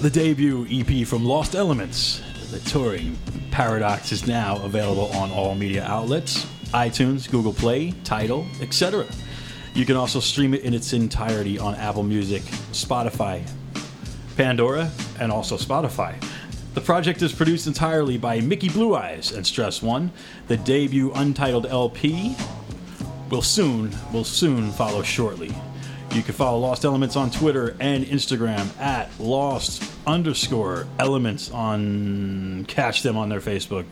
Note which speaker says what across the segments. Speaker 1: the debut EP from Lost Elements. The touring Paradox is now available on all media outlets iTunes, Google Play, Tidal, etc. You can also stream it in its entirety on Apple Music, Spotify, Pandora, and also Spotify. The project is produced entirely by Mickey Blue Eyes and Stress One. The debut untitled LP will soon will soon follow shortly. You can follow Lost Elements on Twitter and Instagram at Lost underscore Elements on catch them on their Facebook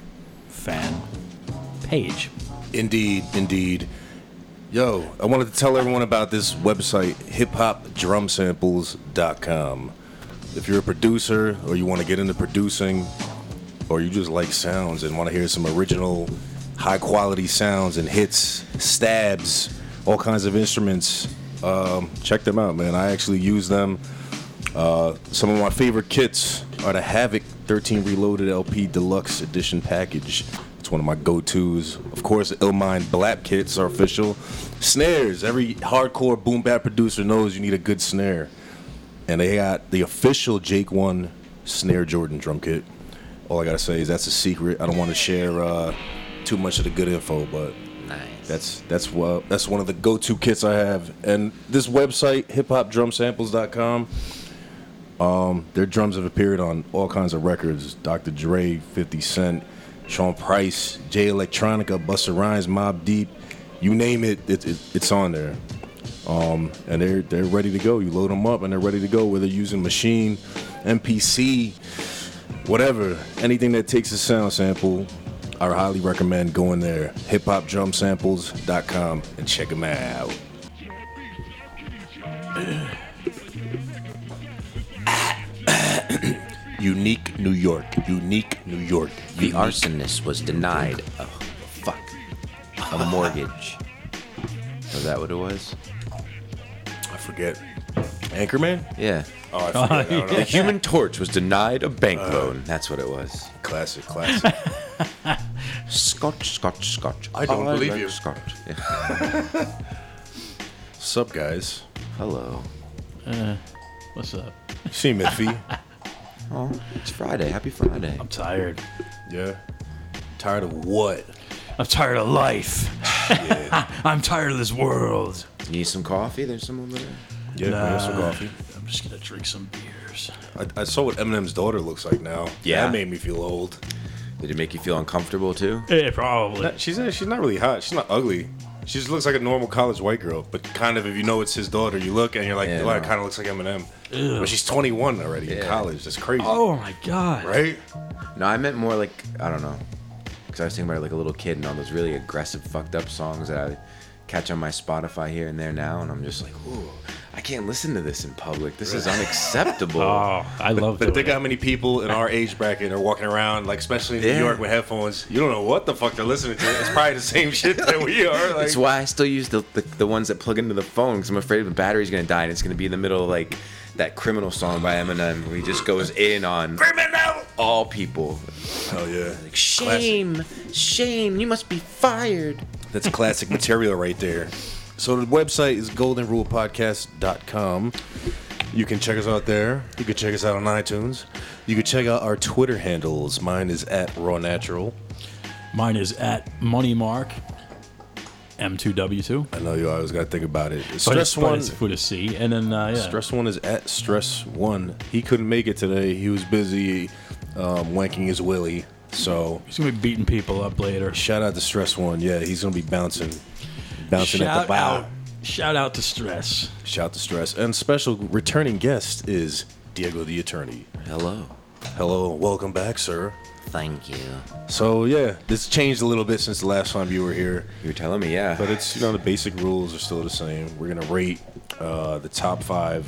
Speaker 1: fan page.
Speaker 2: Indeed, indeed. Yo, I wanted to tell everyone about this website, hiphopdrumsamples.com. If you're a producer or you want to get into producing or you just like sounds and want to hear some original, high quality sounds and hits, stabs, all kinds of instruments, um, check them out, man. I actually use them. Uh, some of my favorite kits are the Havoc 13 Reloaded LP Deluxe Edition package. It's one of my go-tos. Of course, Illmind Blap kits are official. Snares. Every hardcore boom bap producer knows you need a good snare, and they got the official Jake One Snare Jordan drum kit. All I gotta say is that's a secret. I don't want to share uh, too much of the good info, but
Speaker 3: Nice.
Speaker 2: that's that's well that's one of the go-to kits I have. And this website, hiphopdrumsamples.com. Um, their drums have appeared on all kinds of records: Dr. Dre, 50 Cent, Sean Price, Jay Electronica, Busta Rhymes, Mob Deep, you name it, it, it it's on there. Um, and they're they're ready to go. You load them up, and they're ready to go. Whether you're using machine, MPC, whatever, anything that takes a sound sample, I highly recommend going there, hiphopdrumsamples.com, and check them out. Unique New York, unique New York.
Speaker 3: The
Speaker 2: unique-
Speaker 3: arsonist was denied a fuck a mortgage. Was that what it was?
Speaker 2: I forget. Anchorman?
Speaker 3: Yeah.
Speaker 2: Oh, I forget. I don't know.
Speaker 3: The Human Torch was denied a bank
Speaker 2: Uh.
Speaker 3: loan. That's what it was.
Speaker 2: Classic, classic.
Speaker 3: Scotch, Scotch, Scotch.
Speaker 2: I don't believe you.
Speaker 3: Scotch. Yeah.
Speaker 2: Sup, guys?
Speaker 3: Hello.
Speaker 1: What's up?
Speaker 2: You seem iffy.
Speaker 3: Oh, it's Friday. Happy Friday.
Speaker 1: I'm tired.
Speaker 2: yeah. Tired of what?
Speaker 1: I'm tired of life. I'm tired of this world. Uh,
Speaker 3: You need some coffee? There's some over there.
Speaker 2: Yeah, nah. some coffee.
Speaker 1: I'm just gonna drink some beers.
Speaker 2: I, I saw what Eminem's daughter looks like now.
Speaker 3: Yeah.
Speaker 2: that made me feel old.
Speaker 3: Did it make you feel uncomfortable too?
Speaker 1: Yeah, probably.
Speaker 2: That- She's she's not really hot. She's not ugly. She just looks like a normal college white girl. But kind of, if you know it's his daughter, you look and you're like,
Speaker 3: Yeah,
Speaker 2: "Well, it
Speaker 3: no.
Speaker 2: kind of looks like Eminem." But she's 21 already in
Speaker 3: Yeah.
Speaker 2: college. That's crazy,
Speaker 1: Oh my god.
Speaker 2: right?
Speaker 3: No, I meant more like I don't know, because I was thinking about it like a little kid and all those really aggressive, fucked up songs that I catch on my Spotify here and there now, and I'm just like, ooh, I can't listen to this in public. This is unacceptable.
Speaker 1: Oh, I love
Speaker 2: But
Speaker 1: that.
Speaker 2: think how many people in our age bracket are walking around, like especially in
Speaker 3: Yeah.
Speaker 2: New York with headphones. You don't know what the fuck they're listening to. It's probably the same shit that we are. Like,
Speaker 3: That's why I still use the, the, the ones that plug into the phone because I'm afraid the battery's gonna die and it's gonna be in the middle of like that criminal song by Eminem where he just goes in on
Speaker 2: criminal.
Speaker 3: all people.
Speaker 2: Hell yeah.
Speaker 3: Like shame, shame, you must be fired.
Speaker 2: That's classic material right there. So the website is goldenrulepodcast.com. You can check us out there. You can check us out on iTunes. You can check out our Twitter handles. Mine is at Raw Natural.
Speaker 1: Mine is at Money Mark M2W2.
Speaker 2: I know you always got to think about it.
Speaker 1: But
Speaker 2: Stress
Speaker 1: it's, but
Speaker 2: one.
Speaker 1: it's with a C, and then uh, yeah.
Speaker 2: Stress one is at Stress one. He couldn't make it today. He was busy um, wanking his willy. So
Speaker 1: He's gonna be beating people up later.
Speaker 2: shout out to Stress one. Yeah, he's gonna be bouncing, bouncing at the
Speaker 1: Shout
Speaker 2: bow.
Speaker 1: out, shout out to Stress.
Speaker 2: Shout to Stress. And special returning guest is Diego the Attorney.
Speaker 3: Hello,
Speaker 2: Hello, welcome back, sir.
Speaker 3: thank you.
Speaker 2: So yeah, this changed a little bit since the last time you were here,
Speaker 3: You're telling me, yeah.
Speaker 2: but it's you know the basic rules are still the same. We're gonna rate uh, the top five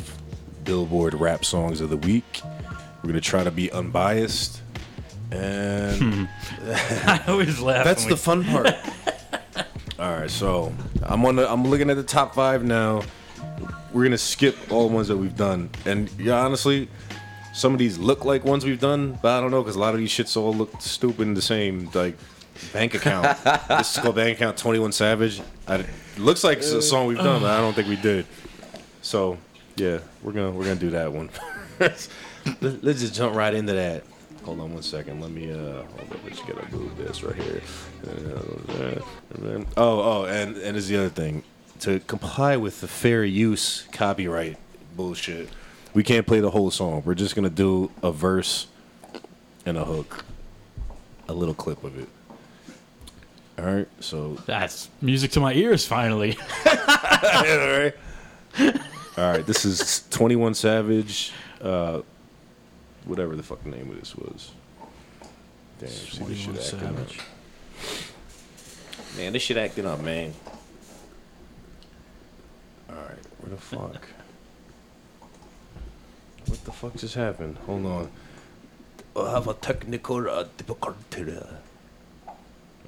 Speaker 2: Billboard rap songs of the week. We're gonna try to be unbiased, and
Speaker 1: I always laugh.
Speaker 2: that's
Speaker 1: when
Speaker 2: the fun part. all right, so I'm on. The, I'm looking at the top five now. We're gonna skip all the ones that we've done, and yeah, honestly, some of these look like ones we've done, but I don't know because a lot of these shits all look stupid and the same. Like bank account. this is called bank account. Twenty One Savage. I, it looks like it's a song we've done, but I don't think we did. So yeah, we're gonna we're gonna do that one. Let- Let's just jump right into that. Hold on one second. Let me uh hold up. Let's get to move this right here. Oh, oh, and and is the other thing to comply with the fair use copyright bullshit. We can't play the whole song. We're just gonna do a verse and a hook, a little clip of it. All right. So
Speaker 1: That's music to my ears. Finally,
Speaker 2: all right. All right. This is 21 Savage, uh, whatever the fuck name of this was. Damn, see this shit
Speaker 1: 21
Speaker 2: acting
Speaker 1: Savage.
Speaker 2: up. Man, this shit acting up, man. All right. Where the fuck? what the fuck just happened? Hold on. I have a technical uh, difficulty. All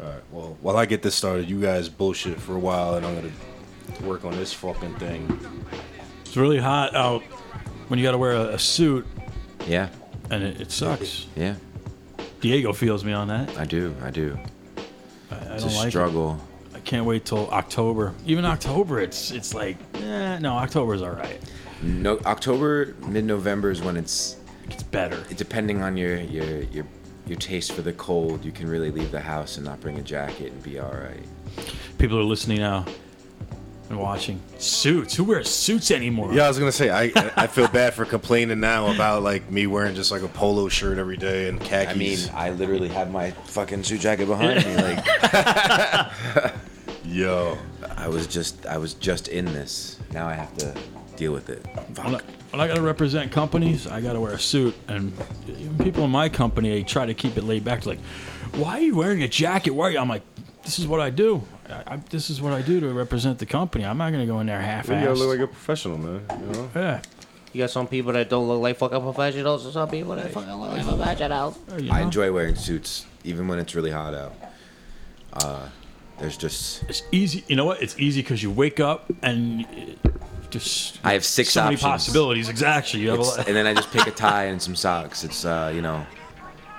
Speaker 2: right. Well, while I get this started, you guys bullshit for a while, and I'm gonna work on this fucking thing.
Speaker 1: it's really hot out when you got to wear a, a suit,
Speaker 3: Yeah,
Speaker 1: and it, it sucks.
Speaker 3: yeah,
Speaker 1: Diego feels me on that.
Speaker 3: I do, I do.
Speaker 1: I, I
Speaker 3: It's a
Speaker 1: don't like it.
Speaker 3: struggle.
Speaker 1: I can't wait till October. Even October, it's it's like, eh, no, October's all right.
Speaker 3: No, October, mid-November is when it's
Speaker 1: It's better.
Speaker 3: depending on your your your your taste for the cold. You can really leave the house and not bring a jacket and be all right.
Speaker 1: People are listening now and watching. Suits? Who wears suits anymore?
Speaker 2: Yeah, I was gonna say I I feel bad for complaining now about like me wearing just like a polo shirt every day and
Speaker 3: I mean,
Speaker 2: khakis.
Speaker 3: I literally have my fucking suit jacket behind me. Like
Speaker 2: yo,
Speaker 3: I was just I was just in this. Now I have to deal with it.
Speaker 1: When I, when I gotta represent companies, I gotta wear a suit. And even people in my company they try to keep it laid back. Like, why are you wearing a jacket? Why? Are you? I'm like, this is what I do. I, I, this is what I do to represent the company. I'm not gonna go in there half-assed.
Speaker 2: a professional, man. You know?
Speaker 1: yeah.
Speaker 4: You got some people that don't look like fucking professionals, and some people that fucking look like professionals.
Speaker 1: you
Speaker 3: I
Speaker 1: know?
Speaker 3: enjoy wearing suits even when it's really hot out. Uh, there's just
Speaker 1: It's easy. You know what? It's easy because you wake up and it- just.
Speaker 3: I have six
Speaker 1: so
Speaker 3: options.
Speaker 1: many possibilities. Exactly. You have a
Speaker 3: It's-
Speaker 1: lot.
Speaker 3: and then I just pick a tie and some socks. It's uh, you know,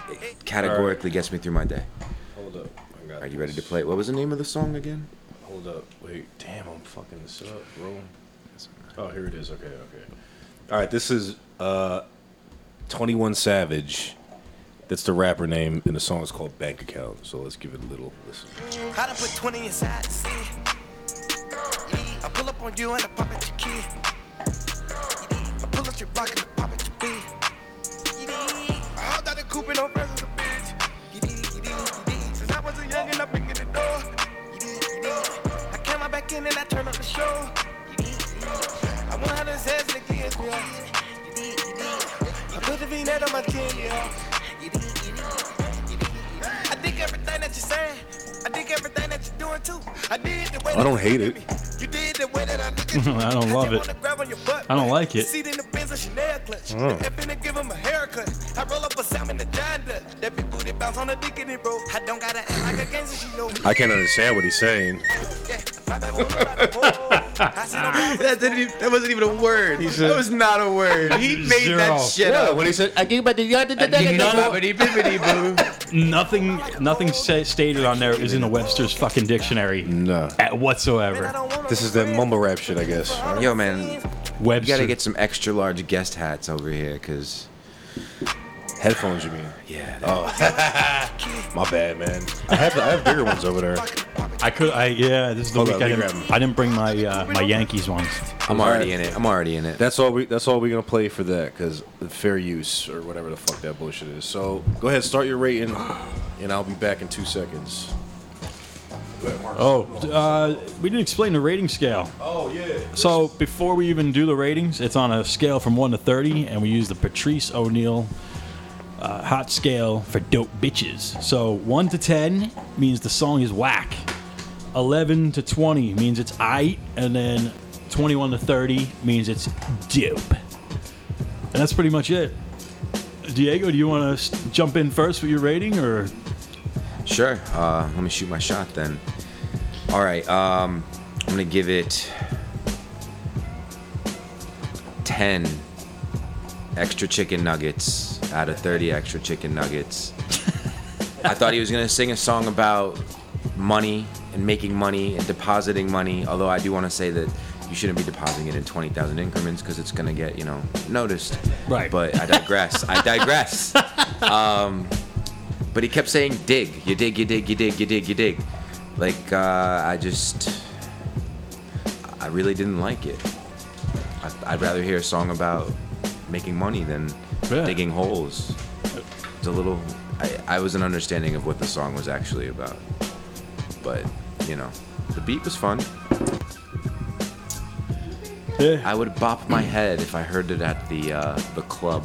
Speaker 3: it categorically gets me through my day.
Speaker 2: Hold up, I got.
Speaker 3: Are you ready to play? What was the name of the song again?
Speaker 2: Hold up, wait. Damn, I'm fucking this up, bro. Oh, here it is. Okay, okay. All right, this is uh, 21 Savage. That's the rapper name, and the song is called Bank Account. So let's give it a little listen.
Speaker 5: I done put 20 inside the sea. I pull up on you and I pop at your key. I pull up your block and I pop at your beat. I hopped out the coupe and I'm pressing the bitch. Since I was a youngin', I been in the door. I came out back in and I turned up the show. I want how this ass nigga is real. I put the V-net on my chin, yeah. I think everything that you're saying. I think everything that you're doing too. I did the way
Speaker 2: I
Speaker 5: that
Speaker 2: don't
Speaker 5: you
Speaker 2: hate
Speaker 5: look
Speaker 2: it.
Speaker 5: at me. You did the way that I look at you.
Speaker 1: I don't
Speaker 5: just
Speaker 1: love it.
Speaker 5: wanna grab on your butt.
Speaker 1: I don't like it.
Speaker 5: Seat in the Benz and Chanel clutch.
Speaker 2: Mm.
Speaker 5: That finna give him a haircut. I roll up a Sam in the John Dutch. That big booty bounce on the dick in it, bro. I don't gotta act like a gangster, she know me.
Speaker 2: I can't understand what he's saying.
Speaker 5: Yeah, I thought that was about to roll. I said I'm over
Speaker 3: That didn't. Even, that wasn't even a word.
Speaker 2: said-
Speaker 3: that was not a word. He made
Speaker 1: Zero.
Speaker 3: that shit up.
Speaker 2: when he said,
Speaker 4: I think about the yard.
Speaker 3: Bibbidi bibbidi boo.
Speaker 1: Nothing, nothing sa- stated on there is in the Webster's fucking dictionary
Speaker 2: "No."
Speaker 1: at whatsoever.
Speaker 2: This is that mumble rap shit, I guess. right?
Speaker 3: Yo, man, you
Speaker 1: Webster.
Speaker 3: gotta get some extra large guest hats over here, cause Oh,
Speaker 2: Headphones, you mean?
Speaker 3: yeah,
Speaker 2: My bad, man. I have I have bigger ones over there.
Speaker 1: I could. I yeah. This is the
Speaker 2: Hold
Speaker 1: week
Speaker 2: on,
Speaker 1: I
Speaker 2: let me grab
Speaker 1: didn't.
Speaker 2: 'em.
Speaker 1: I didn't bring my uh, my Yankees ones.
Speaker 3: I'm already in it. I'm already in it.
Speaker 2: That's all we that's all we're gonna play for that because the fair use or whatever the fuck that bullshit is. So go ahead, start your rating, and I'll be back in two seconds.
Speaker 1: Oh, uh, we didn't explain the rating scale.
Speaker 2: Oh yeah.
Speaker 1: So before we even do the ratings, it's on a scale from one to thirty, and we use the Patrice O'Neill uh, hot scale for dope bitches. So one to ten means the song is whack. Eleven to twenty means it's aight, and then twenty-one to thirty means it's dope. And that's pretty much it. Diego, do you want to s- jump in first with your rating, or
Speaker 3: Sure. Uh, let me shoot my shot then. All right. Um, I'm gonna give it ten extra chicken nuggets out of thirty extra chicken nuggets. I thought he was gonna sing a song about money and making money and depositing money. Although I do want to say that you shouldn't be depositing it in 20,000 increments because it's going to get, you know, noticed.
Speaker 1: Right.
Speaker 3: But I digress. I digress. Um, but he kept saying, dig. You dig, you dig, you dig, you dig, you dig. Like, uh, I just, I really didn't like it. I, I'd rather hear a song about making money than
Speaker 1: Yeah.
Speaker 3: digging holes. It's a little, I, I was an understanding of what the song was actually about. But, you know, the beat was fun.
Speaker 1: Yeah.
Speaker 3: I would bop my head if I heard it at the uh, the club.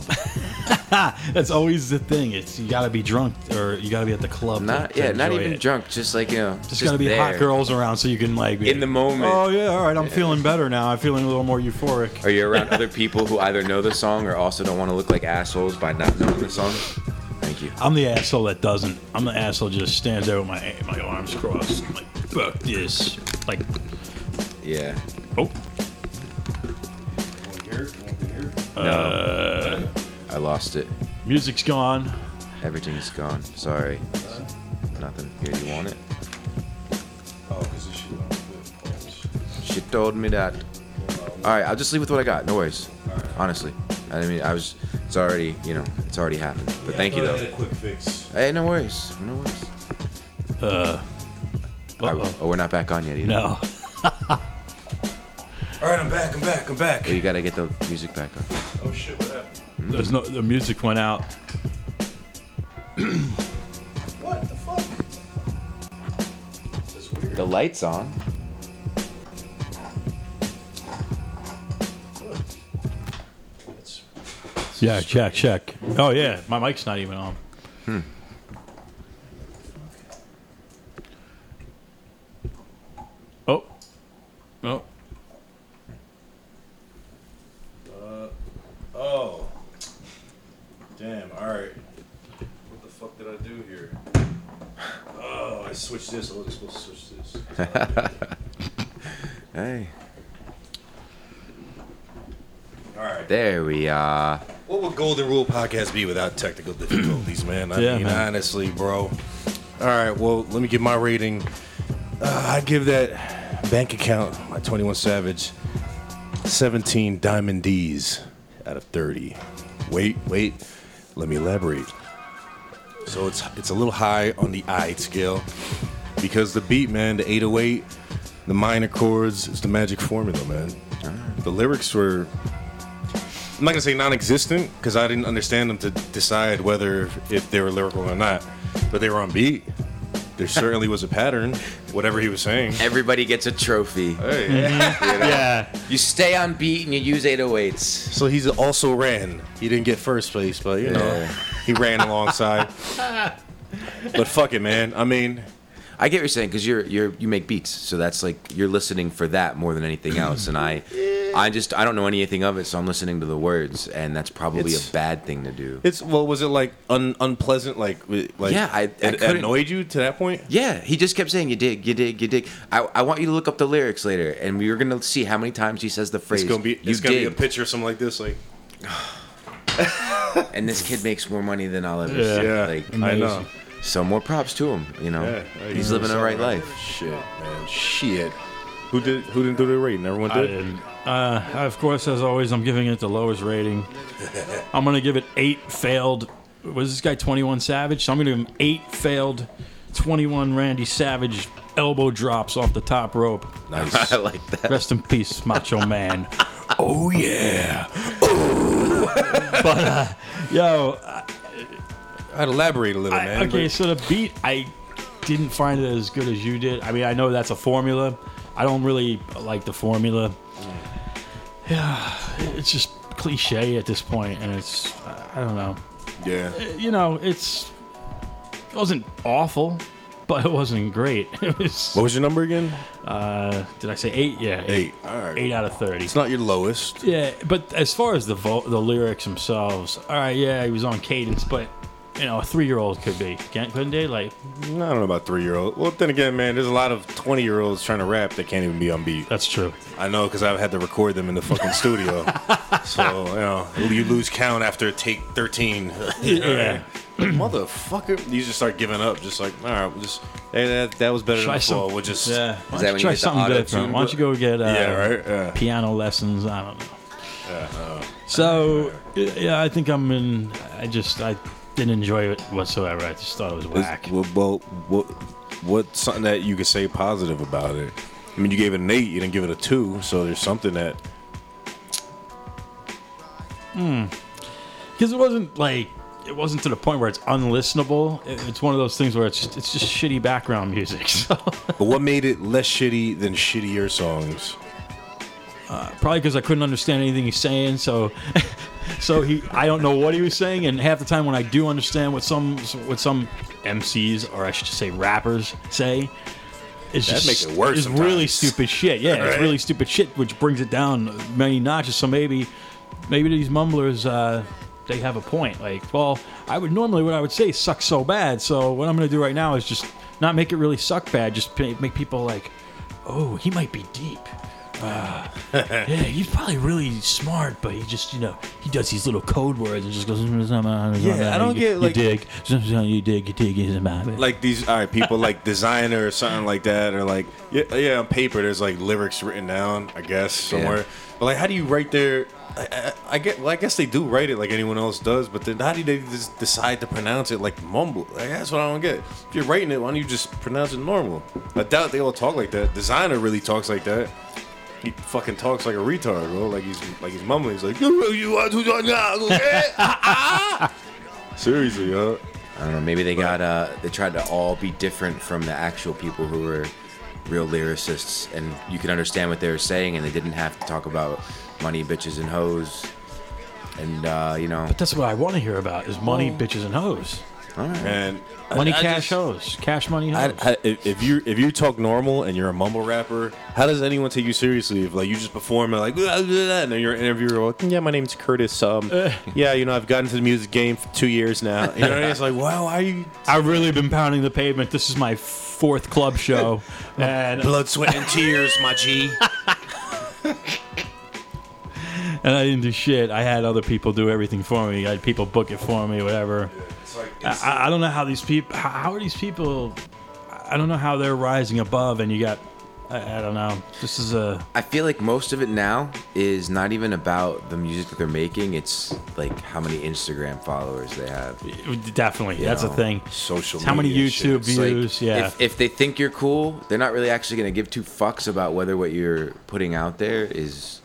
Speaker 1: That's always the thing. It's you gotta be drunk or you gotta be at the club. to-
Speaker 3: Not
Speaker 1: to
Speaker 3: yeah, not
Speaker 1: enjoy
Speaker 3: even
Speaker 1: it.
Speaker 3: drunk. Just like you know,
Speaker 1: Just, gotta be hot
Speaker 3: there.
Speaker 1: girls around so you can like be
Speaker 3: In the moment.
Speaker 1: Oh yeah, all right. I'm feeling better now. I'm feeling a little more euphoric.
Speaker 3: Are you around other people who either know the song or also don't want to look like assholes by not knowing the song? Thank you.
Speaker 1: I'm the asshole that doesn't. I'm the asshole just stands there with my my arms crossed. I'm like fuck this. Like
Speaker 3: Yeah.
Speaker 1: oh
Speaker 3: Uh, I lost it.
Speaker 1: music's gone.
Speaker 3: Everything's gone. Sorry. Nothing. Here, you want it? She told me that. All right, I'll just leave with what I got. No worries. Honestly, I mean, I was. It's already, you know, it's already happened. But thank you though. Hey, no worries. No worries. I-
Speaker 1: Uh-oh.
Speaker 3: oh, we're not back on yet either.
Speaker 1: No.
Speaker 2: All right, I'm back. I'm back. I'm back.
Speaker 3: Well, You gotta get the music back on.
Speaker 2: Oh,
Speaker 1: There's no the music went out.
Speaker 3: The lights on.
Speaker 1: Yeah, check, check. Oh yeah, my mic's not even on. Oh. Oh.
Speaker 2: Oh. Damn, alright. What the fuck did I do here? Oh, I switched this. I wasn't supposed to switch this.
Speaker 3: Hey,
Speaker 2: Alright.
Speaker 3: there we are.
Speaker 2: What would Golden Rule Podcast be without technical difficulties, man? I
Speaker 1: Yeah,
Speaker 2: mean,
Speaker 1: man.
Speaker 2: honestly, bro. Alright, well, let me give my rating. Uh, I give that bank account, my 21 Savage, 17 Diamond D's out of 30. Wait, wait. Let me elaborate. So it's it's a little high on the I scale because the beat, man, the 808, the minor chords, it's the magic formula, man. The lyrics were I'm not gonna say non-existent because I didn't understand them to decide whether if they were lyrical or not, but they were on beat. There certainly was a pattern, whatever he was saying.
Speaker 3: Everybody gets a trophy.
Speaker 2: Hey.
Speaker 1: Yeah.
Speaker 3: You stay on beat and you use 808s.
Speaker 2: So he's also ran. He didn't get first place, but you know,
Speaker 3: Yeah.
Speaker 2: he ran alongside. but fuck it, man. I mean,
Speaker 3: I get what you're saying because you're you're you make beats, so that's like you're listening for that more than anything else. And I, I just I don't know anything of it, so I'm listening to the words, and that's probably
Speaker 2: It's-
Speaker 3: a bad thing to do.
Speaker 2: it's well, was it like un- unpleasant? Like, w- like
Speaker 3: Yeah, I- I
Speaker 2: it
Speaker 3: couldn't-
Speaker 2: annoyed you to that point.
Speaker 3: Yeah, he just kept saying, "You dig, you dig, you dig." I, I want you to look up the lyrics later, and we are gonna see how many times he says the phrase.
Speaker 2: It's gonna be
Speaker 3: "You
Speaker 2: it's gonna be a
Speaker 3: dig."
Speaker 2: picture or something like this, like
Speaker 3: and this kid makes more money than I'll ever
Speaker 1: Yeah.
Speaker 3: see.
Speaker 2: yeah,
Speaker 3: Like,
Speaker 2: I know.
Speaker 3: so more props to him. You know,
Speaker 2: Yeah, I
Speaker 3: he's
Speaker 2: agree.
Speaker 3: living the right life.
Speaker 2: Shit, man, shit. Who did? Who didn't do the rating? Everyone
Speaker 1: I
Speaker 2: did.
Speaker 1: didn't. Uh, of course, as always, I'm giving it the lowest rating. I'm gonna give it eight failed. Was this guy 21 Savage? So I'm gonna give him eight failed, 21 Randy Savage elbow drops off the top rope.
Speaker 2: Nice.
Speaker 3: I like that.
Speaker 1: Rest in peace, Macho Man.
Speaker 2: oh yeah.
Speaker 1: Yo,
Speaker 2: I'd elaborate a little,
Speaker 1: I-
Speaker 2: man.
Speaker 1: okay,
Speaker 2: but-
Speaker 1: so the beat, I didn't find it as good as you did. I mean, I know that's a formula. I don't really like the formula. Yeah, it's just cliche at this point, and it's I don't know.
Speaker 2: yeah.
Speaker 1: You know, it's it wasn't awful, but it wasn't great. It was.
Speaker 2: What was your number again?
Speaker 1: Uh, did I say eight? Yeah,
Speaker 2: Eight. All right.
Speaker 1: Eight out of thirty.
Speaker 2: It's not your lowest.
Speaker 1: Yeah, but as far as the vo- the lyrics themselves, all right, yeah, he was on cadence, but you know, a three year old could be. Can't, couldn't they? Like,
Speaker 2: I don't know about three year old. Well, then again, man, there's a lot of 20 year olds trying to rap that can't even be on beat.
Speaker 1: that's true.
Speaker 2: I know because I've had to record them in the fucking studio. So, you know, you lose count after take 13.
Speaker 1: Yeah.
Speaker 2: Motherfucker. You just start giving up. Just like, all right, we'll just, hey, that, that was better
Speaker 1: Try
Speaker 2: than before.
Speaker 1: some.
Speaker 2: We'll just,
Speaker 1: Yeah. Why
Speaker 3: when
Speaker 1: don't
Speaker 3: you
Speaker 1: you try
Speaker 3: get the
Speaker 1: something
Speaker 3: auto-tune
Speaker 1: different? Why don't you go get uh,
Speaker 2: Yeah, right? Yeah.
Speaker 1: piano lessons? I don't know. so yeah, yeah, I think I'm in. I just I didn't enjoy it whatsoever. I just thought it was
Speaker 2: Is-
Speaker 1: whack.
Speaker 2: Well, well, what, what's something that you could say positive about it? I mean, you gave it an eight, you didn't give it a two, so there's something that
Speaker 1: because it wasn't like it wasn't to the point where it's unlistenable. It- it's one of those things where it's just, it's just shitty background music. So
Speaker 2: But what made it less shitty than shittier songs?
Speaker 1: probably because I couldn't understand anything he's saying. So so he I don't know what he was saying, and half the time when I do understand what some what some MCs or I should say rappers say. It's
Speaker 2: That
Speaker 1: just,
Speaker 2: makes it worse
Speaker 1: It's really
Speaker 2: sometimes.
Speaker 1: stupid shit. Yeah, it's
Speaker 2: Right.
Speaker 1: really stupid shit, which brings it down many notches. So maybe, maybe these mumblers, uh, they have a point. Like, well, I would normally what I would say sucks so bad. So what I'm going to do right now is just not make it really suck bad. Just pa- make people like, oh, he might be deep. Yeah, he's probably really smart, but he just, you know, he does these little code words and just goes. Yeah,
Speaker 2: I
Speaker 1: you,
Speaker 2: don't get,
Speaker 1: you
Speaker 2: like-
Speaker 1: dig, you dig, you dig, you dig.
Speaker 2: Like these, all right, people like designer or something like that, or like yeah, yeah, on paper there's like lyrics written down, I guess somewhere. But like, how do you write their? I, I, I get, well, I guess they do write it like anyone else does, but then how do they just decide to pronounce it like mumble? Like, that's what I don't get. If you're writing it, why don't you just pronounce it normal? I doubt they all talk like that. Designer really talks like that. He fucking talks like a retard, bro. Like he's like he's mumbling. He's like, you want to now? okay?" Seriously, huh?
Speaker 3: I don't know. Maybe they got uh, they tried to all be different from the actual people who were real lyricists, and you could understand what they were saying, and they didn't have to talk about money, bitches, and hoes, and uh, you know,
Speaker 1: But that's what I want to hear about is money, bitches, and hoes.
Speaker 2: And
Speaker 1: Money,
Speaker 2: I- I
Speaker 1: cash,
Speaker 2: just-
Speaker 1: hoes. Cash, money, hoes.
Speaker 2: I, I, if if you if you talk normal and you're a mumble rapper, how does anyone take you seriously? If like you just perform and like "Blah, blah, blah," and then you're an interviewer, like, yeah, my name's Curtis. Um, yeah, you know, I've gotten to the music game for two years now. You know, what I mean? it's like, wow, why are you
Speaker 1: I've really been pounding the pavement. This is my fourth club show, and
Speaker 2: blood, sweat, and tears, my G?
Speaker 1: and I didn't do shit. I had other people do everything for me. I had people book it for me, whatever. I, I don't know how these people. How, how are these people? I don't know how they're rising above, and you got. I, I don't know. This is a.
Speaker 3: I feel like most of it now is not even about the music that they're making. It's like how many Instagram followers they have.
Speaker 1: Definitely, that's a
Speaker 3: know,
Speaker 1: thing.
Speaker 2: social
Speaker 1: How many
Speaker 2: media shit.
Speaker 1: YouTube
Speaker 3: It's like,
Speaker 1: views? yeah.
Speaker 3: If, if they think you're cool, they're not really actually going to give two fucks about whether what you're putting out there is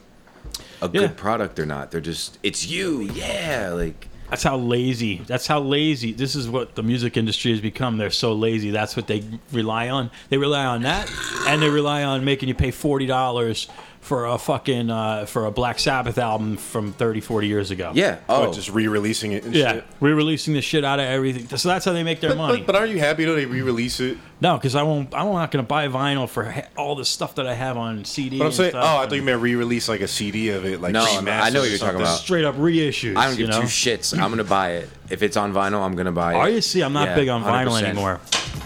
Speaker 3: a good
Speaker 1: Yeah.
Speaker 3: product or not. They're just, it's you, yeah. Like,
Speaker 1: That's how lazy. That's how lazy. This is what the music industry has become. They're so lazy. That's what they rely on. They rely on that, and they rely on making you pay forty dollars for a fucking uh, for a Black Sabbath album from 30, 40 years ago.
Speaker 3: yeah. Oh,
Speaker 2: Or just re-releasing it and
Speaker 1: yeah.
Speaker 2: shit.
Speaker 1: Re-releasing the shit out of everything. So that's how they make their
Speaker 2: But,
Speaker 1: money.
Speaker 2: but, but aren't you happy though they re-release it?
Speaker 1: no, because I won't. I'm not going to buy vinyl for ha- all the stuff that I have on CD.
Speaker 2: But I'm
Speaker 1: and
Speaker 2: saying,
Speaker 1: stuff,
Speaker 2: oh, I
Speaker 1: and
Speaker 2: thought you meant re-release like a CD of it, like
Speaker 3: No,
Speaker 2: remasters
Speaker 3: I know what
Speaker 2: or
Speaker 3: you're talking
Speaker 2: something.
Speaker 3: about.
Speaker 1: straight up reissues.
Speaker 3: I don't give
Speaker 1: you know?
Speaker 3: two shits. I'm going to buy it. If it's on vinyl, I'm going to buy it.
Speaker 1: Are you see? I'm not
Speaker 3: Yeah,
Speaker 1: big on vinyl
Speaker 3: 100%.
Speaker 1: anymore.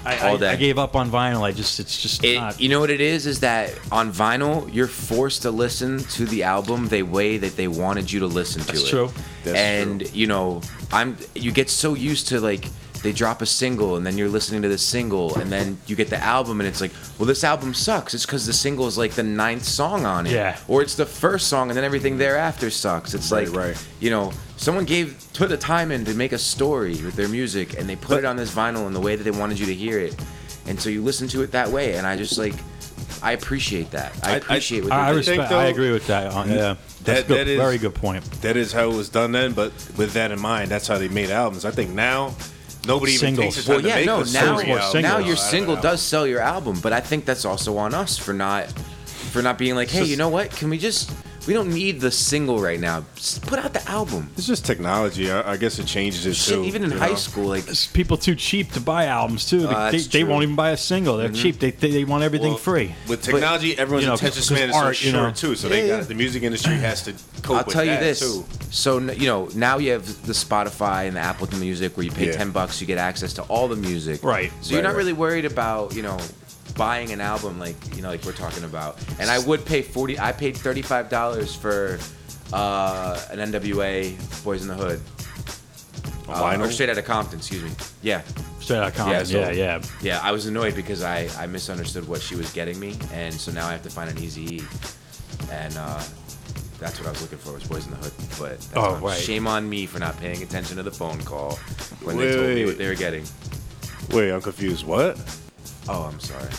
Speaker 1: I,
Speaker 3: All
Speaker 1: I,
Speaker 3: day.
Speaker 1: I gave up on vinyl. I just it's just
Speaker 3: It,
Speaker 1: not.
Speaker 3: you know what it is? Is that on vinyl, you're forced to listen to the album the way that they wanted you to listen to
Speaker 1: That's
Speaker 3: it.
Speaker 1: true.
Speaker 2: That's
Speaker 3: and you know, I'm. You get so used to like they drop a single, and then you're listening to the single, and then you get the album, and it's like, well, this album sucks. It's because the single is like the ninth song on it,
Speaker 1: Yeah.
Speaker 3: or it's the first song, and then everything thereafter sucks. It's
Speaker 2: Right,
Speaker 3: like,
Speaker 2: right.
Speaker 3: you know. Someone gave put the time in to make a story with their music, and they put it on this vinyl in the way that they wanted you to hear it, and so you listen to it that way. And I just like, I appreciate that. I
Speaker 2: I- I-
Speaker 3: appreciate what
Speaker 1: I,
Speaker 3: they
Speaker 1: I
Speaker 3: did.
Speaker 2: think,
Speaker 1: respect. I
Speaker 2: though,
Speaker 1: agree with that. uh, yeah, that's
Speaker 2: that-
Speaker 1: good.
Speaker 2: that is-
Speaker 1: very good point.
Speaker 2: that is how it was done then. But with that in mind, that's how they made albums. I think now nobody
Speaker 1: Singles.
Speaker 2: even takes the
Speaker 3: Well,
Speaker 2: time to
Speaker 3: yeah,
Speaker 2: make
Speaker 3: no,
Speaker 2: a
Speaker 3: now,
Speaker 2: story
Speaker 1: more
Speaker 2: album.
Speaker 1: singles.
Speaker 3: now
Speaker 2: I
Speaker 3: your
Speaker 2: don't
Speaker 3: single
Speaker 2: know.
Speaker 3: does sell your album, but I think that's also on us for not for not being like, hey, you know what? Can we just We don't need the single right now. Just put out the album.
Speaker 2: It's just technology. I, I guess it changes it
Speaker 3: Shit,
Speaker 2: too.
Speaker 3: even in
Speaker 2: you
Speaker 3: high
Speaker 2: know?
Speaker 3: school, like
Speaker 1: It's people too cheap to buy albums too. They,
Speaker 2: Ah,
Speaker 3: Uh,
Speaker 1: they,
Speaker 3: that's
Speaker 1: they
Speaker 3: true.
Speaker 1: won't even buy a single. They're cheap. They, they they want everything
Speaker 2: Mm-hmm. Well,
Speaker 1: free.
Speaker 2: With technology, everyone's
Speaker 1: you know,
Speaker 2: attention
Speaker 1: 'cause
Speaker 2: span is
Speaker 1: art,
Speaker 2: so
Speaker 1: you know.
Speaker 2: short too. So they
Speaker 3: Yeah, yeah.
Speaker 2: got the music industry has to cope
Speaker 3: I'll
Speaker 2: with
Speaker 3: tell you
Speaker 2: that,
Speaker 3: this.
Speaker 2: too.
Speaker 3: So n- you know now you have the Spotify and the Apple Music where you pay
Speaker 2: Yeah.
Speaker 3: ten bucks, you get access to all the music.
Speaker 1: Right.
Speaker 3: So you're
Speaker 2: Right,
Speaker 3: not
Speaker 2: right.
Speaker 3: really worried about you know buying an album like you know like we're talking about. And I would pay forty. I paid thirty five dollars for uh, an NWA Boys in the Hood.
Speaker 2: On
Speaker 3: Uh, or
Speaker 2: vinyl?
Speaker 3: straight out of Compton, excuse me. Yeah,
Speaker 1: Straight out
Speaker 3: yeah,
Speaker 1: comments.
Speaker 3: so-
Speaker 1: Yeah, yeah.
Speaker 3: yeah. I was annoyed because I, I misunderstood what she was getting me, and so now I have to find an easy, E. and uh, that's what I was looking for was Boys in the Hood. But that's
Speaker 1: Oh,
Speaker 3: not-
Speaker 1: right.
Speaker 3: shame on me for not paying attention to the phone call when they
Speaker 2: Wait,
Speaker 3: told me
Speaker 2: wait.
Speaker 3: what they were getting.
Speaker 2: Wait, I'm confused. What?
Speaker 3: Oh, I'm sorry.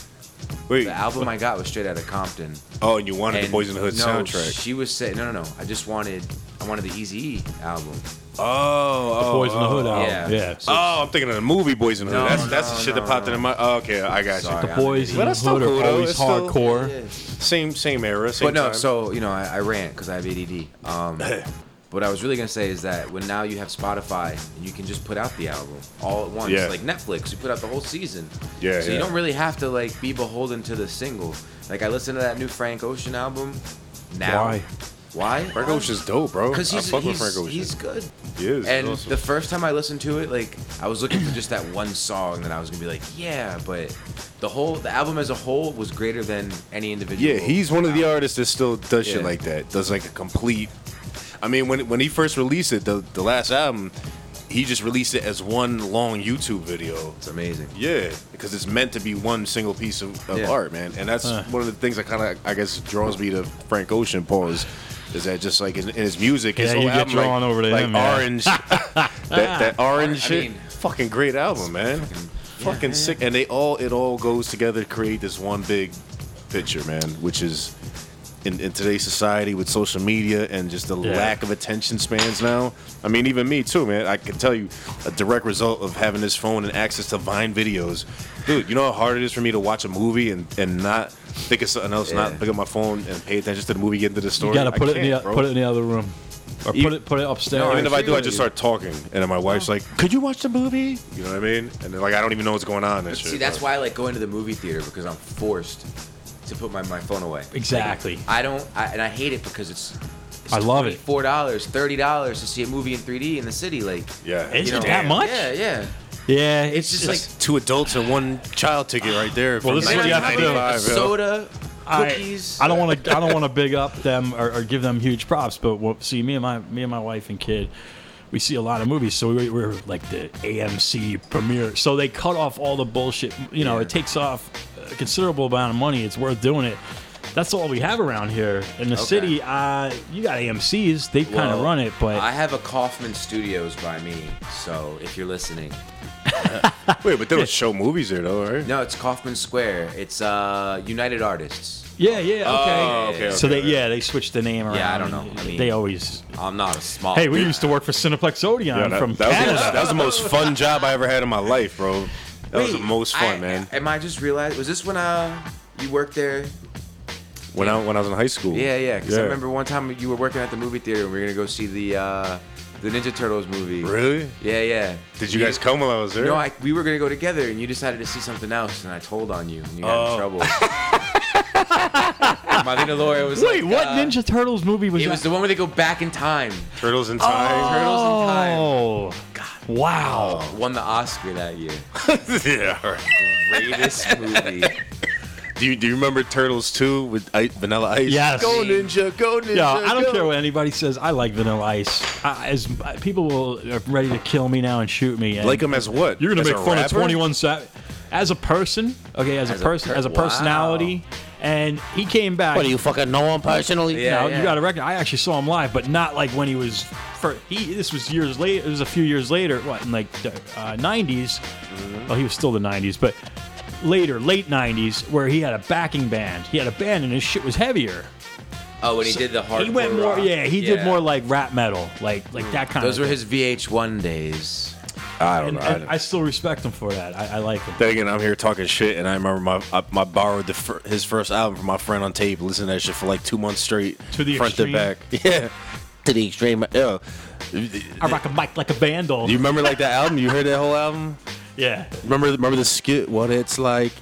Speaker 2: Wait.
Speaker 3: The album I got was straight out of Compton.
Speaker 2: Oh, and you wanted the Boys in the Hood
Speaker 3: no,
Speaker 2: soundtrack.
Speaker 3: She was saying no, no, no. I just wanted I wanted the Easy album.
Speaker 2: oh, oh,
Speaker 1: Boys in the
Speaker 2: oh,
Speaker 1: Hood
Speaker 2: oh.
Speaker 1: album.
Speaker 3: yeah.
Speaker 1: Yeah.
Speaker 3: So-
Speaker 2: Oh, I'm thinking of the movie Boys in the Hood.
Speaker 3: No,
Speaker 2: that's that's
Speaker 3: no,
Speaker 2: the shit
Speaker 3: no,
Speaker 2: that popped
Speaker 3: no.
Speaker 2: into my. Oh, okay, I got
Speaker 3: Sorry.
Speaker 2: you.
Speaker 1: the boys in
Speaker 2: But
Speaker 1: the
Speaker 2: that's still
Speaker 1: hood are
Speaker 2: cool, though.
Speaker 1: always
Speaker 2: It's still-
Speaker 1: hardcore.
Speaker 2: Same same era. Same
Speaker 3: but no,
Speaker 2: time.
Speaker 3: so you know, I, I rant because I have ADD. Um, what I was really gonna say is that when now you have Spotify and you can just put out the album all at once,
Speaker 2: Yeah.
Speaker 3: like Netflix, you put out the whole season.
Speaker 2: Yeah,
Speaker 3: So
Speaker 2: yeah.
Speaker 3: you don't really have to like be beholden to the single. Like I listened to that new Frank Ocean album. Now.
Speaker 1: Why?
Speaker 3: Why?
Speaker 2: Frank Ocean's dope, bro.
Speaker 3: Because
Speaker 2: I
Speaker 3: he's,
Speaker 2: fuck with
Speaker 3: he's,
Speaker 2: Frank Ocean.
Speaker 3: he's good.
Speaker 2: He is,
Speaker 3: And
Speaker 2: awesome.
Speaker 3: the first time I listened to it, like I was looking for just that one song that I was gonna be like, yeah, but the whole the album as a whole was greater than any individual.
Speaker 2: Yeah, he's one of the
Speaker 3: album.
Speaker 2: artists that still does shit
Speaker 3: Yeah.
Speaker 2: like that. Does like a complete. I mean, when when he first released it, the the last album, he just released it as one long YouTube video.
Speaker 3: It's amazing.
Speaker 2: Yeah, because it's meant to be one single piece of, of
Speaker 3: Yeah.
Speaker 2: art, man. And that's
Speaker 1: Huh.
Speaker 2: one of the things that kind of I guess draws me to Frank Ocean. Pause. Is that just like in, in his music? His
Speaker 1: Yeah,
Speaker 2: whole
Speaker 1: you get
Speaker 2: album,
Speaker 1: drawn
Speaker 2: like,
Speaker 1: over to
Speaker 2: like
Speaker 1: him, yeah.
Speaker 2: Orange, that, that Orange
Speaker 3: I
Speaker 2: shit.
Speaker 3: mean-
Speaker 2: fucking great album, man. Fucking, sick. And they all it all goes together to create this one big picture, man. Which is in, in today's society with social media and just the
Speaker 1: Yeah.
Speaker 2: lack of attention spans now. I mean, even me too, man. I can tell you a direct result of having this phone and access to Vine videos. Dude, you know how hard it is for me to watch a movie and, and not think of something else,
Speaker 3: Yeah.
Speaker 2: not look at my phone and pay attention to the movie, get into the story.
Speaker 1: You gotta
Speaker 2: I
Speaker 1: put it in the
Speaker 2: can't, bro.
Speaker 1: put it in the other room, or
Speaker 2: You-
Speaker 1: put it put it upstairs.
Speaker 2: No, even if I do, I
Speaker 3: with you.
Speaker 2: just start talking, and then my
Speaker 1: Oh.
Speaker 2: wife's like, "Could you watch the movie?" You know what I mean? And then like, I don't even know what's going on. And shit,
Speaker 3: See, that's
Speaker 2: bro.
Speaker 3: why I like going to the movie theater because I'm forced to put my, my phone away.
Speaker 1: Exactly.
Speaker 3: I don't, I, and I hate it because it's. it's
Speaker 1: I love it.
Speaker 3: Four dollars, thirty dollars to see a movie in 3D in the city, like.
Speaker 2: Yeah,
Speaker 1: Is
Speaker 3: you
Speaker 1: it
Speaker 3: know,
Speaker 1: that much?
Speaker 3: Yeah, yeah.
Speaker 1: Yeah,
Speaker 3: It's just like
Speaker 2: two adults and one child ticket right there.
Speaker 1: Well,
Speaker 2: from
Speaker 1: this is what you have to do.
Speaker 2: 1995,
Speaker 3: a
Speaker 2: yo.
Speaker 3: soda,
Speaker 1: I,
Speaker 3: cookies.
Speaker 1: I don't want to. I don't want to big up them or, or give them huge props. But what, see, me and my me and my wife and kid, we see a lot of movies. So we, we're like the AMC premiere. So they cut off all the bullshit. You know,
Speaker 3: Yeah.
Speaker 1: it takes off a considerable amount of money. It's worth doing it. That's all we have around here in the
Speaker 3: Okay.
Speaker 1: city. Uh, you got AMC's. They kind of
Speaker 3: Well,
Speaker 1: run it, but
Speaker 3: I have a Kaufman Studios by me, so if you're listening,
Speaker 2: Wait, but they don't show movies there though, right?
Speaker 3: no, it's Kaufman Square. It's uh United Artists.
Speaker 1: yeah, yeah, okay.
Speaker 2: Oh, okay.
Speaker 1: so they
Speaker 2: okay.
Speaker 1: yeah they switched the name around.
Speaker 3: Yeah, I don't know. I mean-
Speaker 1: they always.
Speaker 3: I'm not a small.
Speaker 1: Hey, we used to work for Cineplex Odeon
Speaker 2: Yeah, that,
Speaker 1: from
Speaker 2: that was the-
Speaker 1: Canada.
Speaker 2: that was the most fun job I ever had in my life, bro. That was the
Speaker 3: Wait,
Speaker 2: most fun,
Speaker 3: I-
Speaker 2: man.
Speaker 3: Am I just realized? Was this when uh you worked there?
Speaker 2: When I when I was in high school.
Speaker 3: Yeah, yeah. Because I remember one time you were working at the movie theater and we were gonna go see the uh the Ninja Turtles movie.
Speaker 2: Really?
Speaker 3: Yeah, yeah.
Speaker 2: Did you guys come while I was there?
Speaker 3: No, I, we were gonna go together, and you decided to see something else, and I told on you, and you got
Speaker 1: Oh.
Speaker 3: in trouble. Marlena Laura was
Speaker 1: Wait,
Speaker 3: like,
Speaker 1: what
Speaker 3: uh,
Speaker 1: Ninja Turtles movie was
Speaker 3: It
Speaker 1: that?
Speaker 3: was the one where they go back in time.
Speaker 2: Turtles in Time.
Speaker 3: Turtles in Time
Speaker 1: Oh, wow.
Speaker 3: won the Oscar that year. Oh.
Speaker 2: yeah. All right.
Speaker 3: Greatest movie.
Speaker 2: Do you do you remember Turtles 2 with I, Vanilla Ice?
Speaker 1: Yes.
Speaker 2: Go Ninja, go Ninja.
Speaker 1: Yeah, I don't
Speaker 2: go.
Speaker 1: care what anybody says. I like Vanilla Ice. I, as I- people will are ready to kill me now and shoot me. and
Speaker 2: Like him as what?
Speaker 1: You're gonna
Speaker 2: As
Speaker 1: make
Speaker 2: a
Speaker 1: fun of
Speaker 2: rapper?
Speaker 1: 21 Savage as a person. Okay, as,
Speaker 3: As
Speaker 1: a
Speaker 3: a
Speaker 1: person,
Speaker 3: per-
Speaker 1: as a personality, and he came back.
Speaker 6: What do you fucking know him personally?
Speaker 1: you
Speaker 3: Yeah,
Speaker 1: know,
Speaker 3: yeah.
Speaker 1: you got to recognize. I actually saw him live, but not like when he was. First, he this was years later. It was a few years later. What in like the uh, '90s? Well, he was still the '90s, but later, late '90s, where he had a backing band. He had a band, and his shit was heavier.
Speaker 3: Oh, and he did the hard.
Speaker 1: He went more, yeah. He did more like rap metal, like like that kind
Speaker 3: Those
Speaker 1: of.
Speaker 3: were
Speaker 1: thing.
Speaker 3: his VH1 days.
Speaker 2: I don't
Speaker 1: And,
Speaker 2: know.
Speaker 1: and
Speaker 2: I-
Speaker 1: I still respect him for that. I, I like him.
Speaker 2: Then again, I'm here talking shit, and I remember my I, my borrowed the fir- his first album from my friend on tape. Listened to that shit for like two months straight,
Speaker 1: To the
Speaker 2: front
Speaker 1: extreme.
Speaker 2: to back. Yeah, to the extreme. Yo,
Speaker 1: I rock a mic like a vandal.
Speaker 2: you remember like that album? You heard that whole album?
Speaker 1: yeah.
Speaker 2: Remember remember the skit? What it's like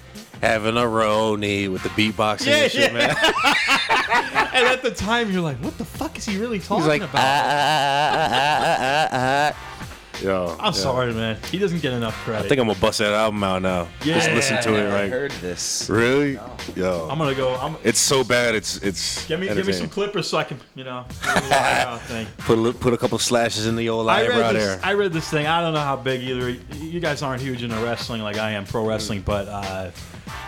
Speaker 2: having a Roni with the beatboxing
Speaker 1: Yeah,
Speaker 2: and shit,
Speaker 1: yeah.
Speaker 2: man.
Speaker 1: And at the time, you're like, what the fuck is he really talking
Speaker 2: He's like, ah,
Speaker 1: about?
Speaker 2: ah, ah, ah, ah, ah. Yo,
Speaker 1: I'm
Speaker 2: yeah.
Speaker 1: sorry, man. He doesn't get enough credit.
Speaker 2: I think I'm gonna bust that album out now. Just
Speaker 1: Yeah.
Speaker 2: listen to it,
Speaker 3: I
Speaker 2: right?
Speaker 3: heard this.
Speaker 2: Really? Yo,
Speaker 1: I'm gonna go. I'm,
Speaker 2: it's so bad. It's it's.
Speaker 1: give me give me some
Speaker 2: entertaining.
Speaker 1: clippers so I can, you know. do the wild thing.
Speaker 2: Put a, li- put a couple slashes in the old
Speaker 1: I
Speaker 2: eyebrow
Speaker 1: read,
Speaker 2: there.
Speaker 1: this, I read this thing. I don't know how big either. You guys aren't huge into wrestling like I am, pro wrestling, but uh,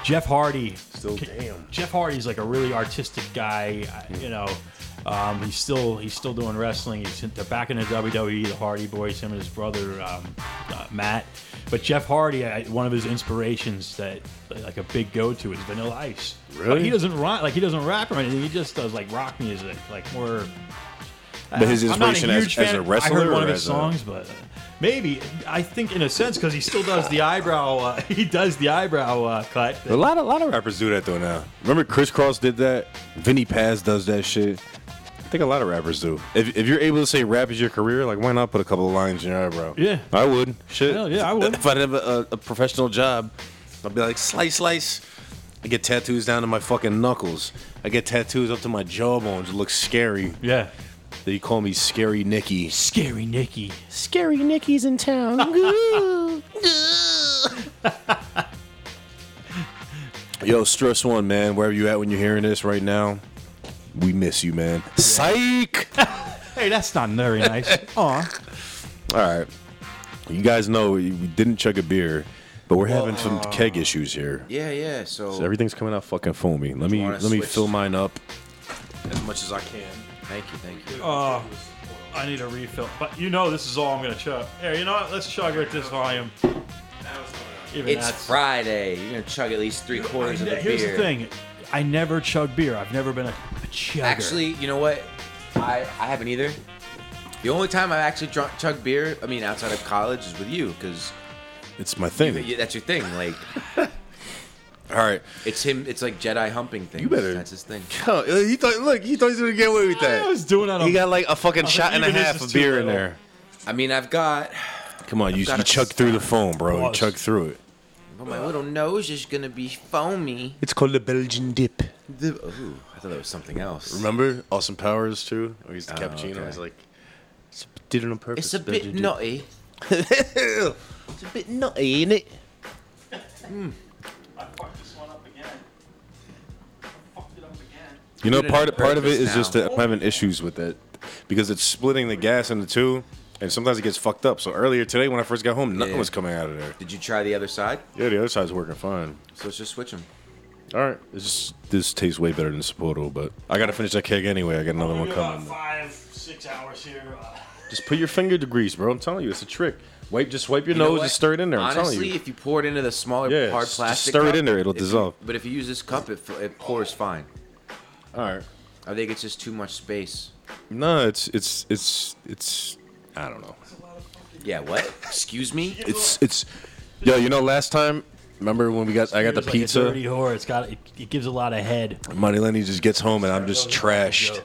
Speaker 1: Jeff Hardy. Still, damn. Jeff Hardy's like a really artistic guy. I- You know, um, he's still he's still doing wrestling. He's they're back in the WWE, the Hardy Boys, him and his brother um, uh, Matt. But Jeff Hardy, I, one of his inspirations that like a big go to is Vanilla Ice.
Speaker 2: Really?
Speaker 1: Like, he doesn't rap like he doesn't rap or anything. He just does like rock music, like more.
Speaker 2: But his
Speaker 1: I'm not
Speaker 2: inspiration
Speaker 1: a
Speaker 2: as-
Speaker 1: huge
Speaker 2: as
Speaker 1: fan.
Speaker 2: a
Speaker 1: I
Speaker 2: wrestler
Speaker 1: heard one
Speaker 2: or
Speaker 1: of his
Speaker 2: as a-
Speaker 1: songs, but maybe I think in a sense because he still does the eyebrow. Uh, he does the eyebrow uh, cut.
Speaker 2: A lot, of, lot of rappers do that though now. Remember, Chris Cross did that. Vinny Paz does that shit. I think a lot of rappers do. If, if you're able to say rap is your career, like why not put a couple of lines in your eyebrow?
Speaker 1: Yeah.
Speaker 2: I would. Shit,
Speaker 1: Hell, yeah, I would.
Speaker 2: If I'd have a, a professional job, I'd be like slice, slice. I get tattoos down to my fucking knuckles. I get tattoos up to my jawbones. It looks scary.
Speaker 1: Yeah,
Speaker 2: They call me Scary Nicky.
Speaker 1: scary Nikki.
Speaker 2: Scary Nicky's in town. Yo, stress one, man. Wherever you at when you're hearing this right now, we miss you, man. Psych.
Speaker 1: Hey, that's not very nice. Aw.
Speaker 2: All right. You guys know we we didn't chug a beer, but we're having some keg issues here.
Speaker 3: Yeah, yeah. So,
Speaker 2: So everything's coming out fucking foamy. Let me
Speaker 3: wanna
Speaker 2: let me
Speaker 3: switch?
Speaker 2: fill mine up as much as I can.
Speaker 3: thank you, thank you.
Speaker 1: Oh, I need a refill. But you know this is all I'm gonna chug. Here, you know what? Let's chug it at this volume. Even
Speaker 3: It's
Speaker 1: that's-
Speaker 3: Friday. You're gonna chug at least three quarters of the
Speaker 1: Here's
Speaker 3: beer.
Speaker 1: the thing. I never chug beer. I've never been a, a chugger.
Speaker 3: Actually, you know what? I I haven't either. The only time I've actually drunk chugged beer, I mean, outside of college, is with you because
Speaker 2: It's my thing.
Speaker 3: that's your thing. Like
Speaker 2: All right.
Speaker 3: it's him. It's like Jedi humping thing.
Speaker 2: You better-
Speaker 3: That's his thing.
Speaker 2: Yo, he thought look, he thought he was gonna get away with that.
Speaker 1: I was doing it on-
Speaker 2: He got like a fucking
Speaker 1: was
Speaker 2: shot
Speaker 1: like,
Speaker 2: and a
Speaker 1: even this
Speaker 2: half
Speaker 1: is
Speaker 2: of
Speaker 1: too
Speaker 2: beer in
Speaker 1: little.
Speaker 2: there.
Speaker 3: I mean, I've got
Speaker 2: Come on, you, you
Speaker 3: gotta
Speaker 2: chug through the foam, bro. You
Speaker 1: Pause.
Speaker 2: chug through it.
Speaker 3: but my little nose is gonna be foamy.
Speaker 2: It's called the Belgian dip.
Speaker 3: The, ooh, I thought that was something else.
Speaker 2: Remember Austin Powers too? Or he's the cappuccino.
Speaker 3: okay.
Speaker 2: He's like, "It's- did it on purpose.
Speaker 3: It's a bit
Speaker 2: Belgian dip."
Speaker 3: nutty.
Speaker 2: it's a bit nutty, ain't it?
Speaker 1: I fucked this one up again. I fucked it up again.
Speaker 2: You know,
Speaker 3: Did it
Speaker 2: part
Speaker 3: on
Speaker 2: of, part of it
Speaker 3: purpose
Speaker 2: is just
Speaker 3: now.
Speaker 2: that I'm having issues with it because it's splitting the gas into two, and sometimes it gets fucked up. So earlier today, when I first got home, nothing
Speaker 3: Yeah.
Speaker 2: was coming out of there.
Speaker 3: Did you try the other side?
Speaker 2: Yeah, the other side's working fine.
Speaker 3: So let's just switch them.
Speaker 2: All right, it's just, this tastes way better than Sapporo, but I gotta finish that keg anyway. I got another one
Speaker 1: Maybe about
Speaker 2: coming.
Speaker 1: five, six hours here. Uh,
Speaker 2: Just put your finger to grease, bro. I'm telling you, it's a trick. Wipe, just wipe your
Speaker 3: You know
Speaker 2: nose
Speaker 3: what?
Speaker 2: and stir it in there. I'm
Speaker 3: Honestly,
Speaker 2: telling you.
Speaker 3: if you pour it into the smaller
Speaker 2: Yeah,
Speaker 3: hard
Speaker 2: just
Speaker 3: plastic,
Speaker 2: stir it
Speaker 3: cup,
Speaker 2: in there, it'll
Speaker 3: if you-
Speaker 2: dissolve.
Speaker 3: but if you use this cup, it, fl- it pours fine.
Speaker 2: All right.
Speaker 3: I think it's just too much space.
Speaker 2: No, it's it's it's it's. I don't know.
Speaker 3: Yeah, what? Excuse me?
Speaker 2: It's it's. Yo, you know, last time, remember when we got I got the
Speaker 1: It's like a
Speaker 2: pizza.
Speaker 1: dirty whore. It's got it, it gives a lot of head.
Speaker 2: Money just gets home and I'm just trashed,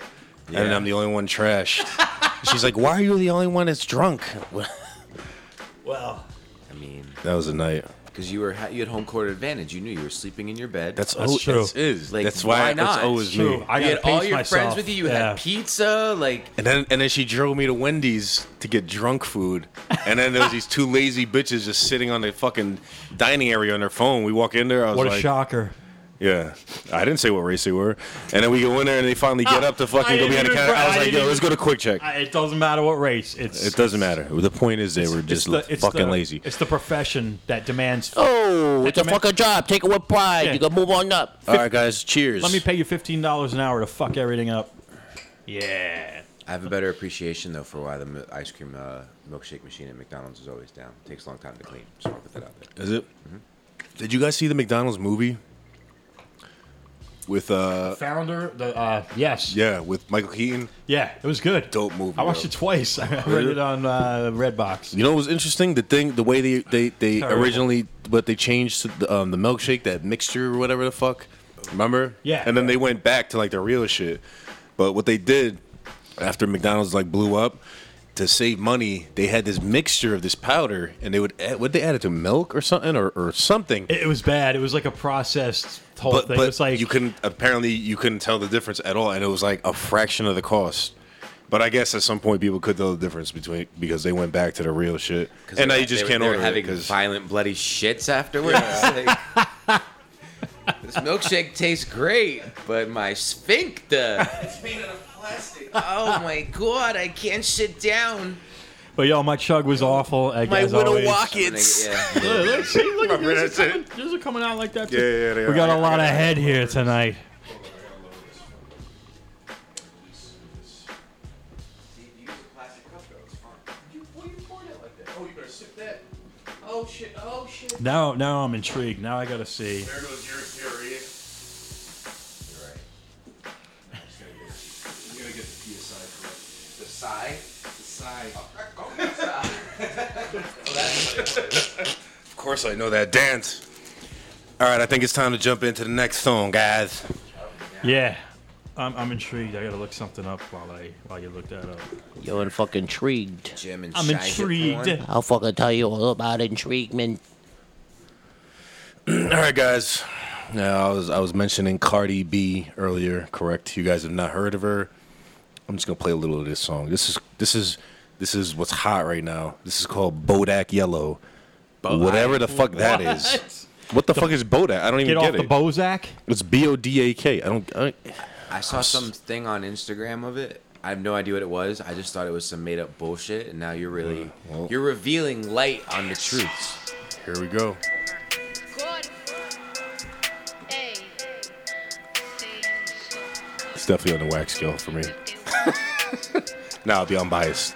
Speaker 2: and
Speaker 3: Yeah.
Speaker 2: I'm the only one trashed. She's like, "Why are you the only one that's drunk?"
Speaker 1: Well,
Speaker 3: I mean,
Speaker 2: that was a night.
Speaker 3: because you were ha- you had home court advantage. You knew you were sleeping in your bed.
Speaker 2: That's,
Speaker 1: That's
Speaker 2: al-
Speaker 1: true.
Speaker 2: that's- is.
Speaker 3: Like,
Speaker 2: that's why,
Speaker 3: why
Speaker 2: it's
Speaker 3: not?
Speaker 2: always
Speaker 1: true.
Speaker 2: me.
Speaker 1: I
Speaker 3: you
Speaker 1: got
Speaker 3: had all your friends with you. You
Speaker 1: yeah.
Speaker 3: had pizza. Like
Speaker 2: And then and then she drove me to Wendy's to get drunk food. And then there was these two lazy bitches just sitting on the fucking dining area on their phone. We walk in there, I was
Speaker 1: What a
Speaker 2: like,
Speaker 1: shocker!
Speaker 2: Yeah. I didn't say what race they were. And then we go in there and they finally get
Speaker 1: Ah,
Speaker 2: up to
Speaker 1: I
Speaker 2: fucking go
Speaker 1: didn't
Speaker 2: behind the
Speaker 1: even-
Speaker 2: counter. I
Speaker 1: I
Speaker 2: was like,
Speaker 1: didn't
Speaker 2: yo,
Speaker 1: even-
Speaker 2: let's go to quick check.
Speaker 1: I, it doesn't matter what race. It's
Speaker 2: it doesn't matter. The point is they were
Speaker 1: it's
Speaker 2: just
Speaker 1: the- it's
Speaker 2: fucking
Speaker 1: the-
Speaker 2: lazy.
Speaker 1: It's the profession that demands.
Speaker 2: Oh,
Speaker 1: it's a fucking
Speaker 2: job. Take it with pride.
Speaker 1: Yeah. You
Speaker 2: can move on up. All right, guys. Cheers.
Speaker 1: Let me pay you fifteen dollars an hour to fuck everything up. Yeah.
Speaker 3: I have a better appreciation though for why the mi- ice cream uh, milkshake machine at McDonald's is always down. takes a long time to clean. Just
Speaker 1: Mm-hmm.
Speaker 3: want to put that out there.
Speaker 2: Is it? Did you guys see the McDonald's movie? with uh
Speaker 1: Founder, the uh, yes, yeah.
Speaker 2: yeah with Michael Keaton.
Speaker 1: it was good.
Speaker 2: Dope movie,
Speaker 1: I watched
Speaker 2: bro.
Speaker 1: it twice. I read it on uh, Redbox.
Speaker 2: You know what was interesting? The thing, the way they they, they
Speaker 1: Terrible.
Speaker 2: originally, but they changed to the, um, the milkshake, that mixture or whatever the fuck. Remember?
Speaker 1: Yeah.
Speaker 2: And then they went back to like the real shit. But what they did after McDonald's like blew up to save money, they had this mixture of this powder, and they would add, would they add it to milk or something or, or something.
Speaker 1: It, it was bad. It was like a processed whole
Speaker 2: but
Speaker 1: thing.
Speaker 2: but
Speaker 1: it was like
Speaker 2: you couldn't apparently you couldn't tell the difference at all, and it was like a fraction of the cost. But I guess at some point people could tell the difference between because they went back to the real shit, and now you just
Speaker 3: They were-
Speaker 2: can't
Speaker 3: they were
Speaker 2: order
Speaker 3: having
Speaker 2: it 'cause-
Speaker 3: violent bloody shits afterwards. Like, this milkshake tastes great, but my sphincter. It's made out of plastic. Oh my god, I can't sit down.
Speaker 1: But yo, my chug was awful. Like,
Speaker 2: My
Speaker 1: as
Speaker 2: widow
Speaker 1: always.
Speaker 2: Watkins.
Speaker 3: Yeah.
Speaker 1: Look, look, see, look at
Speaker 2: Remember,
Speaker 1: this.
Speaker 2: that's
Speaker 1: Coming, these are coming out like that.
Speaker 2: Yeah,
Speaker 1: too.
Speaker 2: yeah, they
Speaker 1: We
Speaker 2: are.
Speaker 1: got a lot of head here tonight.
Speaker 3: Oh shit, oh shit.
Speaker 1: Now, now I'm intrigued. Now I gotta see.
Speaker 2: There goes your theory.
Speaker 3: The sigh. The sigh.
Speaker 2: Of course, I know that dance. All right, I think it's time to jump into the next song, guys.
Speaker 1: Yeah, I'm, I'm intrigued. I gotta look something up while I while you look that up.
Speaker 6: You're in fucking intrigued.
Speaker 3: Jim and
Speaker 1: I'm
Speaker 3: shy hit
Speaker 1: intrigued.
Speaker 3: porn.
Speaker 6: I'll fucking tell you all about intriguement.
Speaker 2: All right, guys. Now, I was I was mentioning Cardi B earlier. Correct? You guys have not heard of her. I'm just gonna play a little of this song. This is this is this is what's hot right now. This is called Bodak Yellow. Whatever the fuck that is. What the fuck is Bodak? I don't even
Speaker 1: Get
Speaker 2: get,
Speaker 1: off
Speaker 2: it.
Speaker 1: the Bozak.
Speaker 2: it's B O D A K. I don't. I,
Speaker 3: I saw something on Instagram of it. I have no idea what it was. I just thought it was some made up bullshit, and now you're
Speaker 1: Uh,
Speaker 3: really
Speaker 2: well.
Speaker 3: you're revealing light on the truths.
Speaker 2: here we go.
Speaker 7: Good. Hey.
Speaker 2: It's definitely on the wax scale for me. Now I'll be unbiased.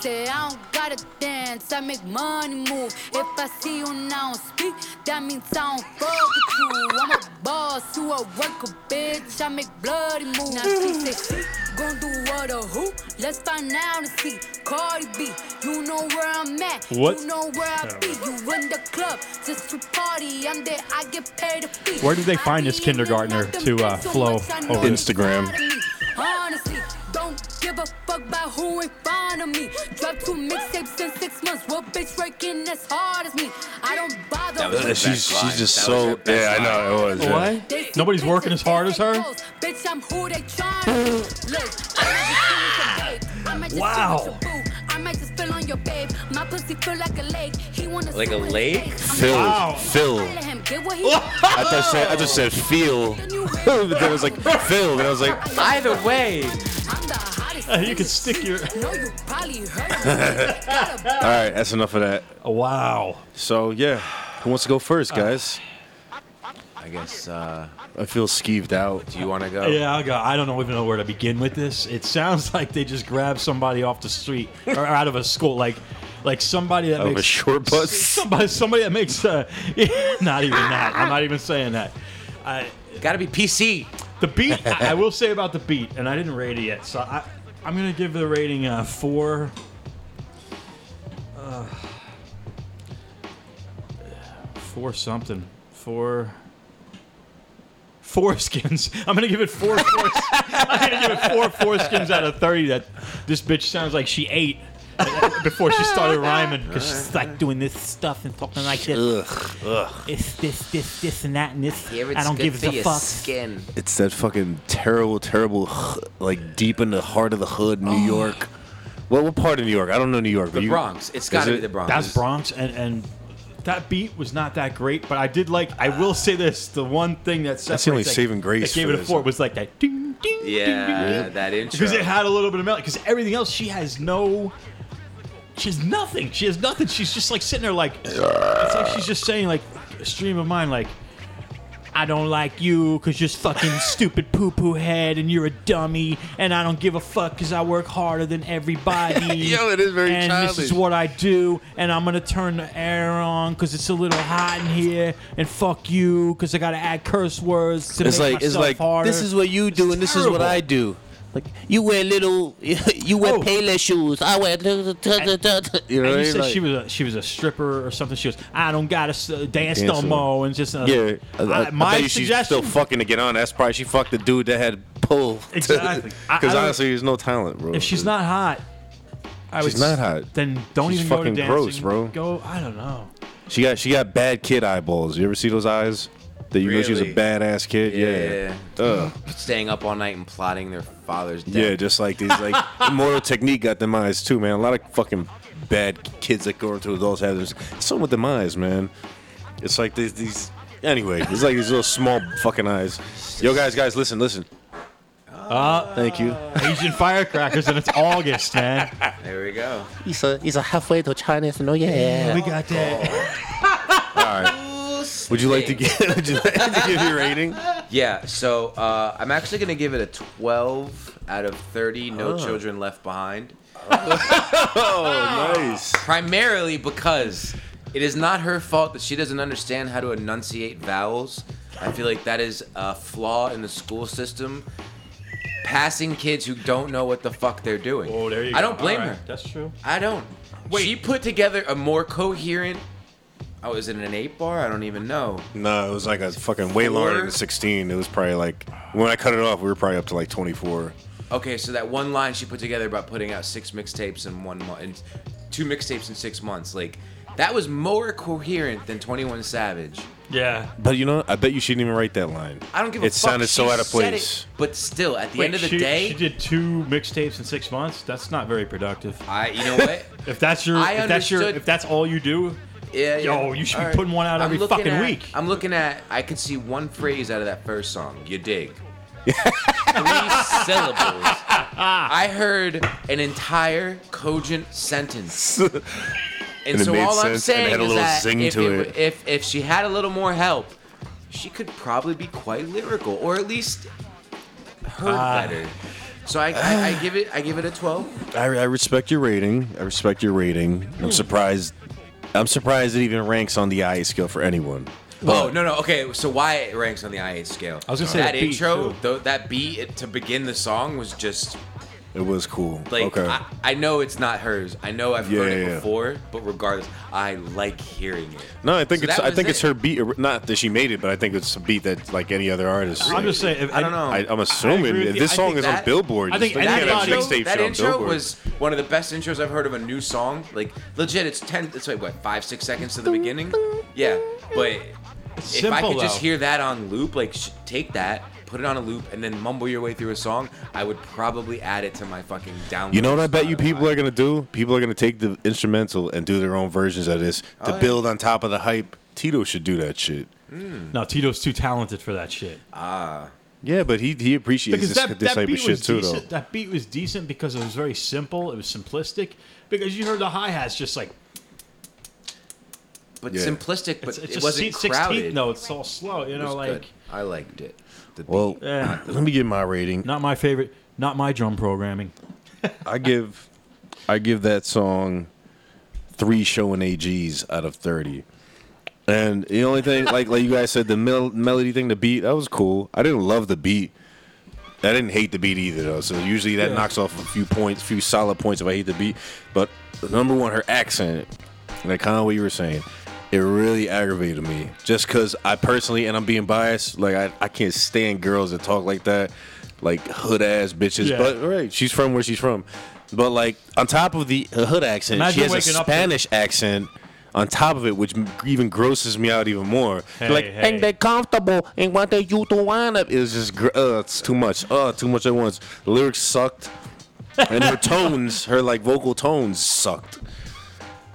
Speaker 8: Say I don't gotta dance, I make money move. If I see you now speak, that means I don't fuck with you. I'm a boss, you a worker, bitch. I make bloody moves. Now she say she gon' do what or who? Let's find out and see. Cardi B, you know where I'm at.
Speaker 1: What?
Speaker 8: You know where I be. You in the club just to party. I'm there. I get paid to fee.
Speaker 1: Where did they find
Speaker 8: I
Speaker 1: this
Speaker 8: be
Speaker 1: kindergartner
Speaker 8: living
Speaker 1: to,
Speaker 8: nothing
Speaker 1: uh,
Speaker 8: but so
Speaker 1: flow
Speaker 8: much I know
Speaker 1: over
Speaker 8: it's
Speaker 2: Instagram?
Speaker 8: part of me. Honestly, don't give a fuck about who ain't fond of me. Drop two mixtapes in six months. What bitch working as hard as me? I don't bother.
Speaker 3: That was
Speaker 8: with
Speaker 3: her
Speaker 2: Uh, She's
Speaker 3: best line.
Speaker 2: she's just
Speaker 3: That was her
Speaker 2: so.
Speaker 3: best
Speaker 2: Yeah, I know it was. yeah.
Speaker 8: They see
Speaker 1: Nobody's
Speaker 8: bitches
Speaker 1: working as hard as her?
Speaker 8: Bitch, I'm who they tryna. Look, I might just feel like a babe. I might just
Speaker 1: Wow.
Speaker 8: feel like a boo. I might just feel on your babe. My pussy feel like a lake. He wanna
Speaker 3: Like a
Speaker 8: swim in
Speaker 3: lake?
Speaker 8: space. I'm
Speaker 2: Phil,
Speaker 1: Wow.
Speaker 2: Phil.
Speaker 8: gonna let him get what he
Speaker 2: I just said I just said feel. but then it was like Phil, and I was like,
Speaker 3: Either way,
Speaker 8: I'm the hottest.
Speaker 1: Uh, You
Speaker 8: in
Speaker 1: can
Speaker 8: the
Speaker 1: stick
Speaker 8: street.
Speaker 1: your-
Speaker 8: No, you probably heard of me. Got a
Speaker 2: all right, that's enough of that.
Speaker 1: Wow.
Speaker 2: So yeah, who wants to go first, guys?
Speaker 3: I guess. Uh,
Speaker 2: I feel skeeved out.
Speaker 3: do you want to go?
Speaker 1: Yeah, I'll go. I don't know- even know where to begin with this. It sounds like they just grabbed somebody off the street or out of a school, like like somebody that
Speaker 2: Out of a
Speaker 1: makes
Speaker 2: short bus?
Speaker 1: Somebody, somebody that makes uh, not even that. I'm not even saying that. I,
Speaker 3: Gotta be PC.
Speaker 1: the beat, I, I will say about the beat, and I didn't rate it yet, so I, I'm gonna give the rating uh, four. uh, four something. Four. Foreskins. I'm gonna give it four. Foreskins. I'm gonna give it four foreskins out of thirty. That this bitch sounds like she ate before she started rhyming because she's like doing this stuff and talking like this. It's this, this, this, and that, and this. I don't give a fuck.
Speaker 3: skin.
Speaker 2: It's that fucking terrible, terrible, like deep in the heart of the hood, New York. Well, what part of New York? I don't know New York.
Speaker 3: The Bronx. It's gotta be the Bronx.
Speaker 1: That's Bronx, and and that beat was not that great, but I did like. I will say this: the one thing that
Speaker 2: That's the only
Speaker 1: separates, like,
Speaker 2: saving
Speaker 1: that
Speaker 2: grace
Speaker 1: gave
Speaker 2: for
Speaker 1: it a
Speaker 2: this.
Speaker 1: four was like that ding ding.
Speaker 3: Yeah, that intro.
Speaker 1: Because it had a little bit of melody. Because everything else, she has no She has nothing. She has nothing. She's just like sitting there, like it's like she's just saying, like a stream of mind, like I don't like you because you're fucking stupid poo poo head and you're a dummy and I don't give a fuck because I work harder than everybody.
Speaker 2: Yo, it is very
Speaker 1: And this
Speaker 2: childish.
Speaker 1: is what I do and I'm gonna turn the air on because it's a little hot in here and fuck you because I gotta add curse words to
Speaker 4: It's
Speaker 1: make
Speaker 4: like it's
Speaker 1: myself
Speaker 4: like
Speaker 1: harder.
Speaker 4: this is what you do and this is what
Speaker 1: terrible.
Speaker 4: I do. Like you wear little, you wear
Speaker 1: Oh.
Speaker 4: payless shoes. I wear. You know
Speaker 1: and
Speaker 4: what I
Speaker 1: you
Speaker 4: mean?
Speaker 1: said
Speaker 4: Like-
Speaker 1: she was a, she was a stripper or something. She was I don't gotta s- dance no
Speaker 2: Dance no
Speaker 1: more and just uh,
Speaker 2: Yeah,
Speaker 1: I- my
Speaker 2: she's still
Speaker 1: suggestion
Speaker 2: fucking to get on. That's probably she fucked the dude that had pull.
Speaker 1: Exactly. I- I
Speaker 2: Because
Speaker 1: don't-
Speaker 2: honestly, there's no talent, bro.
Speaker 1: if she's not hot. I
Speaker 2: She's
Speaker 1: would,
Speaker 2: not hot.
Speaker 1: Then don't
Speaker 2: She's
Speaker 1: even go to
Speaker 2: fucking
Speaker 1: dancing.
Speaker 2: gross, bro.
Speaker 1: Go I don't know.
Speaker 2: she got she got bad kid eyeballs. You ever see those eyes? That you know she was a
Speaker 3: Really?
Speaker 2: badass kid. Yeah.
Speaker 3: Yeah.
Speaker 2: Ugh.
Speaker 3: Staying up all night and plotting their father's death.
Speaker 2: Yeah, just like these, like immoral technique got them eyes too, man. A lot of fucking bad kids that go into adults have this. Some with them eyes, man. It's like these, these. Anyway, it's like these little small fucking eyes. Yo, guys, guys, listen, listen.
Speaker 3: Ah.
Speaker 1: Uh,
Speaker 2: Thank you.
Speaker 1: Asian firecrackers, and it's August, man.
Speaker 3: There we go.
Speaker 4: he's a he's a halfway to China. So no, yeah.
Speaker 1: We got that.
Speaker 2: All right. Would you like to give? Would you like to give your rating?
Speaker 3: Yeah, so uh, I'm actually gonna give it a 12 out of 30. No children left behind.
Speaker 2: Oh, nice.
Speaker 3: Primarily because it is not her fault that she doesn't understand how to enunciate vowels. I feel like that is a flaw in the school system. Passing kids who don't know what the fuck they're
Speaker 1: Oh,
Speaker 3: doing.
Speaker 2: Oh,
Speaker 3: I don't blame her.
Speaker 1: That's true.
Speaker 3: I don't. She put together a more coherent. Oh, is it an eight bar? I don't even know.
Speaker 2: No, it was like a fucking way longer than
Speaker 3: Four?
Speaker 2: 16. It was probably like when I cut it off, we were probably up to like 24.
Speaker 3: Okay, so that one line she put together about putting out six mixtapes in one month, and two mixtapes in six months, like that was more coherent than Twenty One Savage.
Speaker 1: Yeah.
Speaker 2: But you know, I bet you shouldn't even write that line.
Speaker 3: I don't give a
Speaker 2: It
Speaker 3: fuck.
Speaker 2: sounded
Speaker 3: she
Speaker 2: so out of
Speaker 3: said it,
Speaker 2: place.
Speaker 3: but still, at the
Speaker 1: Wait,
Speaker 3: end of the
Speaker 1: she,
Speaker 3: day,
Speaker 1: she did two mixtapes in six months. That's not very productive.
Speaker 3: I you know what?
Speaker 1: If that's your,
Speaker 3: I
Speaker 1: if that's your,
Speaker 3: understood-
Speaker 1: if that's all you do,
Speaker 3: Yeah,
Speaker 1: Yo,
Speaker 3: yeah.
Speaker 1: you should be
Speaker 3: All
Speaker 1: putting one out every
Speaker 3: looking
Speaker 1: fucking
Speaker 3: at-
Speaker 1: week.
Speaker 3: I'm looking at. I could see one phrase out of that first song. You dig? Three syllables. I heard an entire cogent sentence. And,
Speaker 2: it
Speaker 3: so
Speaker 2: made
Speaker 3: all
Speaker 2: sense
Speaker 3: I'm
Speaker 2: and
Speaker 3: saying
Speaker 2: had a
Speaker 3: is
Speaker 2: little
Speaker 3: that
Speaker 2: zing
Speaker 3: if,
Speaker 2: to
Speaker 3: it
Speaker 2: it.
Speaker 3: w- if if she had a little more help, she could probably be quite lyrical, or at least heard
Speaker 1: Ah.
Speaker 3: better. So I, I, I give it I give it a 12.
Speaker 2: I, I respect your rating. I respect your rating.
Speaker 3: Hmm.
Speaker 2: I'm surprised. I'm surprised it even ranks on the IA scale for anyone.
Speaker 3: Oh no no okay. So why it ranks on the I8 scale?
Speaker 1: I was gonna say
Speaker 3: that
Speaker 1: the beat,
Speaker 3: intro,
Speaker 1: too.
Speaker 3: though, that beat it, to begin the song was just
Speaker 2: It was cool.
Speaker 3: like
Speaker 2: okay.
Speaker 3: I, I know it's not hers. I know I've heard
Speaker 2: Yeah, yeah,
Speaker 3: it
Speaker 2: yeah.
Speaker 3: before, but regardless, I like hearing it.
Speaker 2: no, I think
Speaker 3: So
Speaker 2: it's
Speaker 3: that
Speaker 2: I
Speaker 3: was
Speaker 2: think it's
Speaker 3: it.
Speaker 2: her beat. Not that she made it, but I think it's a beat that like any other artist.
Speaker 1: I'm just saying. If,
Speaker 3: I don't know.
Speaker 2: I, am assuming
Speaker 1: agree with you.
Speaker 2: this
Speaker 1: I
Speaker 2: song
Speaker 3: think
Speaker 2: is on
Speaker 3: that-
Speaker 2: Billboard.
Speaker 1: I
Speaker 2: Just
Speaker 1: think
Speaker 2: you
Speaker 1: any
Speaker 2: can't have
Speaker 1: song-
Speaker 2: mixtape shit
Speaker 3: that
Speaker 2: on
Speaker 3: intro
Speaker 2: Billboard.
Speaker 3: was one of the best intros I've heard of a new song. Like legit, it's ten. It's like what five, six seconds to the beginning. Yeah, but
Speaker 1: It's
Speaker 3: if
Speaker 1: simple
Speaker 3: I could just
Speaker 1: though.
Speaker 3: hear that on loop, like sh- take that, put it on a loop, and then mumble your way through a song, I would probably add it to my fucking download.
Speaker 2: You know what I bet you
Speaker 3: Spotify.
Speaker 2: people are gonna do? People are gonna take the instrumental and do their own versions of this
Speaker 3: Oh,
Speaker 2: to build on top of the hype. Tito should do that shit.
Speaker 1: No, Tito's too talented for that shit.
Speaker 2: Yeah, but he he appreciates
Speaker 1: because
Speaker 2: this,
Speaker 1: that,
Speaker 2: this
Speaker 1: that
Speaker 2: type
Speaker 1: beat
Speaker 2: of shit
Speaker 1: was
Speaker 2: too,
Speaker 1: decent.
Speaker 2: though.
Speaker 1: That beat was decent because it was very simple. It was simplistic because you heard the hi hats just like
Speaker 3: but
Speaker 2: Yeah.
Speaker 3: simplistic, but
Speaker 1: it's, it's
Speaker 3: it
Speaker 1: just
Speaker 3: wasn't
Speaker 1: sixteenth
Speaker 3: crowded.
Speaker 1: No, it's all slow. You
Speaker 3: it was
Speaker 1: know, like
Speaker 3: good. I liked it. The
Speaker 2: Well,
Speaker 3: beat.
Speaker 1: Yeah.
Speaker 2: let me give my rating.
Speaker 1: not my favorite. Not my drum programming.
Speaker 2: I give I give that song three showing AGs out of thirty. And the only thing, like like you guys said, the mel- melody thing, the beat, that was cool. I didn't love the beat. I didn't hate the beat either, though. So usually that knocks off a few points, few solid points if I hate the beat. But number one, her accent, like kind of what you were saying, it really aggravated me. Just because I personally, and I'm being biased, like I, I can't stand girls that talk like that, like hood ass bitches.
Speaker 1: Yeah.
Speaker 2: But all right, she's from where she's from. But like on top of the hood accent,
Speaker 1: Imagine
Speaker 2: she has a
Speaker 1: waking up to-
Speaker 2: Spanish accent. On top of it, which m- even grosses me out even more.
Speaker 1: Hey,
Speaker 2: like,
Speaker 1: hey.
Speaker 2: and they comfortable and want they you to wind up. It was just, gr- uh, it's too much. Uh, too much at once. The lyrics sucked, and her tones, her like vocal tones sucked.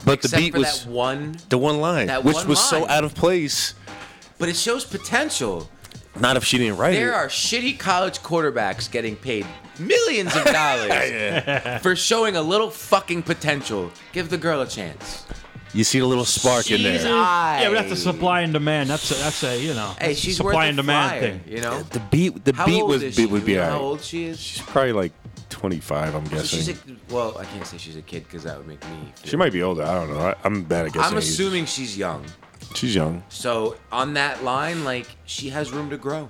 Speaker 2: But the
Speaker 3: Except
Speaker 2: beat
Speaker 3: for
Speaker 2: was
Speaker 3: that one
Speaker 2: the one line,
Speaker 3: that
Speaker 2: which
Speaker 3: one
Speaker 2: was so
Speaker 3: line.
Speaker 2: out of place.
Speaker 3: but it shows potential.
Speaker 2: Not if she didn't write
Speaker 3: There
Speaker 2: it.
Speaker 3: are shitty college quarterbacks getting paid millions of dollars for showing a little fucking potential. Give the girl a chance.
Speaker 2: you see the little spark in
Speaker 3: She's
Speaker 2: there.
Speaker 3: eyes.
Speaker 1: Yeah, but that's a supply and demand. That's a, that's a you know
Speaker 3: Hey,
Speaker 1: that's a
Speaker 3: she's
Speaker 1: supply
Speaker 3: worth a
Speaker 1: and demand
Speaker 3: flyer,
Speaker 1: thing.
Speaker 3: You know,
Speaker 2: The beat, the
Speaker 3: how
Speaker 2: beat
Speaker 3: old
Speaker 2: was
Speaker 3: is
Speaker 2: beat
Speaker 3: she?
Speaker 2: would be
Speaker 3: You know How
Speaker 2: alright.
Speaker 3: old she is?
Speaker 2: She's probably like 25, I'm
Speaker 3: So she's
Speaker 2: guessing.
Speaker 3: a, well, I can't say she's a kid because that would make me. feel-
Speaker 2: She might be older. I don't know. I, I'm bad at guessing.
Speaker 3: I'm
Speaker 2: ages.
Speaker 3: assuming she's young.
Speaker 2: she's young.
Speaker 3: So on that line, like she has room to grow.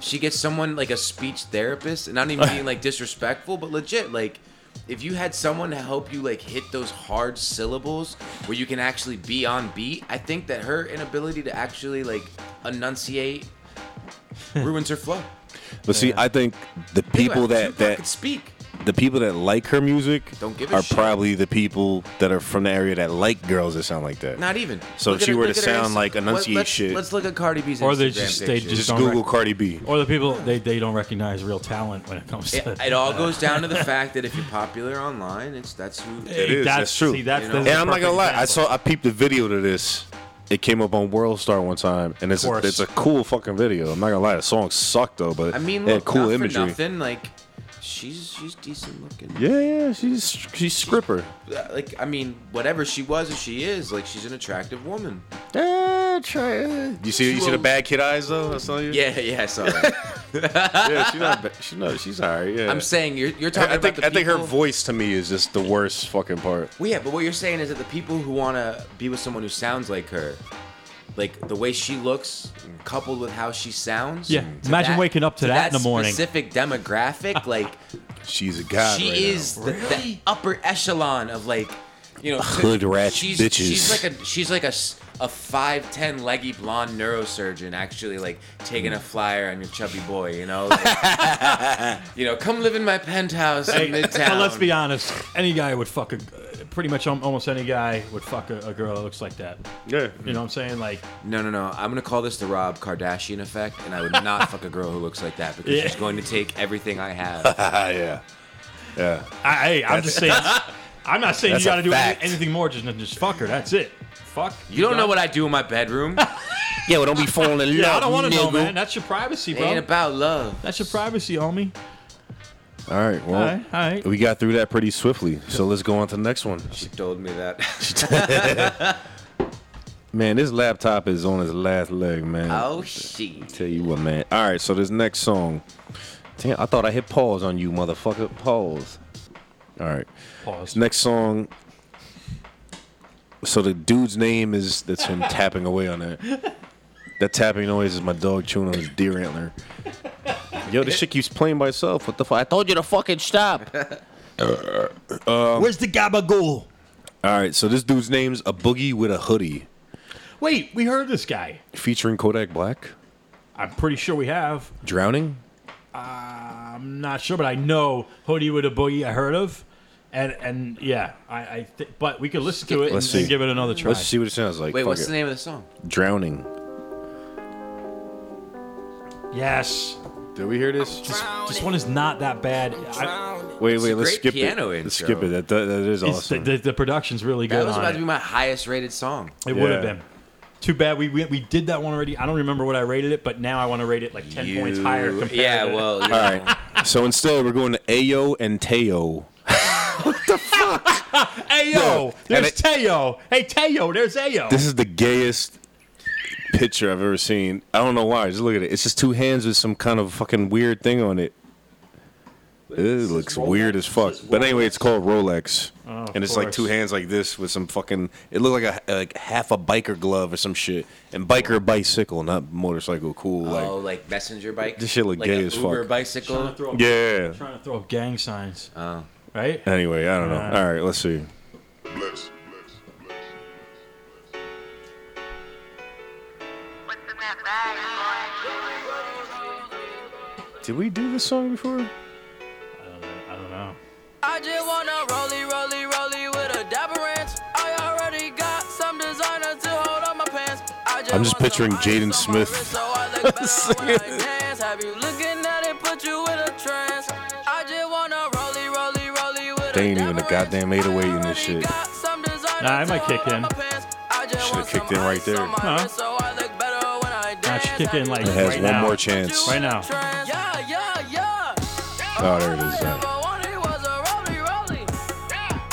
Speaker 3: She gets someone like a speech therapist, and not even being like disrespectful, but legit. Like, if you had someone to help you like hit those hard syllables where you can actually be on beat, I think that her inability to actually like enunciate ruins her flow.
Speaker 2: But see, I think the
Speaker 3: Think
Speaker 2: people
Speaker 3: about it.
Speaker 2: that
Speaker 3: Tupac could
Speaker 2: that
Speaker 3: speak.
Speaker 2: the people that like her music
Speaker 3: Don't give a
Speaker 2: are
Speaker 3: shit.
Speaker 2: probably the people that are from the area that like girls that sound like that.
Speaker 3: Not even.
Speaker 2: So if
Speaker 3: at
Speaker 2: she
Speaker 3: her-
Speaker 2: were to
Speaker 3: look at her
Speaker 2: sound
Speaker 3: Insta-
Speaker 2: like
Speaker 3: Let-
Speaker 2: enunciate
Speaker 3: let's-
Speaker 2: shit.
Speaker 3: Let's look at Cardi B's
Speaker 1: Or they
Speaker 3: Instagram
Speaker 1: just- they
Speaker 3: pictures.
Speaker 1: just
Speaker 2: just
Speaker 1: don't
Speaker 2: Google
Speaker 1: rec-
Speaker 2: Cardi B.
Speaker 1: Or the people they, they don't recognize real talent when it comes
Speaker 3: It,
Speaker 1: to
Speaker 3: it all goes down to the fact that if you're popular online, it's that's who.
Speaker 2: It is. That's true.
Speaker 1: See, that's,
Speaker 3: You
Speaker 1: the
Speaker 3: know?
Speaker 2: And I'm not gonna lie, I saw I peeped the video to this. It came up on World Star one time, and it's
Speaker 1: Of
Speaker 2: a,
Speaker 1: course.
Speaker 2: it's a cool fucking video. I'm not gonna lie, the song sucked though, but
Speaker 3: I mean,
Speaker 2: it
Speaker 3: look,
Speaker 2: had cool
Speaker 3: not
Speaker 2: imagery.
Speaker 3: for nothing. Like, she's she's decent looking.
Speaker 2: Yeah, yeah, she's she's stripper.
Speaker 3: Uh, Like, I mean, whatever she was or she is, like, she's an attractive woman.
Speaker 2: Yeah, try it. You see, you see the bad kid eyes though. I saw you.
Speaker 3: Yeah, yeah, I saw that.
Speaker 2: yeah, she's not. Bad. She no, she's alright. Yeah,
Speaker 3: I'm saying you're you're talking
Speaker 2: I
Speaker 3: about
Speaker 2: think
Speaker 3: the
Speaker 2: I think her
Speaker 3: people-
Speaker 2: voice to me is just the worst fucking part.
Speaker 3: Well, yeah, but what you're saying is that the people who want to be with someone who sounds like her, like the way she looks, coupled with how she sounds.
Speaker 1: Yeah,
Speaker 3: to
Speaker 1: imagine waking up to that in the morning.
Speaker 3: Specific demographic, like
Speaker 2: She's a god.
Speaker 3: she
Speaker 2: right
Speaker 3: is the, the upper echelon of like, you know,
Speaker 2: Hood rat
Speaker 3: she's,
Speaker 2: bitches.
Speaker 3: She's like a she's like a five ten leggy blonde neurosurgeon actually like taking a
Speaker 2: Hmm.
Speaker 3: flyer on your chubby boy. You know, Like, you know, come live in my penthouse in
Speaker 1: Hey,
Speaker 3: Midtown.
Speaker 1: But let's be honest, any guy would fuck a, pretty much al- almost any guy would fuck a, a girl that looks like that.
Speaker 2: now.
Speaker 1: You know what I'm saying? Like,
Speaker 3: No, no, no. I'm gonna call this the Rob Kardashian effect, and I would not fuck a girl who looks like that because
Speaker 1: Yeah.
Speaker 3: she's going to take everything I have.
Speaker 2: Yeah, yeah, yeah.
Speaker 1: I, hey, I'm just saying. I'm not saying
Speaker 2: That's
Speaker 1: you
Speaker 2: a
Speaker 1: got to do any,
Speaker 2: fact.
Speaker 1: anything more. Just just fuck her. That's it. Fuck.
Speaker 3: You don't know what
Speaker 1: I.
Speaker 3: I do in my bedroom.
Speaker 4: Yeah, well, don't be falling in love.
Speaker 1: Yeah, I don't want to know,
Speaker 4: nigga.
Speaker 1: man. That's your privacy,
Speaker 3: It
Speaker 1: bro.
Speaker 3: ain't about love.
Speaker 1: That's your privacy, homie.
Speaker 2: All right. Well,
Speaker 1: All right, all right.
Speaker 2: we got through that pretty swiftly. So let's go on to the next one.
Speaker 3: She told me that.
Speaker 2: Man, this laptop is on its last leg, man.
Speaker 3: oh shit.
Speaker 2: Tell you what, man. All right. So this next song. Damn, I thought I hit pause on you, motherfucker. Pause. All right.
Speaker 1: Pause.
Speaker 2: Next song. So the dude's name is that's him tapping away on that. That tapping noise is my dog chewing on his deer antler. Yo, this shit keeps playing by itself. What the fuck? I thought.
Speaker 4: Told you to fucking stop.
Speaker 2: Oh.
Speaker 1: Where's the gabagool?
Speaker 2: All right, so this dude's name's a boogie with a hoodie,
Speaker 1: Wait, we heard this guy.
Speaker 2: featuring Kodak Black.
Speaker 1: I'm pretty sure we have.
Speaker 2: Drowning.
Speaker 1: I'm not sure, but I know Hoodie with a Boogie I heard of. And and yeah, I, I thi- but we could listen to it and,
Speaker 2: Let's see.
Speaker 1: and give it another try.
Speaker 2: Let's see what it sounds like.
Speaker 3: Wait,
Speaker 2: Fuck
Speaker 3: what's
Speaker 2: it.
Speaker 3: the name of the song?
Speaker 2: Drowning.
Speaker 1: Yes.
Speaker 2: Did we hear this?
Speaker 1: This one is not that bad. I,
Speaker 2: Wait,
Speaker 3: It's
Speaker 2: wait.
Speaker 3: a
Speaker 2: Let's
Speaker 3: great
Speaker 2: skip
Speaker 3: piano
Speaker 2: it. Let's
Speaker 3: intro.
Speaker 2: skip it. That, that, that is
Speaker 1: it's, the,
Speaker 2: awesome.
Speaker 1: the, the production's really
Speaker 3: That
Speaker 1: good
Speaker 3: was
Speaker 1: on
Speaker 3: about
Speaker 1: it.
Speaker 3: to be my highest rated song.
Speaker 1: it would have
Speaker 2: Yeah.
Speaker 1: been. Too bad we, we we did that one already. I don't remember what I rated it, but now I want to rate it like ten points
Speaker 3: You-
Speaker 1: higher. Compared
Speaker 3: Yeah,
Speaker 1: to-
Speaker 3: well,
Speaker 2: All right. So instead, we're going to Ayo and Teo.
Speaker 1: Hey yo,
Speaker 2: Yeah. And
Speaker 1: there's
Speaker 2: it-
Speaker 1: Teo. Hey Teo, there's Ayo.
Speaker 2: This is the gayest picture I've ever seen. I don't know why. Just look at it. It's just two hands with some kind of fucking weird thing on it. It looks weird as fuck. But anyway, it's called Rolex,
Speaker 1: Oh, of
Speaker 2: and it's like
Speaker 1: course.
Speaker 2: two hands like this with some fucking. It looked like a like half a biker glove or some shit. And biker bicycle, not motorcycle. Cool,
Speaker 3: oh,
Speaker 2: like
Speaker 3: like messenger bike.
Speaker 2: This shit look
Speaker 3: like
Speaker 2: gay
Speaker 3: a
Speaker 2: as
Speaker 3: Uber
Speaker 2: fuck.
Speaker 3: bicycle.
Speaker 1: throw up-
Speaker 2: yeah.
Speaker 1: trying to throw up gang signs. Oh. Right?
Speaker 2: Anyway, I don't know.
Speaker 1: Uh,
Speaker 2: All right, let's see. Did we do this song before?
Speaker 1: I don't know.
Speaker 9: I just wanna rollie, rollie, rollie with a dapper ranch. I already got some designer to hold on my pants. I just
Speaker 2: I'm just
Speaker 9: want some
Speaker 2: picturing
Speaker 9: ice
Speaker 2: Jaden
Speaker 9: on my
Speaker 2: Smith
Speaker 9: wrist so I look better when I dance. Have you looking at it, put you in a trance. I just wanna rollie, rollie, rollie with
Speaker 2: They ain't
Speaker 9: a
Speaker 2: even a
Speaker 9: dapper
Speaker 2: goddamn
Speaker 9: ranch.
Speaker 2: 808 in
Speaker 9: I
Speaker 2: this
Speaker 9: already
Speaker 2: shit.
Speaker 9: got some designer
Speaker 1: Nah, it
Speaker 9: to
Speaker 1: might kick
Speaker 9: hold on
Speaker 1: in.
Speaker 9: my pants. I just
Speaker 2: Should've
Speaker 9: want
Speaker 2: kicked
Speaker 9: some
Speaker 2: in right
Speaker 9: ice on
Speaker 2: there.
Speaker 9: my
Speaker 1: Huh.
Speaker 9: wrist so I look better when I dance.
Speaker 1: watch kick in like
Speaker 2: It has
Speaker 1: right
Speaker 2: one
Speaker 1: now.
Speaker 2: more chance.
Speaker 1: Right now.
Speaker 9: Yeah, yeah, yeah.
Speaker 2: Oh, there it is. Uh,
Speaker 9: All I wanted was a rolly, rolly.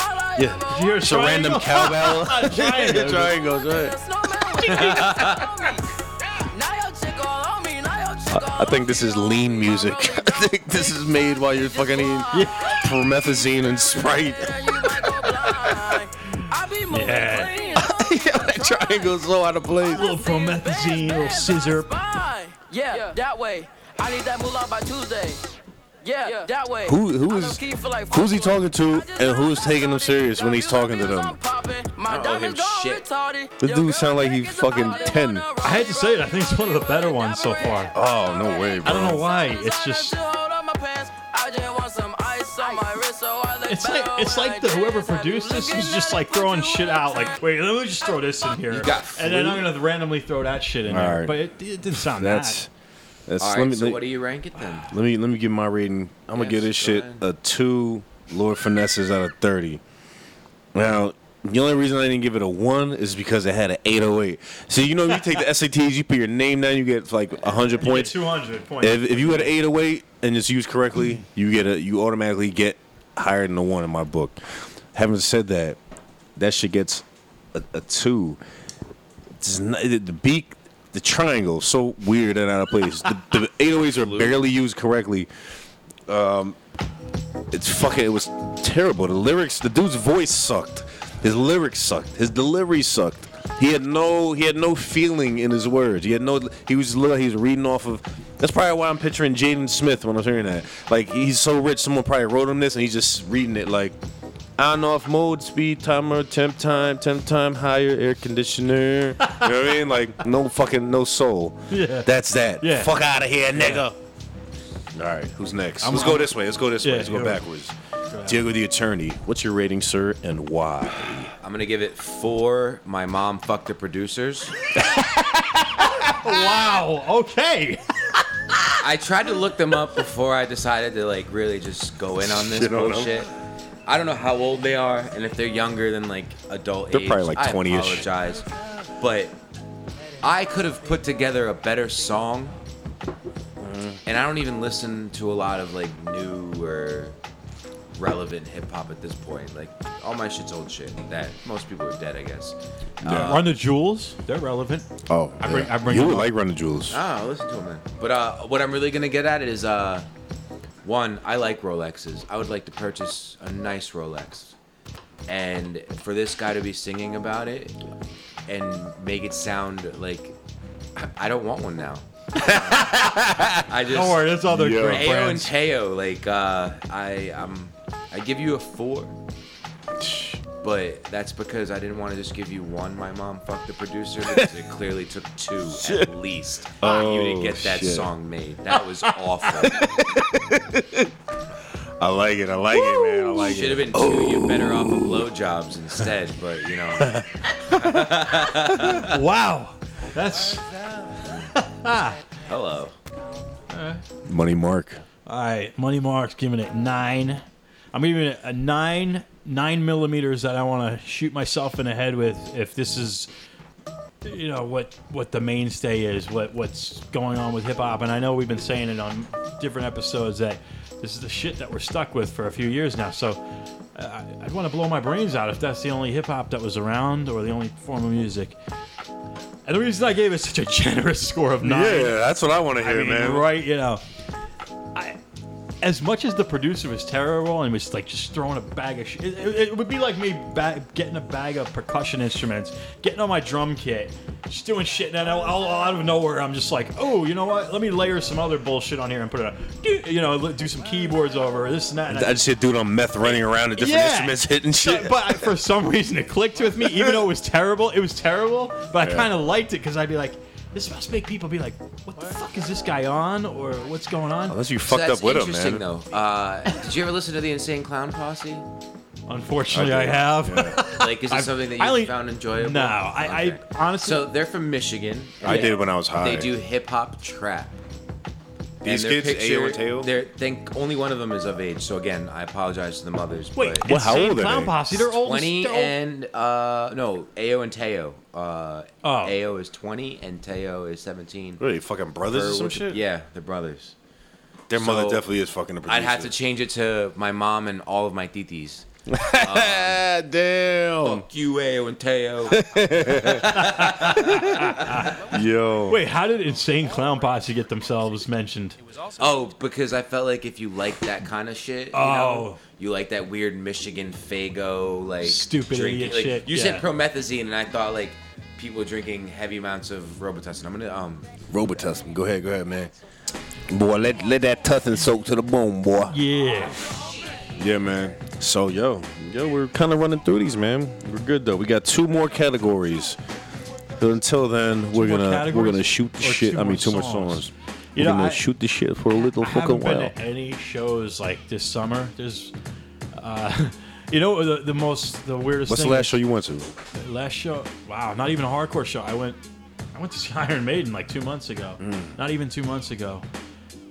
Speaker 9: All I
Speaker 2: Yeah.
Speaker 9: ever
Speaker 1: You're
Speaker 2: It's a random cowbell.
Speaker 1: Triangle.
Speaker 2: Triangles, right. I
Speaker 9: I
Speaker 2: think this is lean music. I think this is made while you're fucking eating promethazine and Sprite.
Speaker 1: Yeah.
Speaker 2: that triangle's so out of place.
Speaker 1: little promethazine, little scissor.
Speaker 9: Yeah, that way. I need that moolah by Tuesday. Yeah, that way.
Speaker 2: Who- who is- Who's he talking to and who's taking him serious when he's talking to them?
Speaker 9: Oh, him shit.
Speaker 2: This dude sound like he fucking 10.
Speaker 1: I had to say it. I think it's one of the better ones so far.
Speaker 2: Oh, no way,
Speaker 1: I
Speaker 2: bro.
Speaker 1: don't know why. It's just. It's like it's like the whoever produced this was just like throwing shit out. Like, wait, let me just throw this in here,
Speaker 3: got
Speaker 1: and then I'm gonna randomly throw that shit in there.
Speaker 2: Alright.
Speaker 1: But it, it didn't sound
Speaker 2: That's.
Speaker 1: that.
Speaker 2: That's,
Speaker 3: All
Speaker 2: let,
Speaker 3: right,
Speaker 2: me,
Speaker 3: so
Speaker 2: let,
Speaker 3: what do you rank it then?
Speaker 2: let me let me give my rating. I'm gonna
Speaker 3: Yes,
Speaker 2: give this
Speaker 3: go
Speaker 2: shit
Speaker 3: ahead.
Speaker 2: a two Lord Finesses out of thirty. Now, the only reason I didn't give it a one is because it had an 808. So you know, you take the SATs, you put your name down, you get like hundred
Speaker 1: You get
Speaker 2: points.
Speaker 1: 200 points.
Speaker 2: If, if you had an 808 and it's used correctly, you get a you automatically get higher than a one in my book. Having said that, that shit gets a, a two. It's not, the the beak, the triangle, so weird and out of place. the, the 808s are barely used correctly. Um, it's fucking. It was terrible. The lyrics, the dude's voice sucked. His lyrics sucked. His delivery sucked. He had no. He had no feeling in his words. He had no. He was. li- He was reading off of. That's probably why I'm picturing Jaden Smith when I'm hearing that. Like he's so rich, someone probably wrote him this, and he's just reading it like on off mode, speed timer, temp time, temp time, higher air conditioner. you know what I mean? Like no fucking no soul.
Speaker 1: Yeah.
Speaker 2: That's that.
Speaker 1: Yeah.
Speaker 2: Fuck out of here, nigga. All right, who's next? Let's go this way. Let's go this
Speaker 1: Yeah,
Speaker 2: way. Let's go
Speaker 1: you're right.
Speaker 2: backwards. Diego the attorney. What's your rating, sir, and why?
Speaker 3: I'm gonna give it four. My mom fucked the producers.
Speaker 1: Oh, wow. Okay.
Speaker 3: I tried to look them up before I decided to like really just go in on this
Speaker 2: Shit on 'em.
Speaker 3: bullshit. I don't know how old they are, and if they're younger than like adult
Speaker 2: They're
Speaker 3: age,
Speaker 2: probably, like,
Speaker 3: I
Speaker 2: 20-ish.
Speaker 3: apologize, but I could have put together a better song. And I don't even listen to a lot of like new or relevant hip hop at this point. Like all my shit's old shit that most people are dead, I guess.
Speaker 1: Run the jewels. They're relevant.
Speaker 2: Oh,
Speaker 1: I bring- yeah. I bring
Speaker 2: you
Speaker 1: him
Speaker 2: would
Speaker 1: up.
Speaker 2: like running jewels.
Speaker 3: Ah, listen to him then. But uh, what I'm really gonna get at is uh, one, I like Rolexes. I would like to purchase a nice Rolex, and for this guy to be singing about it and make it sound like I- I don't want one now. I just
Speaker 1: Don't worry. There's other
Speaker 2: Yeah.
Speaker 1: great
Speaker 3: Ao and
Speaker 1: brands.
Speaker 3: Teo, like uh, I um, I give you a four. But that's because I didn't want to just give you one. My mom fucked the producer because it clearly took two at least for you
Speaker 2: Oh,
Speaker 3: to get that
Speaker 2: shit.
Speaker 3: song made. That was awful.
Speaker 2: I like it. I like it, man. I like
Speaker 3: Should have
Speaker 2: it.
Speaker 3: been two. You're better off with blowjobs instead. But you know,
Speaker 1: Wow. That's.
Speaker 3: hello.
Speaker 2: Money Mark.
Speaker 1: All right, Money Mark's giving it nine. I'm giving it a nine, nine millimeters that I want to shoot myself in the head with if this is, you know, what what the mainstay is, what what's going on with hip hop. And I know we've been saying it on different episodes that this is the shit that we're stuck with for a few years now. So uh, I- I'd want to blow my brains out if that's the only hip hop that was around or the only form of music. And the reason I gave it such a generous score of nine
Speaker 2: Yeah, that's what I want to hear,
Speaker 1: I mean,
Speaker 2: man.
Speaker 1: Right, you know. I, as much as the producer was terrible and was like just throwing a bag of shit, it, it- it would be like me ba- getting a bag of percussion instruments, getting on my drum kit, just doing shit, and then I'll, I'll- out of nowhere, I'm just like, oh, you know what? Let me layer some other bullshit on here and put it on. Do, you know, do some keyboards over this and that. And I-
Speaker 2: I just see a dude on meth running around at different instruments hitting
Speaker 1: so-
Speaker 2: shit.
Speaker 1: but I, for some reason, it clicked with me, even though it was terrible. It was terrible, but I
Speaker 2: Yeah.
Speaker 1: kind of liked it because I'd be like, this must make people be like, what the fuck is this guy on? Or what's going on?
Speaker 2: Unless you
Speaker 3: So
Speaker 2: fucked
Speaker 3: that's
Speaker 2: up with him,
Speaker 3: interesting
Speaker 2: man.
Speaker 3: though. Uh, did you ever listen to the Insane Clown Posse?
Speaker 1: Unfortunately, Oh, I,
Speaker 2: do.
Speaker 1: have.
Speaker 3: Like, is
Speaker 1: I've-
Speaker 3: it something that you
Speaker 1: I only-
Speaker 3: found enjoyable?
Speaker 1: No, I, I
Speaker 3: Okay.
Speaker 1: honestly.
Speaker 3: So they're from Michigan.
Speaker 2: I did when I was high.
Speaker 3: They do hip hop trap.
Speaker 2: These
Speaker 3: and their
Speaker 2: kids, Ayo and Teo?
Speaker 3: They're think only one of them is of age. So again, I apologize to the mothers.
Speaker 10: Wait,
Speaker 3: but
Speaker 2: Well,
Speaker 10: it's
Speaker 2: how
Speaker 10: same
Speaker 2: old are
Speaker 10: clown
Speaker 2: they?
Speaker 10: posse. They're old. as-
Speaker 3: twenty
Speaker 10: they're old-
Speaker 3: and uh no, Ao and Teo. Uh,
Speaker 1: Oh.
Speaker 3: Ao is twenty and Teo is seventeen.
Speaker 2: What are they, fucking brothers or
Speaker 3: Or
Speaker 2: some
Speaker 3: with-
Speaker 2: shit?
Speaker 3: Yeah, the brothers.
Speaker 2: Their mother
Speaker 3: so-
Speaker 2: definitely is fucking a producer.
Speaker 3: I'd have to change it to my mom and all of my titis.
Speaker 2: Ah, damn.
Speaker 3: Fuck you, Ao and Teo.
Speaker 2: Yo.
Speaker 1: Wait, how did Insane Clown Posse get themselves mentioned?
Speaker 3: oh, because I felt like if you like that kind of shit, you
Speaker 1: Oh.
Speaker 3: know, you like that weird Michigan Fago, like
Speaker 1: Stupid
Speaker 3: drinking-
Speaker 1: idiot
Speaker 3: like,
Speaker 1: shit,
Speaker 3: You
Speaker 1: yeah.
Speaker 3: said promethazine, and I thought like people drinking heavy amounts of Robitussin. I'm gonna um
Speaker 2: Robitussin. Go ahead, go ahead, man.
Speaker 4: Boy, let, let that tussin soak to the bone, boy.
Speaker 1: Yeah.
Speaker 2: Yeah, man. So, yo, yo, we're kind of running through these, man. We're good though. We got two more categories. But until then, we we're
Speaker 1: more
Speaker 2: gonna we're
Speaker 1: categories
Speaker 2: gonna shoot the
Speaker 1: or
Speaker 2: shit.
Speaker 1: two
Speaker 2: I mean,
Speaker 1: more
Speaker 2: two more
Speaker 1: songs?
Speaker 2: songs.
Speaker 1: You
Speaker 2: we're
Speaker 1: know,
Speaker 2: gonna
Speaker 1: I-
Speaker 2: shoot the shit for a little
Speaker 1: I haven't
Speaker 2: fucking
Speaker 1: been
Speaker 2: while.
Speaker 1: to any shows like this summer. There's, uh, you know, the, the most the weirdest.
Speaker 2: What's the
Speaker 1: thing
Speaker 2: last show you went to?
Speaker 1: Last show. Wow, not even a hardcore show. I went, I went to see Iron Maiden like two months ago.
Speaker 2: Mm.
Speaker 1: Not even two months ago.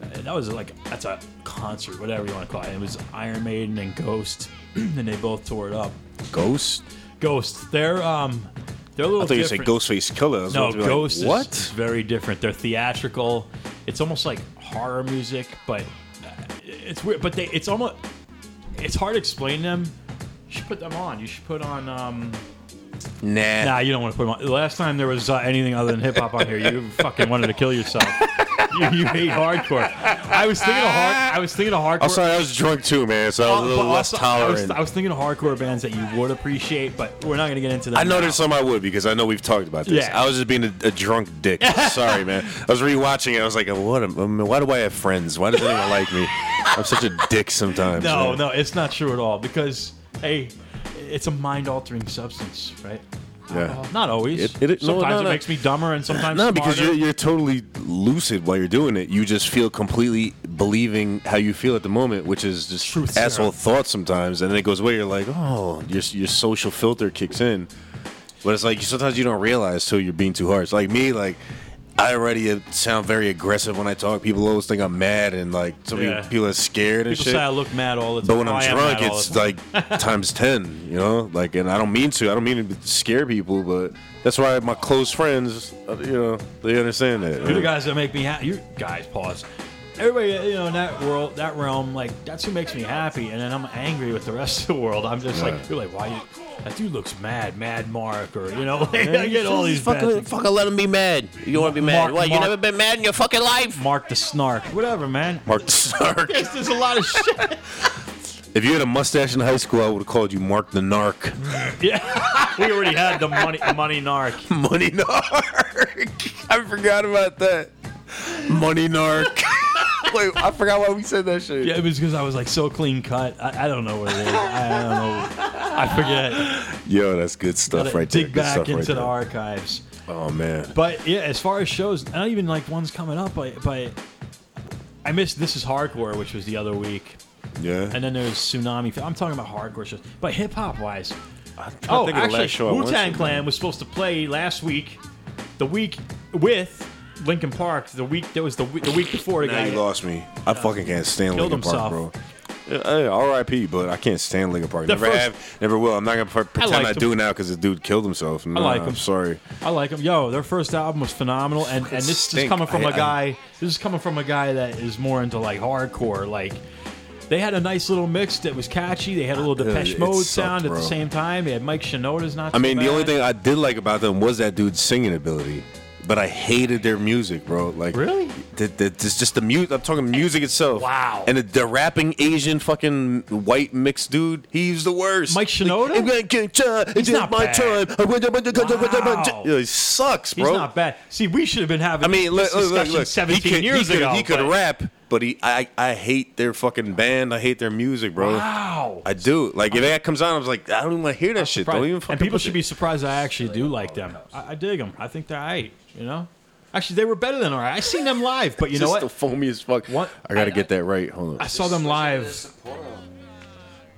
Speaker 1: Uh, That was like that's a concert, whatever you want to call it. It was Iron Maiden and Ghost, and they both tore it up.
Speaker 2: Ghost.
Speaker 1: Ghost, they're um, they're a little.
Speaker 2: I thought you said
Speaker 1: different.
Speaker 2: Ghostface Killer. I was
Speaker 1: No,
Speaker 2: about to be like,
Speaker 1: Ghost is-
Speaker 2: what?
Speaker 1: Is, very different. They're theatrical. It's almost like horror music, but uh, it's weird. But they, it's almost, it's hard to explain them. You should put them on. You should put on. Um,
Speaker 2: Nah.
Speaker 1: nah, you don't want to put them on. The last time there was uh, anything other than hip hop on here, you fucking wanted to kill yourself. You, you hate hardcore. I was thinking of hard. I was thinking of hardcore.
Speaker 2: I'm sorry, I was drunk too, man. So I was
Speaker 1: Oh,
Speaker 2: a
Speaker 1: but
Speaker 2: little less
Speaker 1: also, I was-
Speaker 2: tolerant.
Speaker 1: I was, thinking of hardcore bands that you would appreciate, but we're not gonna get into that.
Speaker 2: I know
Speaker 1: now.
Speaker 2: there's some I would because I know we've talked about this.
Speaker 1: Yeah.
Speaker 2: I was just being a, a drunk dick. Sorry, man. I was rewatching it. I was like, what? Am, I mean, why do I have friends? Why does anyone like me? I'm such a dick sometimes.
Speaker 1: No,
Speaker 2: man.
Speaker 1: no, it's not true at all because hey, it's a mind-altering substance, right?
Speaker 2: Yeah.
Speaker 1: Not always.
Speaker 2: It- it- no,
Speaker 1: sometimes
Speaker 2: no,
Speaker 1: it
Speaker 2: no.
Speaker 1: makes me dumber, and sometimes
Speaker 2: No, because
Speaker 1: smarter.
Speaker 2: you're, you're totally lucid while you're doing it. You just feel completely believing how you feel at the moment, which is just
Speaker 1: Truth serum.
Speaker 2: asshole thoughts sometimes. And then it goes away. You're like, oh, your, your social filter kicks in. But it's like sometimes you don't realize till you're being too harsh. like me, like I already sound very aggressive when I talk. People always think I'm mad and like some
Speaker 1: Yeah.
Speaker 2: people, people are scared and
Speaker 1: people
Speaker 2: shit.
Speaker 1: say I look mad all the time.
Speaker 2: But when
Speaker 1: Oh, I
Speaker 2: I'm
Speaker 1: am
Speaker 2: drunk,
Speaker 1: mad all the
Speaker 2: it's
Speaker 1: time.
Speaker 2: like times ten, you know. Like, and I don't mean to. I don't mean to scare people, but that's why my close friends, uh, you know, they understand that.
Speaker 1: you're the
Speaker 2: man.
Speaker 1: guys that make me happy. You guys, pause. Everybody, you know, in that world, that realm, like that's who makes me happy, and then I'm angry with the rest of the world. I'm just like, you're like, why? You, that dude looks mad, Mad Mark, or you know, like, I get all these bad
Speaker 4: Fucking,
Speaker 1: things.
Speaker 4: fucking let him be mad. You want to be
Speaker 1: Mark-
Speaker 4: mad?
Speaker 1: Mark-
Speaker 4: what? You never been mad in your fucking life?
Speaker 1: Mark the Snark, whatever, man.
Speaker 2: Mark Snark.
Speaker 1: Yes, there's a lot of shit.
Speaker 2: If you had a mustache in high school, I would have called you Mark the Narc.
Speaker 1: Yeah, we already had the money, money narc.
Speaker 2: Money Narc. I forgot about that. Money Narc. Wait, I forgot why we said that shit.
Speaker 1: Yeah, it was because I was like so clean cut. I, I don't know what it is. I don't know. I forget.
Speaker 2: Yo, that's good stuff
Speaker 1: Gotta
Speaker 2: right there.
Speaker 1: dig
Speaker 2: Good
Speaker 1: back
Speaker 2: stuff
Speaker 1: into
Speaker 2: right
Speaker 1: the
Speaker 2: there.
Speaker 1: archives.
Speaker 2: Oh man.
Speaker 1: But yeah, as far as shows, not even like ones coming up. But, but I missed This Is Hardcore, which was the other week,
Speaker 2: Yeah.
Speaker 1: and then there's Tsunami. Fe- I'm talking about hardcore shows, but hip hop wise.
Speaker 2: trying to
Speaker 1: Oh,
Speaker 2: think of the
Speaker 1: actually,
Speaker 2: last show I
Speaker 1: Wu
Speaker 2: went
Speaker 1: Tang
Speaker 2: to,
Speaker 1: Clan was supposed to play last week, the week with Lincoln Park. The week that was the week, the week before the
Speaker 2: Now
Speaker 1: guy
Speaker 2: you lost me. I fucking can't stand
Speaker 1: Killed
Speaker 2: Linkin Park, bro.
Speaker 1: himself.
Speaker 2: Yeah, yeah, R.I.P. But I can't stand Linkin Park.
Speaker 1: The
Speaker 2: Never
Speaker 1: first-
Speaker 2: have, never will. I'm not gonna pre- pretend I,
Speaker 1: liked him.
Speaker 2: do now because the dude killed himself. Nah,
Speaker 1: like
Speaker 2: I'm
Speaker 1: him.
Speaker 2: sorry.
Speaker 1: I like them. Yo, their first album was phenomenal, and, and this is
Speaker 2: stink.
Speaker 1: coming from a
Speaker 2: I- I-
Speaker 1: guy. this is coming from a guy that is more into like hardcore. Like they had a nice little mix that was catchy. They had a little
Speaker 2: Ugh,
Speaker 1: Depeche
Speaker 2: it
Speaker 1: Mode
Speaker 2: sucked,
Speaker 1: sound at
Speaker 2: bro.
Speaker 1: the same time. They had Mike Shinoda's not.
Speaker 2: I
Speaker 1: too
Speaker 2: mean, the
Speaker 1: bad.
Speaker 2: only thing I did like about them was that dude's singing ability. But I hated their music, bro. Like
Speaker 1: Really?
Speaker 2: the, the, it's just the music. I'm talking music itself.
Speaker 1: Wow.
Speaker 2: And the, the rapping Asian fucking white mixed dude, he's the worst.
Speaker 1: Mike Shinoda?
Speaker 2: He's
Speaker 1: not
Speaker 2: my
Speaker 1: bad.
Speaker 2: time. I went-
Speaker 1: Wow.
Speaker 2: Yeah, he sucks,
Speaker 1: he's
Speaker 2: bro.
Speaker 1: not bad. See, we should have been having.
Speaker 2: I mean, look,
Speaker 1: this
Speaker 2: look, look,
Speaker 1: discussion
Speaker 2: look.
Speaker 1: Seventeen
Speaker 2: he could,
Speaker 1: years
Speaker 2: he could,
Speaker 1: ago,
Speaker 2: he could
Speaker 1: but-
Speaker 2: rap, but he, I, I hate their fucking band. I hate their music, bro.
Speaker 1: Wow.
Speaker 2: I do. Like if that comes on, I was like, I don't even want to hear that shit. Don't
Speaker 1: Right.
Speaker 2: even. Fucking
Speaker 1: and people
Speaker 2: put
Speaker 1: should
Speaker 2: it-
Speaker 1: be surprised I actually do like them. I, I dig them. I think they're aight. You know, actually they were better than alright. I seen them live, but you know
Speaker 2: Just
Speaker 1: what?
Speaker 2: The foamy as fuck.
Speaker 1: What?
Speaker 2: I gotta get that right. Hold on.
Speaker 1: I saw them live.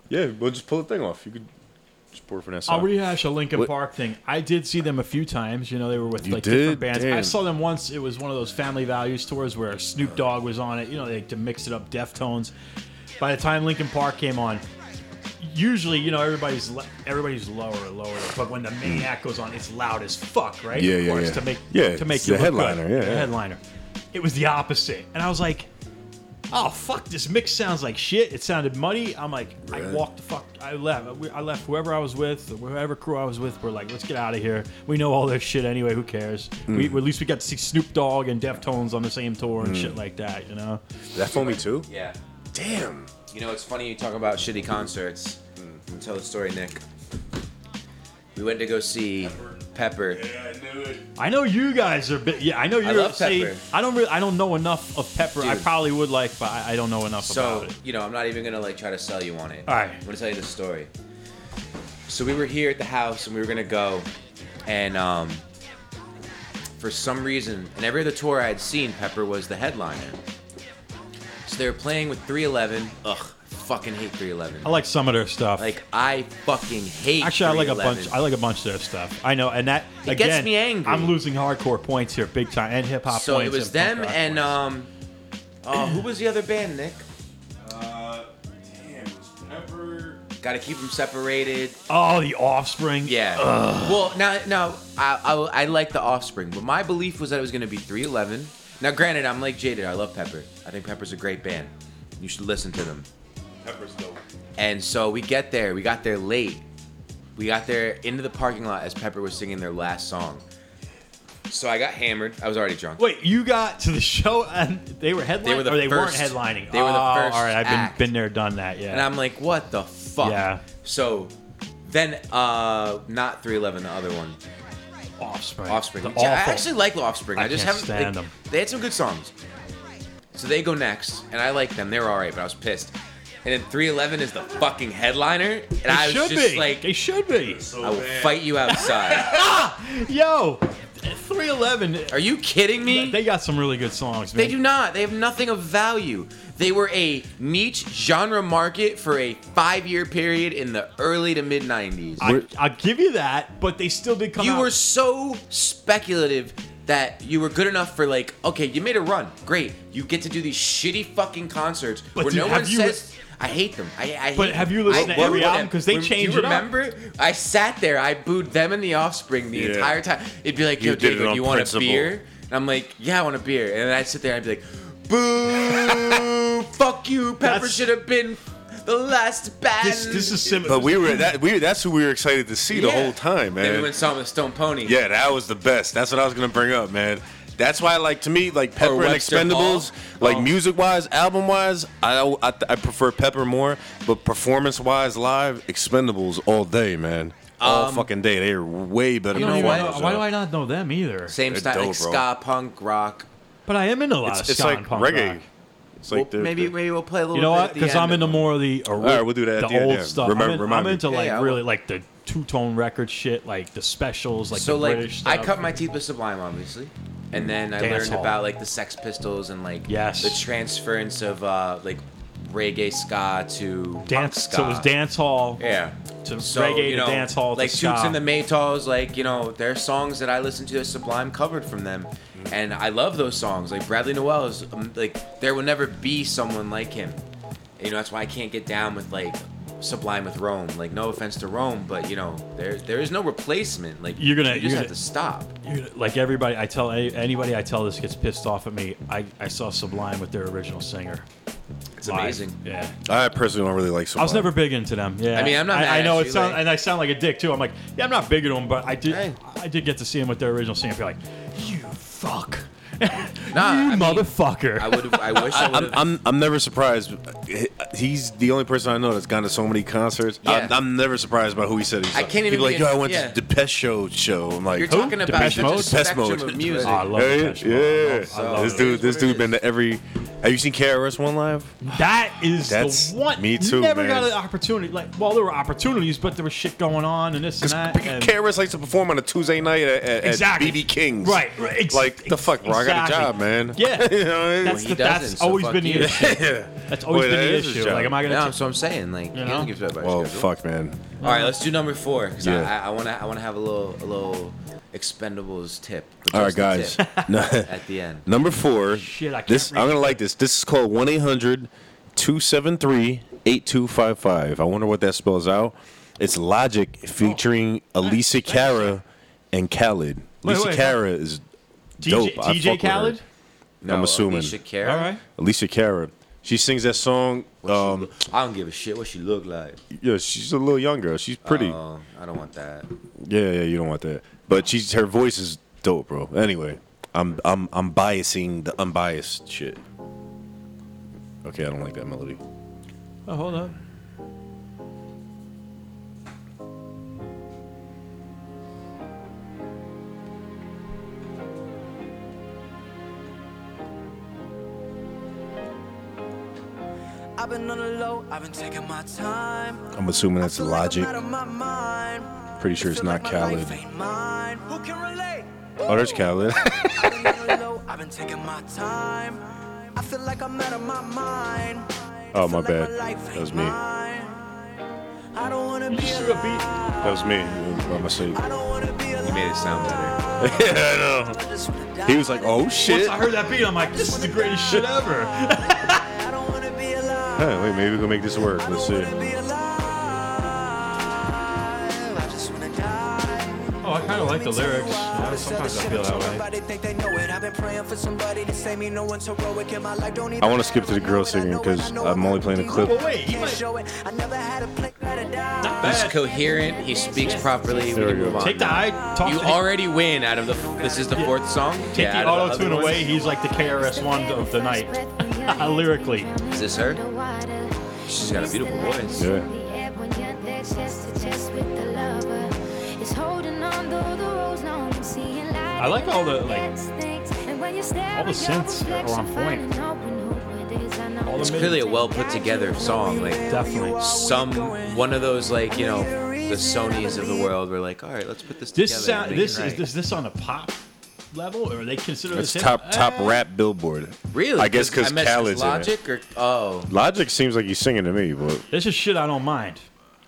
Speaker 2: yeah, we'll just pull the thing off. You could.
Speaker 10: Just pour finesse.
Speaker 1: I'll
Speaker 10: out.
Speaker 1: rehash a Lincoln
Speaker 10: What-
Speaker 1: Park thing. I did see them a few times. You know, they were with
Speaker 10: You
Speaker 1: like different
Speaker 10: did?
Speaker 1: bands. I
Speaker 10: Damn.
Speaker 1: saw them once. It was one of those Family Values tours where Snoop Dogg was on it. You know, they like to mix it up, Deftones. By the time Lincoln Park came on, usually you know everybody's le- everybody's lower and lower. But when the Maniac goes on, it's loud as fuck, right?
Speaker 2: Yeah,
Speaker 1: of
Speaker 2: yeah,
Speaker 1: course,
Speaker 2: yeah.
Speaker 1: To make
Speaker 2: Yeah,
Speaker 1: to make
Speaker 2: it's
Speaker 1: you
Speaker 2: the
Speaker 1: look good.
Speaker 2: headliner, yeah,
Speaker 1: The
Speaker 2: yeah.
Speaker 1: headliner. It was the opposite, and I was like. Oh fuck! This mix sounds like shit. It sounded muddy. I'm like, I
Speaker 2: Right.
Speaker 1: walked the fuck. I left. We- I left whoever I was with, whoever crew I was with. We're like, let's get out of here. We know all this shit anyway. Who cares?
Speaker 3: Hmm.
Speaker 1: We,
Speaker 2: Mm.
Speaker 1: at least we got to see Snoop Dogg and Deftones on the same tour and
Speaker 3: Mm.
Speaker 1: shit like that. You know.
Speaker 2: That for me too.
Speaker 3: Yeah.
Speaker 2: Damn.
Speaker 3: You know, it's funny you talk about shitty concerts. I'm gonna tell the story, Nick. We went to go see Pepper. Yeah, I knew it.
Speaker 1: I know you guys are. Big, yeah, I know
Speaker 3: I
Speaker 1: you're.
Speaker 3: love
Speaker 1: see,
Speaker 3: Pepper.
Speaker 1: I don't. Really, I don't know enough of Pepper. I
Speaker 3: Dude.
Speaker 1: probably would like, but I, I don't know enough
Speaker 3: So,
Speaker 1: about it.
Speaker 3: you know, I'm not even gonna like try to sell you on it.
Speaker 1: All right.
Speaker 3: I'm gonna tell you the story. So we were here at the house and we were gonna go, and um, for some reason, and every other tour I had seen, Pepper was the headliner. So they were playing with 311. Ugh, I fucking hate 311.
Speaker 1: I like some of their stuff.
Speaker 3: Like I fucking hate.
Speaker 1: Oh. Actually, I like a
Speaker 3: 311.
Speaker 1: bunch. I like a bunch of their stuff. I know, and that
Speaker 3: It
Speaker 1: again,
Speaker 3: gets me angry.
Speaker 1: I'm losing hardcore points here, big time, and hip hop.
Speaker 3: So
Speaker 1: points
Speaker 3: it
Speaker 1: and
Speaker 3: was
Speaker 1: punk
Speaker 3: them
Speaker 1: rock
Speaker 3: and
Speaker 1: points.
Speaker 3: um, uh, who was the other band, Nick?
Speaker 10: Uh, damn, Pepper.
Speaker 3: Got to keep them separated.
Speaker 1: Oh, the Offspring.
Speaker 3: uh, Yeah.
Speaker 1: Ugh.
Speaker 3: Well, now, now I, I, I like the Offspring, but my belief was that it was going to be 311. Now, granted, I'm like jaded. I love Pepper. I think Pepper's a great band. You should listen to them.
Speaker 10: Pepper's dope.
Speaker 3: And so we get there. We got there late. We got there into the parking lot as Pepper was singing their last song. So I got hammered. I was already drunk.
Speaker 1: Wait, you got to the show and they were headlining,
Speaker 3: They were the
Speaker 1: or they
Speaker 3: first-
Speaker 1: weren't headlining.
Speaker 3: they were the
Speaker 1: Oh,
Speaker 3: first
Speaker 1: All right, I've been
Speaker 3: act.
Speaker 1: been there, done that. Yeah.
Speaker 3: And I'm like, what the fuck?
Speaker 1: Yeah.
Speaker 3: So then, uh, not 311, the other one.
Speaker 1: Offspring.
Speaker 3: Offspring.
Speaker 1: The
Speaker 3: Which I
Speaker 1: awful.
Speaker 3: actually like Offspring. I,
Speaker 1: I
Speaker 3: just
Speaker 1: can't
Speaker 3: haven't.
Speaker 1: stand
Speaker 3: like,
Speaker 1: 'em.
Speaker 3: They had some good songs. So they go next, and I like them. They were all right, but I was pissed. And then 311 is the fucking headliner, and
Speaker 1: They
Speaker 3: I was
Speaker 1: should
Speaker 3: just
Speaker 1: be.
Speaker 3: like,
Speaker 1: they should be.
Speaker 3: I will fight you outside.
Speaker 1: Yo, 311.
Speaker 3: Are you kidding me?
Speaker 1: They got some really good songs. Man.
Speaker 3: they do not. They have nothing of value. They were a niche genre market for a five-year period in the early to mid 90s.
Speaker 1: I, I'll give you that, but they still did come
Speaker 3: you
Speaker 1: out.
Speaker 3: were so speculative that you were good enough for like okay you made a run great you get to do these shitty fucking concerts
Speaker 1: But
Speaker 3: where
Speaker 1: dude,
Speaker 3: no one
Speaker 1: have you
Speaker 3: says I hate them. I, I hate
Speaker 1: But
Speaker 3: them.
Speaker 1: have you listened
Speaker 3: I
Speaker 1: to every
Speaker 3: love
Speaker 1: album?
Speaker 3: them.
Speaker 1: 'Cause they
Speaker 3: Rem-
Speaker 1: change
Speaker 3: Do
Speaker 1: it
Speaker 3: you
Speaker 1: up.
Speaker 3: remember? I sat there. I booed them and the Offspring the
Speaker 10: Yeah.
Speaker 3: entire time. It'd be like,
Speaker 10: You
Speaker 3: "Yo,
Speaker 10: did it
Speaker 3: Jacob,
Speaker 10: on
Speaker 3: you want
Speaker 10: principle.
Speaker 3: a beer?" And I'm like, "Yeah, I want a beer." And then I'd sit there. I'd be like, "Boo! fuck you! Pepper
Speaker 1: That's-
Speaker 3: should have been the last band."
Speaker 1: This, this is similar.
Speaker 2: But we were that we that's who we were excited to see the
Speaker 3: Yeah.
Speaker 2: whole time, man.
Speaker 3: Then we went and saw 'em with Stone Pony.
Speaker 2: Yeah, that was the best. That's what I was gonna bring up, man. That's why, like to me, like Pepper and
Speaker 3: Webster
Speaker 2: Expendables, like
Speaker 3: Oh.
Speaker 2: music-wise, album-wise, I, I I prefer Pepper more, but performance-wise, live Expendables all day, man, all
Speaker 3: Um,
Speaker 2: fucking day. They're way better.
Speaker 1: You know
Speaker 2: than
Speaker 1: why,
Speaker 2: Expendables,
Speaker 1: why do
Speaker 2: yo.
Speaker 1: I not know them either?
Speaker 3: Same
Speaker 2: They're
Speaker 3: style,
Speaker 2: dope,
Speaker 3: like
Speaker 2: bro.
Speaker 3: ska, punk, rock.
Speaker 1: But I am into
Speaker 3: Uh,
Speaker 1: a lot
Speaker 2: It's,
Speaker 1: of
Speaker 2: it's
Speaker 1: ska
Speaker 2: like
Speaker 1: and punk
Speaker 2: reggae.
Speaker 1: rock.
Speaker 2: It's like
Speaker 3: well,
Speaker 2: the-
Speaker 3: maybe
Speaker 2: the-
Speaker 3: maybe we'll play a little.
Speaker 1: You know
Speaker 3: bit
Speaker 1: what?
Speaker 3: at the
Speaker 1: Because
Speaker 3: end
Speaker 1: I'm
Speaker 3: of
Speaker 1: into
Speaker 3: it.
Speaker 1: more of the all
Speaker 2: right, we'll do that at
Speaker 1: the
Speaker 2: the end,
Speaker 1: old
Speaker 2: yeah.
Speaker 1: stuff.
Speaker 2: Remember-
Speaker 1: I'm, in-
Speaker 2: remind
Speaker 1: I'm
Speaker 2: me.
Speaker 1: into
Speaker 3: Yeah,
Speaker 1: like
Speaker 3: yeah, I will.
Speaker 1: really like the two tone record shit, like the specials, like
Speaker 3: so
Speaker 1: the
Speaker 3: like
Speaker 1: British
Speaker 3: I
Speaker 1: stuff.
Speaker 3: cut my teeth with Sublime, obviously, and then I
Speaker 1: Dance
Speaker 3: learned
Speaker 1: hall.
Speaker 3: about like the Sex Pistols and like
Speaker 1: Yes.
Speaker 3: the transference of uh, like reggae ska to punk
Speaker 1: dance.
Speaker 3: ska.
Speaker 1: So it was dance hall.
Speaker 3: Yeah.
Speaker 1: To
Speaker 3: So,
Speaker 1: reggae
Speaker 3: you
Speaker 1: to
Speaker 3: know,
Speaker 1: dance hall
Speaker 3: like
Speaker 1: to ska.
Speaker 3: Toots and the Maytals, like you know, there are songs that I listen to that Sublime covered from them, and I love those songs. Like Bradley Noel is um, like there will never be someone like him. You know that's why I can't get down with like Sublime with Rome. Like no offense to Rome, but you know there there is no replacement. Like
Speaker 1: You're gonna-
Speaker 3: you just
Speaker 1: you're
Speaker 3: have
Speaker 1: gonna-
Speaker 3: to stop.
Speaker 1: You know, like everybody, I tell any- anybody I tell this gets pissed off at me. I, I saw Sublime with their original singer.
Speaker 3: It's
Speaker 1: Live.
Speaker 3: amazing.
Speaker 1: Yeah.
Speaker 2: I personally don't really like.
Speaker 1: I was
Speaker 2: Sublime.
Speaker 1: never big into them. Yeah,
Speaker 3: I mean, I'm not
Speaker 1: I,
Speaker 3: mad
Speaker 1: I know
Speaker 3: at
Speaker 1: it
Speaker 3: you,
Speaker 1: sounds,
Speaker 3: like-
Speaker 1: and I sound like a dick too. I'm like, yeah, I'm not big into them, but I did.
Speaker 3: Hey.
Speaker 1: I did get to see them with their original singer. Be like, you fuck,
Speaker 3: Nah,
Speaker 1: you
Speaker 3: I mean,
Speaker 1: motherfucker.
Speaker 3: I would. I wish I would
Speaker 2: I'm,
Speaker 3: have.
Speaker 2: I'm, I'm never surprised. He's the only person I know that's gone to so many concerts.
Speaker 3: Yeah.
Speaker 2: I'm, I'm never surprised by who he said he's.
Speaker 3: I can't even
Speaker 2: People are like,
Speaker 3: be-
Speaker 2: yo, I went
Speaker 3: yeah.
Speaker 2: to Depeche show show. I'm like,
Speaker 3: You're
Speaker 2: who?
Speaker 3: talking about
Speaker 1: Depeche
Speaker 3: such
Speaker 1: Mode?
Speaker 3: a
Speaker 1: Depeche
Speaker 3: spectrum
Speaker 2: Mode.
Speaker 3: of music.
Speaker 1: Oh, I love
Speaker 2: Hey,
Speaker 1: Depeche Mode.
Speaker 2: yeah,
Speaker 1: I love
Speaker 2: this
Speaker 1: it.
Speaker 2: dude, this
Speaker 3: It is what
Speaker 2: dude
Speaker 3: it
Speaker 2: been to every Have you seen KRS One live?
Speaker 1: That is
Speaker 2: That's
Speaker 1: the one.
Speaker 2: me too,
Speaker 1: Never
Speaker 2: man.
Speaker 1: got an opportunity. Like, well, there were opportunities, but there was shit going on and this and that. and-
Speaker 2: KRS likes to perform on a Tuesday night at, at,
Speaker 1: Exactly.
Speaker 2: at BB King's.
Speaker 1: Right, right, ex-
Speaker 2: like the fuck, bro. I got a
Speaker 1: exactly.
Speaker 2: job, man.
Speaker 1: Yeah.
Speaker 2: You know what I mean?
Speaker 1: That's the- that's always been the issue. That's always
Speaker 2: Wait,
Speaker 1: been
Speaker 2: that
Speaker 1: the
Speaker 2: is his
Speaker 1: issue.
Speaker 2: job.
Speaker 1: Like, am I gonna?
Speaker 3: No,
Speaker 1: take-
Speaker 3: so I'm saying like
Speaker 1: You
Speaker 3: you
Speaker 1: know?
Speaker 3: don't give a shit about your
Speaker 2: Well,
Speaker 3: schedule.
Speaker 2: fuck, man.
Speaker 3: All right, let's do number four because
Speaker 2: Yeah.
Speaker 3: I, I want to I want to have a little a little expendables tip. but
Speaker 2: All right,
Speaker 3: just a
Speaker 2: guys.
Speaker 3: tip
Speaker 2: No.
Speaker 3: at the end.
Speaker 2: Number four.
Speaker 1: Shit, I can't
Speaker 2: this
Speaker 1: read
Speaker 2: I'm gonna like this. This is called one 8255 I wonder what that spells out. It's Logic
Speaker 1: Oh.
Speaker 2: featuring Alicia Cara and Khaled.
Speaker 1: Wait,
Speaker 2: Alicia
Speaker 1: wait,
Speaker 2: Cara is dope.
Speaker 1: TJ, TJ
Speaker 2: I fuck with her.
Speaker 1: Khaled.
Speaker 3: No,
Speaker 2: I'm assuming.
Speaker 3: Alicia Cara.
Speaker 1: All right.
Speaker 2: Alicia Cara. She sings that song. Um,
Speaker 3: I don't give a shit what she look like.
Speaker 2: yeah, she's a little young girl. She's pretty.
Speaker 3: Oh, I don't want that.
Speaker 2: Yeah, yeah, you don't want that. But she's her voice is dope, bro. Anyway, I'm I'm I'm biasing the unbiased shit. Okay, I don't like that melody.
Speaker 1: Oh, hold up.
Speaker 9: I've been on the low, I've been taking my time.
Speaker 2: I'm assuming that's Logic.
Speaker 9: Out of my mind.
Speaker 2: Pretty sure it's
Speaker 9: Feel
Speaker 2: not
Speaker 9: like my
Speaker 2: Khaled.
Speaker 9: life ain't mine. Who can relate?
Speaker 2: Oh, there's Khaled.
Speaker 9: I've been on the low, I've been taking my time. I feel like I'm out of my mind.
Speaker 2: oh, my
Speaker 9: Feel like
Speaker 2: bad.
Speaker 9: my life
Speaker 2: That
Speaker 9: ain't
Speaker 2: was me. That
Speaker 9: mine. I don't wanna be
Speaker 1: Sure beat.
Speaker 2: was me. I'm asleep.
Speaker 9: I don't wanna be
Speaker 3: You
Speaker 9: alive.
Speaker 3: made it sound better.
Speaker 2: yeah, I
Speaker 9: I just wanna
Speaker 2: know.
Speaker 9: die.
Speaker 2: He was like, "Oh shit."
Speaker 1: Once I heard that beat, I'm like, this is the greatest shit ever.
Speaker 9: I don't wanna be alive.
Speaker 2: Huh, wait, maybe we can make this work.
Speaker 9: I
Speaker 2: Let's
Speaker 9: don't
Speaker 2: see.
Speaker 9: wanna be alive. I just wanna die.
Speaker 1: Oh, I kind of like the lyrics.
Speaker 9: All
Speaker 1: Yeah,
Speaker 9: this other
Speaker 1: sometimes I
Speaker 9: shit
Speaker 1: feel
Speaker 9: I'm
Speaker 1: that
Speaker 9: talking
Speaker 1: way.
Speaker 9: about, they think they know it. I've been praying for somebody to save me. No one's heroic in my life. Don't even
Speaker 2: I wanna skip to the girl singing 'cause I'm only playing a clip.
Speaker 1: Well, wait, he might- Not
Speaker 3: He's
Speaker 1: bad.
Speaker 3: coherent. He speaks properly.
Speaker 2: There we
Speaker 3: we can
Speaker 2: go.
Speaker 3: move on.
Speaker 1: Take the
Speaker 3: now.
Speaker 1: eye. Talk
Speaker 3: You
Speaker 1: to the-
Speaker 3: already win out of the. This is the fourth song.
Speaker 1: Take
Speaker 3: Yeah,
Speaker 1: the
Speaker 3: out of
Speaker 1: auto tune
Speaker 3: other
Speaker 1: away.
Speaker 3: ones.
Speaker 1: He's like the KRS One of the night, lyrically.
Speaker 3: Is this her? She's got a beautiful voice.
Speaker 2: Yeah.
Speaker 1: I like all the like
Speaker 8: all
Speaker 1: all the synths are on point. All the
Speaker 3: It's
Speaker 1: mid-
Speaker 3: clearly a well put together song. Like
Speaker 1: definitely.
Speaker 3: some one of those like you know the Sonys of the world were like, all right, let's put this
Speaker 1: This
Speaker 3: together.
Speaker 1: sound.
Speaker 3: and make
Speaker 1: This
Speaker 3: it
Speaker 1: is
Speaker 3: right."
Speaker 1: this this on a pop level, or they consider
Speaker 2: That's
Speaker 1: this hip-
Speaker 2: top top
Speaker 1: Eh,
Speaker 2: rap Billboard.
Speaker 3: really.
Speaker 2: I guess because
Speaker 3: messed with
Speaker 2: Khaled's in it.
Speaker 3: Logic or oh,
Speaker 2: Logic seems like he's singing to me, but
Speaker 1: This is shit I don't mind.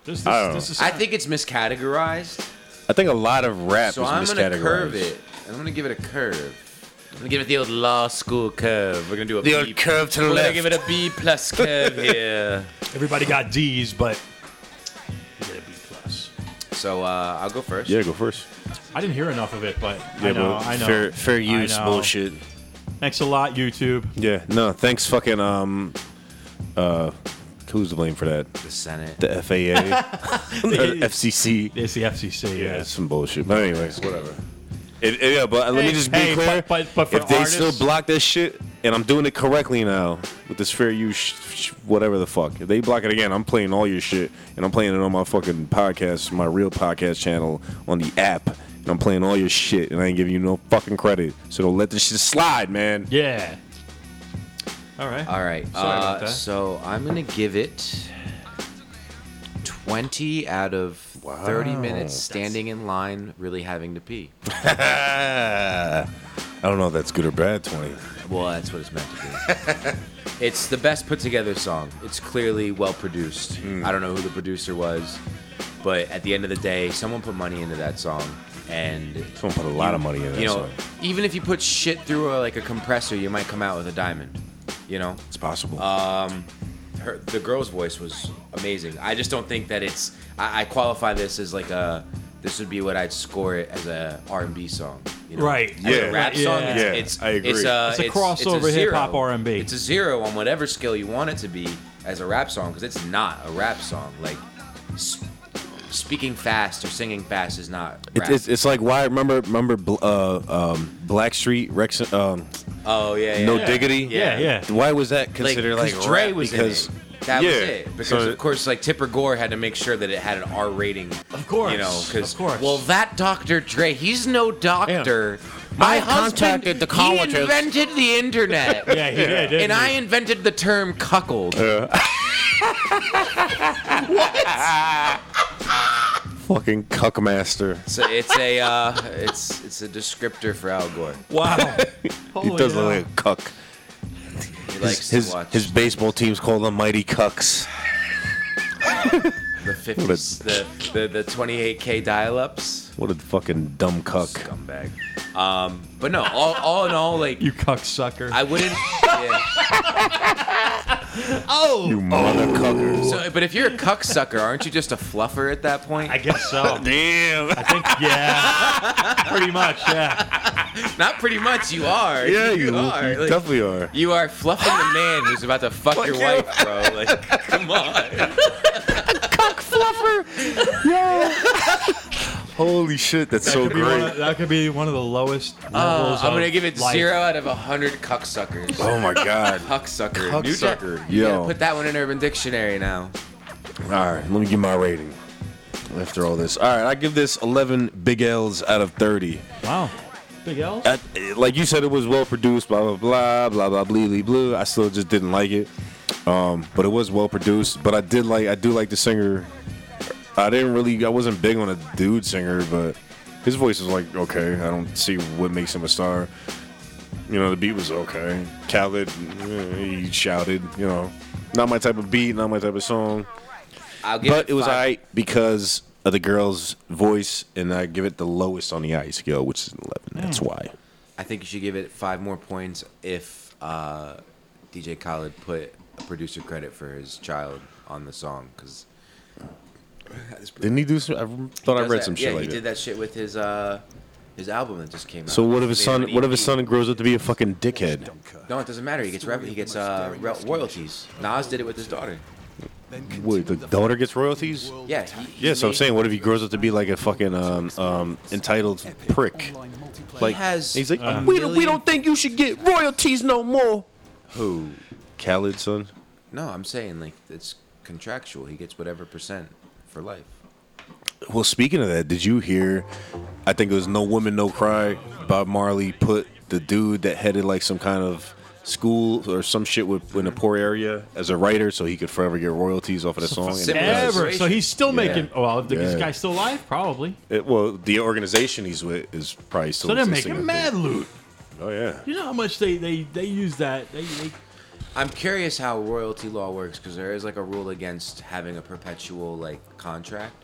Speaker 1: This, this,
Speaker 2: I don't
Speaker 1: this is
Speaker 3: I think it's miscategorized.
Speaker 2: I think a lot of rap
Speaker 3: So
Speaker 2: is
Speaker 3: I'm gonna
Speaker 2: miscategorized.
Speaker 3: curve it. I'm gonna give it a curve. I'm gonna give it the old law school curve. We're gonna do a
Speaker 2: The old
Speaker 3: B-
Speaker 2: curve to the
Speaker 3: We're
Speaker 2: left.
Speaker 3: gonna give it a B plus curve here.
Speaker 1: everybody got D's, but you get a B plus.
Speaker 3: So uh, I'll go first.
Speaker 2: Yeah, go first.
Speaker 1: I didn't hear enough of it, but
Speaker 2: Yeah,
Speaker 1: I know.
Speaker 2: but
Speaker 1: I know.
Speaker 2: Fair, fair
Speaker 1: I
Speaker 2: use
Speaker 1: know.
Speaker 2: bullshit.
Speaker 1: Thanks a lot, YouTube.
Speaker 2: Yeah, no, thanks fucking um uh who's to blame for that?
Speaker 3: The Senate.
Speaker 2: The FAA, the FCC.
Speaker 1: It's the FCC.
Speaker 2: Yeah,
Speaker 1: Yes.
Speaker 2: it's some bullshit. But anyways, whatever. It, it- yeah, but let me
Speaker 1: Hey,
Speaker 2: just be
Speaker 1: hey,
Speaker 2: clear.
Speaker 1: but- but- but for
Speaker 2: if they
Speaker 1: artists-
Speaker 2: still block that shit, and I'm doing it correctly now with this fair use, sh- sh- whatever the fuck. If they block it again, I'm playing all your shit, and I'm playing it on my fucking podcast, my real podcast channel on the app, and I'm playing all your shit, and I ain't giving you no fucking credit. So don't let this shit slide, man.
Speaker 1: Yeah. All right.
Speaker 3: All right.
Speaker 1: Sorry about
Speaker 3: uh,
Speaker 1: that.
Speaker 3: So I'm gonna give it 20 out of 30 minutes standing in line, really having to pee.
Speaker 2: Ah. I don't know if that's good or bad, 20.
Speaker 3: Well, that's what it's meant to be. it's the best put together song. It's clearly well produced. I don't know who the producer was, but at the end of the day, someone put money into that song, and
Speaker 2: Someone put a lot of money in that
Speaker 3: you know,
Speaker 2: song.
Speaker 3: even if you put shit through a, like a compressor, you might come out with a diamond. You know,
Speaker 2: It's possible.
Speaker 3: her, the girl's voice was amazing. I just don't think that it's. I, I qualify this as like a. This would be what I'd score it as a R and B song. You know?
Speaker 1: Right.
Speaker 3: As
Speaker 2: Yeah.
Speaker 3: A rap song.
Speaker 1: Yeah.
Speaker 3: It's,
Speaker 2: Yeah,
Speaker 3: It's,
Speaker 2: I agree.
Speaker 3: It's a,
Speaker 1: It's a crossover
Speaker 3: zero.
Speaker 1: hip-hop R&B.
Speaker 3: It's a zero on whatever scale you want it to be as a rap song because it's not a rap song. Like sp- speaking fast or singing fast is not.
Speaker 2: It's,
Speaker 3: Rap.
Speaker 2: it's, it's like why remember remember bl- uh, um, Blackstreet Rex um,
Speaker 3: oh yeah. yeah
Speaker 2: No
Speaker 3: yeah.
Speaker 2: Diggity.
Speaker 1: Yeah. Yeah.
Speaker 2: Why was that
Speaker 3: Like,
Speaker 2: considered like,
Speaker 3: 'cause Dre
Speaker 2: rap?
Speaker 3: was
Speaker 2: because
Speaker 3: in it. That was
Speaker 2: Yeah.
Speaker 3: it. Because
Speaker 2: So-
Speaker 3: of course, like Tipper Gore had to make sure that it had an R rating. Of
Speaker 1: course,
Speaker 3: you know, because
Speaker 1: of course.
Speaker 3: well, that Dr. Dre, he's no doctor,
Speaker 6: My
Speaker 3: I
Speaker 6: husband,
Speaker 3: contacted the colleges.
Speaker 6: He invented the internet.
Speaker 3: Yeah, he did, didn't
Speaker 6: And I
Speaker 3: he?
Speaker 6: invented the term cuckold.
Speaker 2: Fucking cuckmaster.
Speaker 3: So it's a uh, it's it's a descriptor for Al Gore.
Speaker 1: Wow. Oh,
Speaker 2: he does look like a cuck.
Speaker 3: He
Speaker 2: His,
Speaker 3: likes to
Speaker 2: his,
Speaker 3: watch
Speaker 2: his baseball team's called the Mighty Cucks.
Speaker 3: the 50s, the, the the 28k dial-ups.
Speaker 2: What a fucking dumb cuck.
Speaker 3: Scumbag. Um, but no, all, all in all, like
Speaker 1: You cocksucker.
Speaker 3: I wouldn't. Yeah.
Speaker 6: Oh.
Speaker 2: You mother cucker.
Speaker 3: So, but if you're a cuck sucker, aren't you just a fluffer at that point?
Speaker 1: I guess so.
Speaker 2: Damn.
Speaker 1: I think yeah. Pretty much, yeah.
Speaker 3: Not pretty much. You are.
Speaker 2: Yeah, you, you
Speaker 3: are. like,
Speaker 2: definitely are.
Speaker 3: You are fluffing the man who's about to fuck, your
Speaker 2: you.
Speaker 3: wife, bro. Like, come on.
Speaker 2: Holy shit, that's
Speaker 1: That
Speaker 2: so
Speaker 1: could be one
Speaker 2: great.
Speaker 1: of, that could be one of the lowest levels
Speaker 3: Uh, I'm gonna
Speaker 1: of
Speaker 3: give it
Speaker 1: life.
Speaker 3: zero out of a hundred cuck suckers.
Speaker 2: Oh my god.
Speaker 3: Cuck sucker.
Speaker 2: Cuck
Speaker 3: New
Speaker 2: sucker.
Speaker 3: Jack-
Speaker 2: Yo.
Speaker 3: You gotta put that one in Urban Dictionary now.
Speaker 2: All right, let me give my rating after all this. All right, I give this 11 big L's out of 30.
Speaker 1: Wow. Big L?
Speaker 2: At, like you said, it was well produced, blah, blah, blah, blah, blah, blee, blee, blue. I still just didn't like it. Um, but it was well produced. But I did like, I do like the singer. I didn't really, I wasn't big on a dude singer, but his voice was like, okay, I don't see what makes him a star. You know, the beat was okay. Khaled, eh, he shouted, you know, not my type of beat, not my type of song
Speaker 3: I'll give
Speaker 2: but it was
Speaker 3: five-
Speaker 2: alright because of the girl's voice, and I give it the lowest on the ice scale, which is an eleven. That's why.
Speaker 3: I think you should give it five more points if uh, DJ Khaled put a producer credit for his child on the song because
Speaker 2: Didn't he do some? I thought I read some shit
Speaker 3: yeah,
Speaker 2: like
Speaker 3: he
Speaker 2: that.
Speaker 3: did that shit with his uh, his album that just came out.
Speaker 2: So what if his
Speaker 3: Made
Speaker 2: son?
Speaker 3: an
Speaker 2: What if his
Speaker 3: EP.
Speaker 2: son grows up to be a fucking dickhead?
Speaker 3: No, it doesn't matter. He gets rev- he gets uh, ro- royalties. Nas did it with his daughter.
Speaker 2: Wait, the daughter gets royalties?
Speaker 3: Yeah. He, he
Speaker 2: Yeah, so I'm
Speaker 3: made-
Speaker 2: saying, what if he grows up to be like a fucking um, um, entitled prick? Like
Speaker 3: has
Speaker 2: he's like,
Speaker 3: a
Speaker 2: we, don't, we
Speaker 3: million-
Speaker 2: don't think you should get royalties no more. Who? Khaled son.
Speaker 3: No, I'm saying like it's contractual. He gets whatever percent for life.
Speaker 2: Well, speaking of that, did you hear? I think it was "No Woman, No Cry." Bob Marley put the dude that headed like some kind of school or some shit with, in a poor area as a writer, so he could forever get royalties off of the song. And it, was-
Speaker 1: Ever. So he's still making oh, well, if this
Speaker 2: Yeah.
Speaker 1: guy's still alive, probably.
Speaker 2: it- well, the organization he's with is probably still.
Speaker 1: So they're
Speaker 2: existing,
Speaker 1: making
Speaker 2: I
Speaker 1: mad
Speaker 2: think.
Speaker 1: loot.
Speaker 2: Oh yeah.
Speaker 1: You know how much they they, they use that. They, they
Speaker 3: I'm curious how royalty law works because there is like a rule against having a perpetual like contract.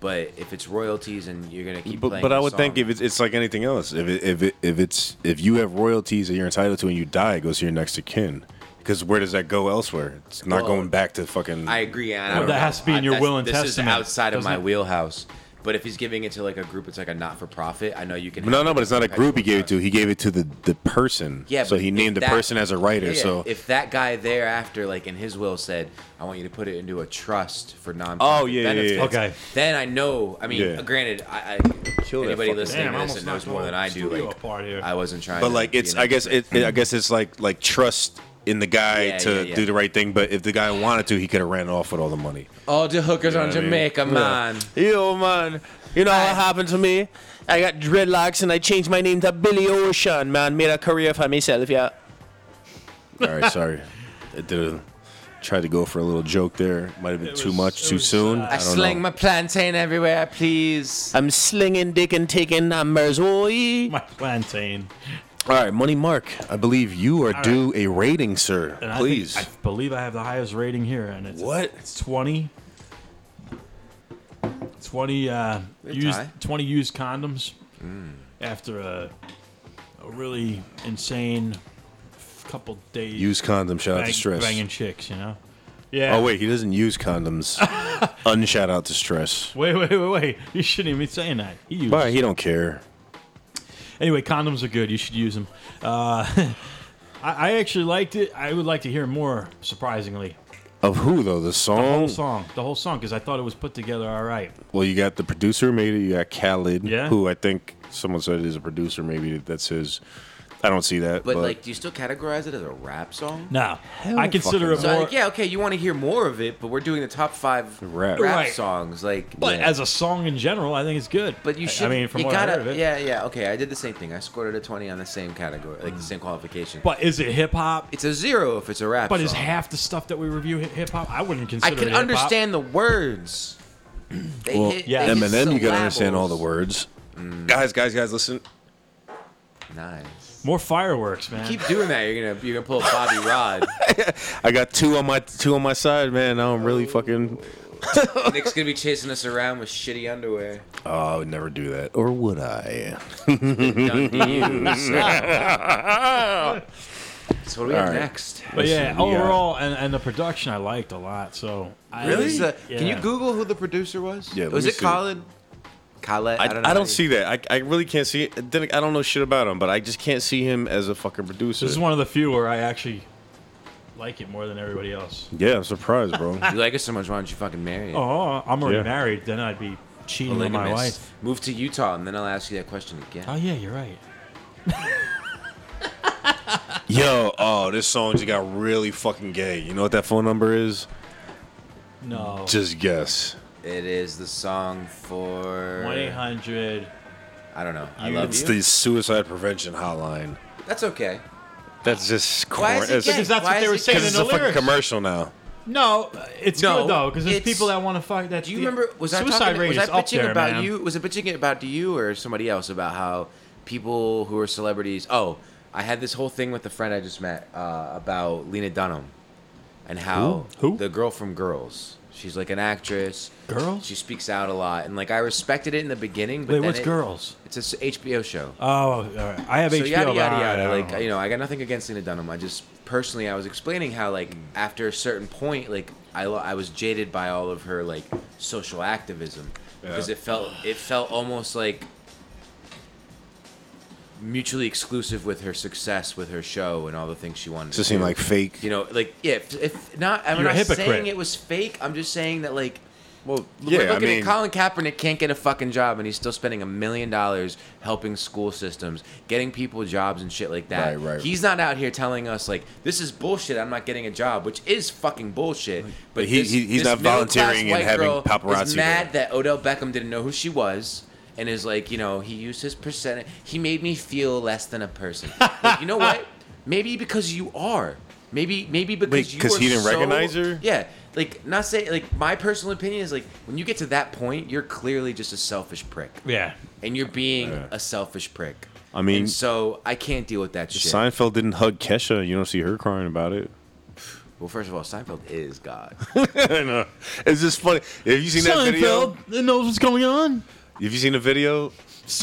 Speaker 3: But if it's royalties and you're gonna keep
Speaker 2: But,
Speaker 3: playing,
Speaker 2: but I
Speaker 3: the
Speaker 2: would think
Speaker 3: song-
Speaker 2: if it's, it's like anything else, if it, if it, if it's if you have royalties that you're entitled to and you die, it goes to your next of kin. Because where does that go elsewhere? It's not
Speaker 3: Well,
Speaker 2: going back to fucking.
Speaker 3: I agree, and I
Speaker 1: Well,
Speaker 3: don't
Speaker 1: that
Speaker 3: know.
Speaker 1: has to be in
Speaker 3: I-
Speaker 1: your
Speaker 3: that's-
Speaker 1: will and
Speaker 3: this
Speaker 1: testament,
Speaker 3: is outside of
Speaker 1: doesn't
Speaker 3: my
Speaker 1: it?
Speaker 3: wheelhouse. But if he's giving it to like a group, it's like a not-for-profit. I know you can.
Speaker 2: No,
Speaker 3: have
Speaker 2: no, but it's not a
Speaker 3: perpetual
Speaker 2: group he gave it to.
Speaker 3: contract.
Speaker 2: He gave it to the, the person.
Speaker 3: Yeah,
Speaker 2: So
Speaker 3: but
Speaker 2: he
Speaker 3: if
Speaker 2: named the
Speaker 3: that-
Speaker 2: person as a writer.
Speaker 3: yeah,
Speaker 2: so.
Speaker 3: if that guy thereafter, like in his will, said, "I want you to put it into a trust for non."
Speaker 2: Oh, yeah, yeah, yeah.
Speaker 3: benefits,
Speaker 1: Okay.
Speaker 3: Then I know. I mean,
Speaker 2: Yeah.
Speaker 3: granted, I, I
Speaker 2: that
Speaker 3: anybody
Speaker 2: fucking-
Speaker 3: listening
Speaker 1: Damn, I
Speaker 3: to
Speaker 1: almost
Speaker 3: this that knows
Speaker 1: knocked
Speaker 3: more
Speaker 1: my
Speaker 3: than I do.
Speaker 1: studio
Speaker 3: Like,
Speaker 1: apart here.
Speaker 3: I wasn't trying.
Speaker 2: but
Speaker 3: to
Speaker 2: like
Speaker 3: be
Speaker 2: it's,
Speaker 3: an
Speaker 2: I guess it, it- I guess it's like like trust in the guy
Speaker 3: Yeah,
Speaker 2: to
Speaker 3: yeah, yeah.
Speaker 2: do the right thing. But if the guy wanted to, he could have ran off with all the money.
Speaker 3: All the hookers
Speaker 2: You know
Speaker 3: on
Speaker 2: what I mean?
Speaker 3: Jamaica,
Speaker 2: Yeah.
Speaker 3: man.
Speaker 4: Yo, man. You know what happened to me? I got dreadlocks and I changed my name to Billy Ocean, man. Made a career for myself, yeah.
Speaker 2: All right, sorry, I did a, tried to go for a little joke there. Might have been
Speaker 1: It
Speaker 2: too
Speaker 1: was-
Speaker 2: much,
Speaker 1: it
Speaker 2: too
Speaker 1: was,
Speaker 2: soon.
Speaker 1: uh,
Speaker 2: I,
Speaker 3: I,
Speaker 2: don't
Speaker 3: sling
Speaker 2: know.
Speaker 3: my plantain everywhere, please.
Speaker 4: I'm slinging dick and taking numbers, oi.
Speaker 1: my plantain.
Speaker 2: All right, money, Mark. I believe you are due a rating, sir.
Speaker 1: And I think-
Speaker 2: Please.
Speaker 1: I, believe I have the highest rating here and it's
Speaker 2: What?
Speaker 1: It's twenty. Twenty uh
Speaker 3: Good
Speaker 1: used
Speaker 3: tie.
Speaker 1: twenty used condoms
Speaker 2: Hmm.
Speaker 1: after a a really insane couple days
Speaker 2: Use condom. Shout out
Speaker 1: bang-
Speaker 2: to stress.
Speaker 1: banging chicks, you know? Yeah.
Speaker 2: Oh wait, he doesn't use condoms. Unshout out to stress.
Speaker 1: Wait, wait, wait, wait. You shouldn't even be saying that. He used.
Speaker 2: But he don't care.
Speaker 1: Anyway, condoms are good. You should use them. Uh, I, I actually liked it. I would like to hear more, surprisingly.
Speaker 2: Of who though? The song.
Speaker 1: The song. The whole song, because I thought it was put together all right.
Speaker 2: Well, you got the producer who made it. You got Khaled,
Speaker 1: Yeah.
Speaker 2: who I think someone said is a producer. Maybe that's his. I don't see that.
Speaker 3: But, like, do you still categorize it as a rap song?
Speaker 1: Nah. I consider it
Speaker 3: So,
Speaker 1: more.
Speaker 3: like, yeah, okay, you want to hear more of it, but we're doing the top five rap,
Speaker 1: Right.
Speaker 3: songs. Like,
Speaker 1: But
Speaker 3: yeah.
Speaker 1: as a song in general, I think it's good.
Speaker 3: But you should.
Speaker 1: I mean, from
Speaker 3: you
Speaker 1: what
Speaker 3: gotta,
Speaker 1: I heard of it.
Speaker 3: Yeah, yeah. Okay, I did the same thing. I scored it a twenty on the same category, like the same qualification.
Speaker 1: Mm. But is it hip hop?
Speaker 3: It's a zero if it's a rap.
Speaker 1: But is
Speaker 3: song.
Speaker 1: half the stuff that we review hip hop? I wouldn't
Speaker 3: I
Speaker 1: consider.
Speaker 3: can
Speaker 1: it hip-hop.
Speaker 3: understand the words. They
Speaker 2: well,
Speaker 3: hit,
Speaker 2: yeah,
Speaker 3: they hit
Speaker 2: Eminem, you gotta understand all
Speaker 3: syllables.
Speaker 2: the words. Guys, guys, guys, listen.
Speaker 3: Nice.
Speaker 1: More fireworks, man.
Speaker 3: Keep doing that. You're gonna you're gonna pull a Bobby Rod.
Speaker 4: I got two on my two on my side, man. Now I'm really fucking.
Speaker 3: Nick's gonna be chasing us around with shitty underwear.
Speaker 2: Oh, I would never do that, or would I?
Speaker 3: Done to you, sir. so what do we
Speaker 2: All
Speaker 3: have
Speaker 2: right.
Speaker 3: next?
Speaker 1: But yeah,
Speaker 2: Listen, we got-
Speaker 1: overall, and, and the production I liked a lot. So I-
Speaker 3: Really? Can you
Speaker 1: Yeah.
Speaker 3: Google who the producer was?
Speaker 2: Yeah, let
Speaker 3: was
Speaker 2: me
Speaker 3: it
Speaker 2: see.
Speaker 3: Colin? Colin?
Speaker 2: I, I don't,
Speaker 3: know.
Speaker 2: see that. I, I really can't see it. Then I don't know shit about him, but I just can't see him as a fucking producer.
Speaker 1: This is one of the few where I actually like it more than everybody else.
Speaker 2: Yeah, I'm surprised, bro.
Speaker 3: You like it so much, why don't you fucking marry it?
Speaker 1: Oh, I'm already
Speaker 2: Yeah.
Speaker 1: married. Then I'd be cheating on my
Speaker 3: Polygamous.
Speaker 1: wife.
Speaker 3: Move to Utah, and then I'll ask you that question again.
Speaker 1: Oh yeah, you're right.
Speaker 2: Yo, oh, this song just got really fucking gay. You know what that phone number is?
Speaker 1: No.
Speaker 2: Just guess.
Speaker 3: It is the song for
Speaker 1: One eight hundred.
Speaker 3: I don't know. I
Speaker 1: You-
Speaker 3: love
Speaker 2: It's
Speaker 3: you.
Speaker 2: the suicide prevention hotline.
Speaker 3: That's okay.
Speaker 2: That's just
Speaker 3: Why is
Speaker 2: corn-
Speaker 3: it
Speaker 2: it's-
Speaker 3: gay?
Speaker 1: Because that's
Speaker 3: Why
Speaker 1: what
Speaker 3: is
Speaker 1: they
Speaker 3: it
Speaker 1: were
Speaker 3: gay?
Speaker 1: saying in
Speaker 2: it's
Speaker 1: the
Speaker 2: a fucking
Speaker 1: lyrics.
Speaker 2: commercial now.
Speaker 1: No, it's
Speaker 3: No,
Speaker 1: good though because there's
Speaker 3: it's-
Speaker 1: people that want to fuck. That
Speaker 3: Do you remember? Was I talking?
Speaker 1: rate
Speaker 3: Was I
Speaker 1: is up
Speaker 3: bitching
Speaker 1: there,
Speaker 3: about
Speaker 1: man.
Speaker 3: you? Was it bitching about you or somebody else about how people who are celebrities? Oh, I had this whole thing with a friend I just met uh, about Lena Dunham and how
Speaker 1: Who? Who?
Speaker 3: the girl from Girls. She's like an actress.
Speaker 1: Girls?
Speaker 3: She speaks out a lot, and like I respected it in the beginning. But
Speaker 1: Wait,
Speaker 3: then
Speaker 1: what's
Speaker 3: it-
Speaker 1: Girls?
Speaker 3: It's a s- HBO show.
Speaker 1: Oh, all right. I have
Speaker 3: so
Speaker 1: HBO.
Speaker 3: yada
Speaker 1: but
Speaker 3: yada
Speaker 1: I
Speaker 3: yada.
Speaker 1: don't
Speaker 3: Like
Speaker 1: know.
Speaker 3: you know, I got nothing against Lena Dunham. I just personally, I was explaining how like after a certain point, like I lo- I was jaded by all of her like social activism because
Speaker 2: Yeah.
Speaker 3: it felt it felt almost like mutually exclusive with her success with her show and all the things she wanted.
Speaker 2: Does it
Speaker 3: to
Speaker 2: seem
Speaker 3: do.
Speaker 2: like fake?
Speaker 3: You know, like yeah, if, if not, I'm
Speaker 1: You're a
Speaker 3: not
Speaker 1: hypocrite.
Speaker 3: saying it was fake. I'm just saying that like. Well,
Speaker 2: yeah,
Speaker 3: we're
Speaker 2: I
Speaker 3: looking
Speaker 2: mean-
Speaker 3: at Colin Kaepernick can't get a fucking job, and he's still spending a million dollars helping school systems, getting people jobs and shit like that.
Speaker 2: Right, right.
Speaker 3: He's not out here telling us like this is bullshit. I'm not getting a job, which is fucking bullshit. But
Speaker 2: he-
Speaker 3: this-
Speaker 2: he- he's
Speaker 3: this
Speaker 2: not
Speaker 3: middle-class
Speaker 2: volunteering and
Speaker 3: white
Speaker 2: having
Speaker 3: girl
Speaker 2: paparazzi
Speaker 3: Is mad that Odell Beckham didn't know who she was. And is like, you know, he used his percentage. He made me feel less than a person. Like, you know what? Maybe because you are. Maybe maybe because
Speaker 2: Wait,
Speaker 3: you
Speaker 2: 'cause
Speaker 3: are
Speaker 2: he didn't
Speaker 3: so-
Speaker 2: recognize her?
Speaker 3: Yeah, like not saying like my personal opinion is like when you get to that point, you're clearly just a selfish prick,
Speaker 1: yeah.
Speaker 3: and you're being a selfish prick.
Speaker 2: I mean-
Speaker 3: And so I can't deal with that shit.
Speaker 2: Seinfeld didn't hug Kesha. You don't see her crying about it.
Speaker 3: well, first of all, Seinfeld is God.
Speaker 2: I know. It's just funny. Have you seen that video?
Speaker 1: Seinfeld knows what's going on.
Speaker 2: Have you seen a video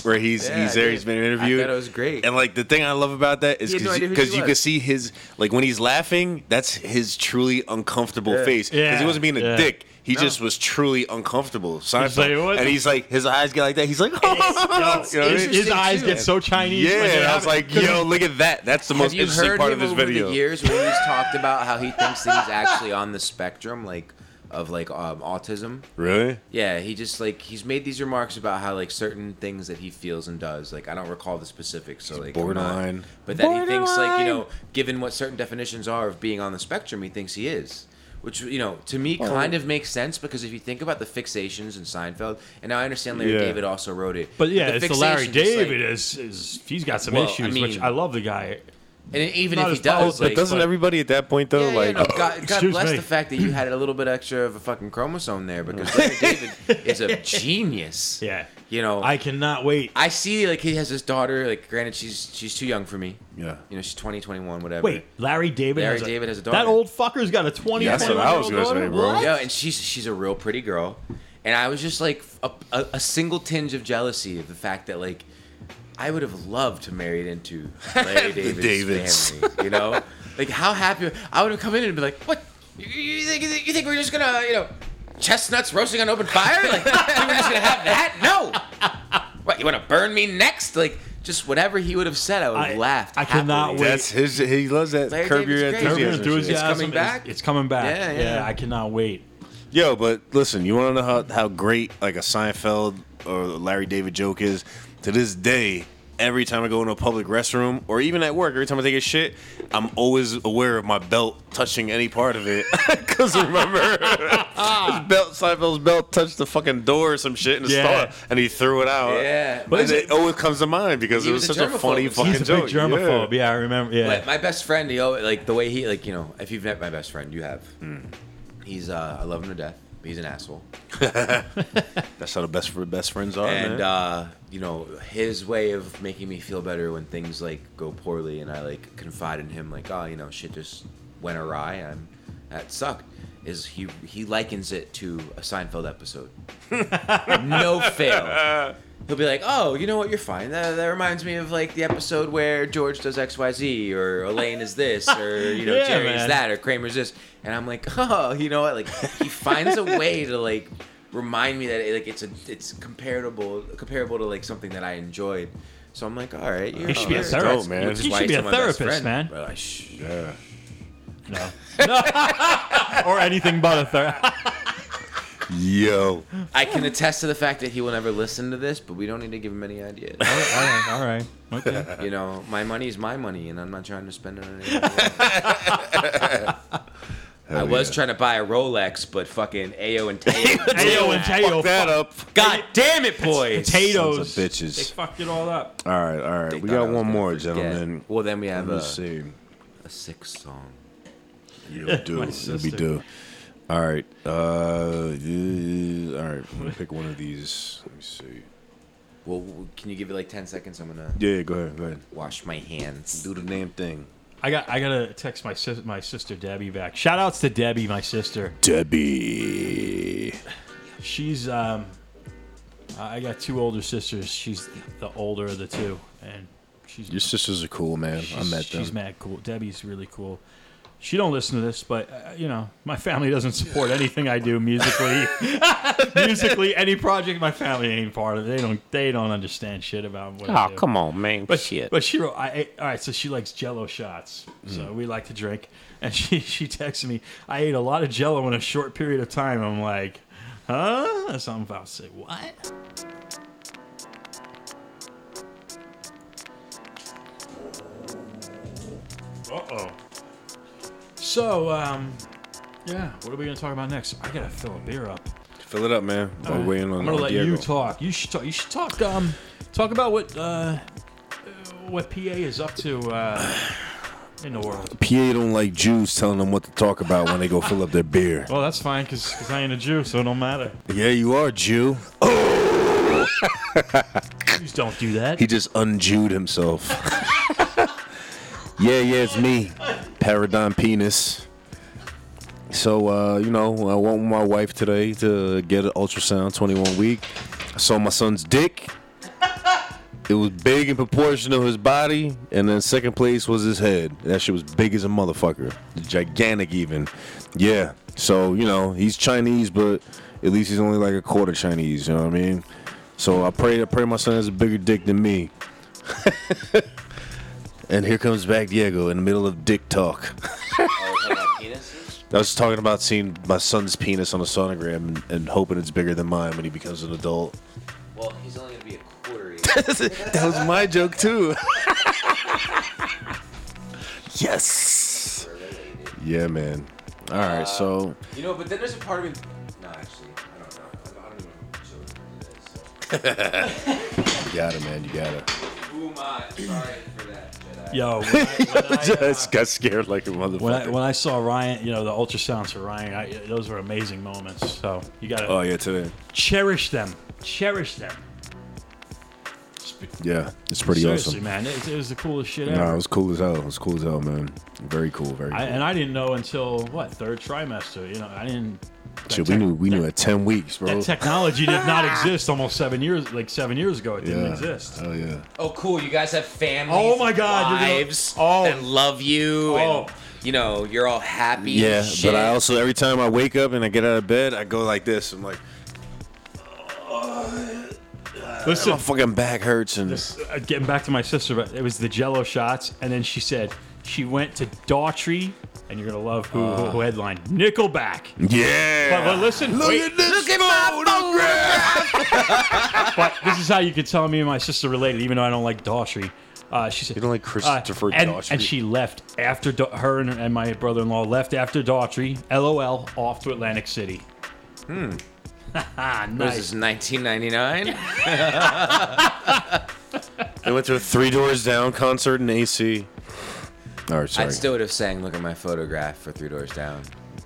Speaker 2: where he's
Speaker 3: Yeah,
Speaker 2: he's
Speaker 3: I
Speaker 2: there?
Speaker 3: did.
Speaker 2: He's been
Speaker 3: I
Speaker 2: interviewed.
Speaker 3: thought it was great.
Speaker 2: And like the thing I love about that is
Speaker 3: He had no
Speaker 2: because you,
Speaker 3: idea who
Speaker 2: 'cause
Speaker 3: she
Speaker 2: you can
Speaker 3: was.
Speaker 2: see his like when he's laughing, that's his truly uncomfortable face because
Speaker 1: Yeah,
Speaker 2: he wasn't being a
Speaker 1: yeah.
Speaker 2: dick. He
Speaker 3: No.
Speaker 2: just was truly uncomfortable. Seinfeld.
Speaker 1: like, "What
Speaker 2: and
Speaker 1: the-"
Speaker 2: he's like, his eyes get like that. He's like, You know what I mean?
Speaker 1: his, his
Speaker 3: interesting,
Speaker 1: eyes
Speaker 3: too.
Speaker 1: get so Chinese.
Speaker 2: yeah.
Speaker 1: when they
Speaker 2: And I
Speaker 1: have
Speaker 2: was
Speaker 1: it.
Speaker 2: like, yo, look at that. That's the most
Speaker 3: Have you
Speaker 2: interesting
Speaker 3: heard
Speaker 2: part of
Speaker 3: him
Speaker 2: this
Speaker 3: over
Speaker 2: video.
Speaker 3: the years when he's talked about how he thinks that he's actually on the spectrum, like of like um, autism?
Speaker 2: Really?
Speaker 3: Yeah, he just like he's made these remarks about how like certain things that he feels and does. Like I don't recall the specifics, so like I'm not-
Speaker 2: borderline.
Speaker 3: but that he thinks like you know, given what certain definitions are of being on the spectrum, he thinks he is. Which you know, to me, kind of makes sense because if you think about the fixations in Seinfeld, and now I understand Larry
Speaker 2: Yeah.
Speaker 3: David also wrote it.
Speaker 1: But yeah, it's the Larry
Speaker 3: fixation, just, like-
Speaker 1: David is, is he's got some
Speaker 3: Well, I
Speaker 1: issues, which
Speaker 3: mean-
Speaker 1: I love the guy.
Speaker 3: and even
Speaker 1: not
Speaker 3: if
Speaker 1: his
Speaker 3: he does,
Speaker 1: fault,
Speaker 2: But
Speaker 3: like,
Speaker 2: doesn't
Speaker 1: but-
Speaker 2: everybody at that point though?
Speaker 3: Yeah,
Speaker 2: like,
Speaker 3: yeah, no, God, God
Speaker 1: Oh, excuse
Speaker 3: bless
Speaker 1: me.
Speaker 3: the fact that you had a little bit extra of a fucking chromosome there because Larry David is a genius.
Speaker 1: Yeah,
Speaker 3: You know,
Speaker 1: I cannot wait.
Speaker 3: I see like he has this daughter. Like, granted, she's she's too young for me.
Speaker 2: Yeah.
Speaker 3: You know, she's 20, 21, whatever.
Speaker 1: Wait, Larry David.
Speaker 3: Larry
Speaker 1: has a,
Speaker 3: David has a
Speaker 1: That
Speaker 3: daughter.
Speaker 1: old fucker's got a twenty.
Speaker 2: Yeah, that's what I
Speaker 1: 21
Speaker 2: was
Speaker 1: -year-old
Speaker 2: gonna
Speaker 1: daughter?
Speaker 2: say, bro.
Speaker 1: What?
Speaker 3: Yeah, and she's she's a real pretty girl, and I was just like a, a, a single tinge of jealousy of the fact that like I would have loved to marry into Larry
Speaker 2: The
Speaker 3: David's
Speaker 2: Davids.
Speaker 3: family. You know, like how happy I would have come in and be like, what? You, you think you think- you think we're just gonna you know chestnuts roasting on open fire? Like you think we're just gonna have that? No. What you want to burn me next? Like just whatever he would have said, I would have
Speaker 1: I-
Speaker 3: laughed.
Speaker 1: I cannot
Speaker 3: happily.
Speaker 1: wait.
Speaker 2: that's his. He loves that.
Speaker 3: Larry
Speaker 2: Curb your
Speaker 3: David's great.
Speaker 1: Curb Your
Speaker 2: enthusiasm. shit.
Speaker 1: enthusiasm.
Speaker 3: It's coming
Speaker 1: is-
Speaker 3: back?
Speaker 1: it's coming back.
Speaker 3: Yeah, yeah.
Speaker 1: I cannot wait.
Speaker 2: Yo, but listen, you want to know how, how great like a Seinfeld or Larry David joke is? To this day, every time I go into a public restroom or even at work, every time I take a shit, I'm always aware of my belt touching any part of it. Because remember, his belt, Seinfeld's belt touched the fucking door or some shit in the
Speaker 1: Yeah.
Speaker 2: store and he threw it out.
Speaker 3: Yeah.
Speaker 2: But it, always comes to mind because
Speaker 3: He
Speaker 2: it was
Speaker 3: was
Speaker 2: such
Speaker 3: a
Speaker 2: a funny
Speaker 3: germaphobe.
Speaker 2: fucking
Speaker 1: He's a big
Speaker 2: joke.
Speaker 1: germaphobe. Yeah, I remember. Yeah.
Speaker 3: Like, my best friend, he always, like the way he like you know if you've met my best friend, you have. He's uh, I love him to death. but He's an asshole.
Speaker 2: That's how the best best friends are,
Speaker 3: and
Speaker 2: man.
Speaker 3: uh, you know his way of making me feel better when things like go poorly and i like confide in him like oh you know shit just went awry i'm that sucked is he he likens it to a seinfeld episode no fail he'll be like oh you know what you're fine that, that reminds me of like the episode where george does xyz or elaine is this or you know
Speaker 1: Yeah,
Speaker 3: jerry is
Speaker 1: man.
Speaker 3: that or kramer's this and i'm like oh you know what like he finds a way to like remind me that it, like it's a it's comparable comparable to like something that I enjoyed. So I'm like, all right, you're
Speaker 1: He should be a
Speaker 3: you're-
Speaker 1: therapist.
Speaker 2: dope, man.
Speaker 3: which is
Speaker 1: He
Speaker 3: why
Speaker 1: should
Speaker 3: he's
Speaker 1: be a
Speaker 3: still my best
Speaker 1: therapist,
Speaker 3: friend.
Speaker 1: man.
Speaker 3: But I sh-
Speaker 2: yeah.
Speaker 1: No. No. or anything but a third.
Speaker 3: uh,
Speaker 2: Yo.
Speaker 3: I can attest to the fact that he will never listen to this, but we don't need to give him any ideas.
Speaker 1: all right. All right. Okay.
Speaker 3: you know, my money is my money, and I'm not trying to spend it on anything. I
Speaker 2: Oh,
Speaker 3: was trying to buy a Rolex, but fucking Ao and Tao.
Speaker 1: Ayo and Tayo.
Speaker 2: that
Speaker 1: fuck-
Speaker 2: up.
Speaker 3: God damn it, boys!
Speaker 1: Potatoes.
Speaker 2: Sons of bitches.
Speaker 1: They fucked it all up.
Speaker 2: All right, all right.
Speaker 3: They
Speaker 2: We
Speaker 3: thought I
Speaker 2: got
Speaker 3: was
Speaker 2: one
Speaker 3: gonna
Speaker 2: more,
Speaker 3: forget.
Speaker 2: gentlemen.
Speaker 3: Well, then we have
Speaker 2: Let me
Speaker 3: a,
Speaker 2: see.
Speaker 3: a sixth song.
Speaker 2: You do. You be
Speaker 1: sister.
Speaker 2: do. All right. Uh, yeah, all right. I'm gonna pick one of these. Let me see.
Speaker 3: Well, w- can you give it like 10 seconds? I'm gonna
Speaker 2: Yeah, yeah, go ahead. Go ahead.
Speaker 3: wash my hands.
Speaker 2: Do the damn thing.
Speaker 1: I got. I gotta text my sis, my sister Debbie back. Shout outs to Debbie, my sister.
Speaker 2: Debbie.
Speaker 1: She's um. I I got two older sisters. She's the older of the two, and she's
Speaker 2: Your sisters are cool, man. I
Speaker 1: She's,
Speaker 2: met them.
Speaker 1: she's mad cool. Debbie's really cool. She don't listen to this, but uh, you know, my family doesn't support anything I do musically. musically, any project, my family ain't part of it. They don't. They don't understand shit about what. I
Speaker 6: Oh,
Speaker 4: Ah,
Speaker 1: do.
Speaker 6: come on, man.
Speaker 1: But
Speaker 6: Shit.
Speaker 1: But she wrote. I, ate all right. So she likes Jello shots. So we like to drink, and she she texted me. I ate a lot of Jello in a short period of time. I'm like, huh? So I'm about to say what? Uh oh. So um, yeah. What are we gonna talk about next? I gotta fill a beer up.
Speaker 2: Fill it up, man. We're waiting on
Speaker 1: I'm gonna
Speaker 2: on
Speaker 1: let
Speaker 2: Diego.
Speaker 1: you talk. You should talk. You should talk. Um, talk about what uh, what PA is up to uh, in the world.
Speaker 2: PA don't like Jews telling them what to talk about when they go fill up their beer.
Speaker 1: Well, that's fine because I ain't a Jew, so it don't matter.
Speaker 2: Yeah, you are Jew.
Speaker 1: Jews don't do that.
Speaker 2: He just unjewed himself. yeah, yeah, it's me, Paradigm Penis. So, uh, you know, I went with my wife today to get an ultrasound, 21 week. I saw my son's dick. It was big in proportion to his body, and then second place was his head. That shit was big as a motherfucker, gigantic even. Yeah. So you know he's Chinese, but at least he's only like a quarter Chinese. You know what I mean? So I pray, I pray my son has a bigger dick than me. and here comes back Diego in the middle of dick talk. I was talking about seeing my son's penis on a sonogram and, and hoping it's bigger than mine when he becomes an adult.
Speaker 3: Well, he's only gonna be a quarter.
Speaker 2: that was my joke too. yes. Yeah, man. All right, so
Speaker 3: You know, but then there's a part of me. No, actually, I don't know. I don't even children do this.
Speaker 2: you got it, man. You got it.
Speaker 3: Who am I? Sorry for that, Jedi.
Speaker 1: Yo, when I, when I,
Speaker 2: Just got scared like a motherfucker.
Speaker 1: when I, when I saw Ryan, you know the ultrasounds for Ryan, I, those were amazing moments. So you gotta
Speaker 2: oh yeah, today.
Speaker 1: cherish them. Cherish them.
Speaker 2: Yeah, it's pretty
Speaker 1: Seriously,
Speaker 2: awesome.
Speaker 1: man, it, it was the coolest shit ever.
Speaker 2: No, it was cool as hell. It was cool as hell, man. Very cool, very cool.
Speaker 1: I, and I didn't know until what third trimester. You know, I didn't. that
Speaker 2: Shit, we
Speaker 1: tech-
Speaker 2: knew we knew at ten weeks, bro.
Speaker 1: That technology did not exist almost seven years, like seven years ago. It didn't
Speaker 2: yeah.
Speaker 1: exist.
Speaker 2: Oh yeah.
Speaker 3: Oh, cool. You guys have families.
Speaker 1: Oh my God, you're doing-
Speaker 3: Wives
Speaker 1: Oh.
Speaker 3: that love you.
Speaker 1: Oh.
Speaker 3: And, you know, you're all happy. and
Speaker 2: Yeah,
Speaker 3: shit.
Speaker 2: but I also every time I wake up and I get out of bed, I go like this. I'm like,
Speaker 1: Listen,
Speaker 2: my fucking back hurts and
Speaker 1: uh, getting back to my sister, but it was the Jello shots, and then she said she went to Daughtry, and you're gonna love who,
Speaker 2: Ah.
Speaker 1: who headlined Nickelback.
Speaker 2: yeah.
Speaker 1: But, but listen,
Speaker 2: Look
Speaker 1: wait,
Speaker 2: at this look photograph.
Speaker 1: but this is how you could tell me and my sister related, even though I don't like Daughtry. Uh, she said, "You don't like
Speaker 2: Christopher
Speaker 1: and,
Speaker 2: Daughtry?
Speaker 1: And she left after da- her and, and my brother-in-law left after Daughtry. LOL, off to Atlantic City.
Speaker 3: Hmm.
Speaker 1: nice.
Speaker 3: This is 1999.
Speaker 4: I went to a Three Doors Down concert in AC.
Speaker 2: All right,
Speaker 3: I
Speaker 2: sorry.
Speaker 3: still would have sang "Look at My Photograph" for Three Doors Down.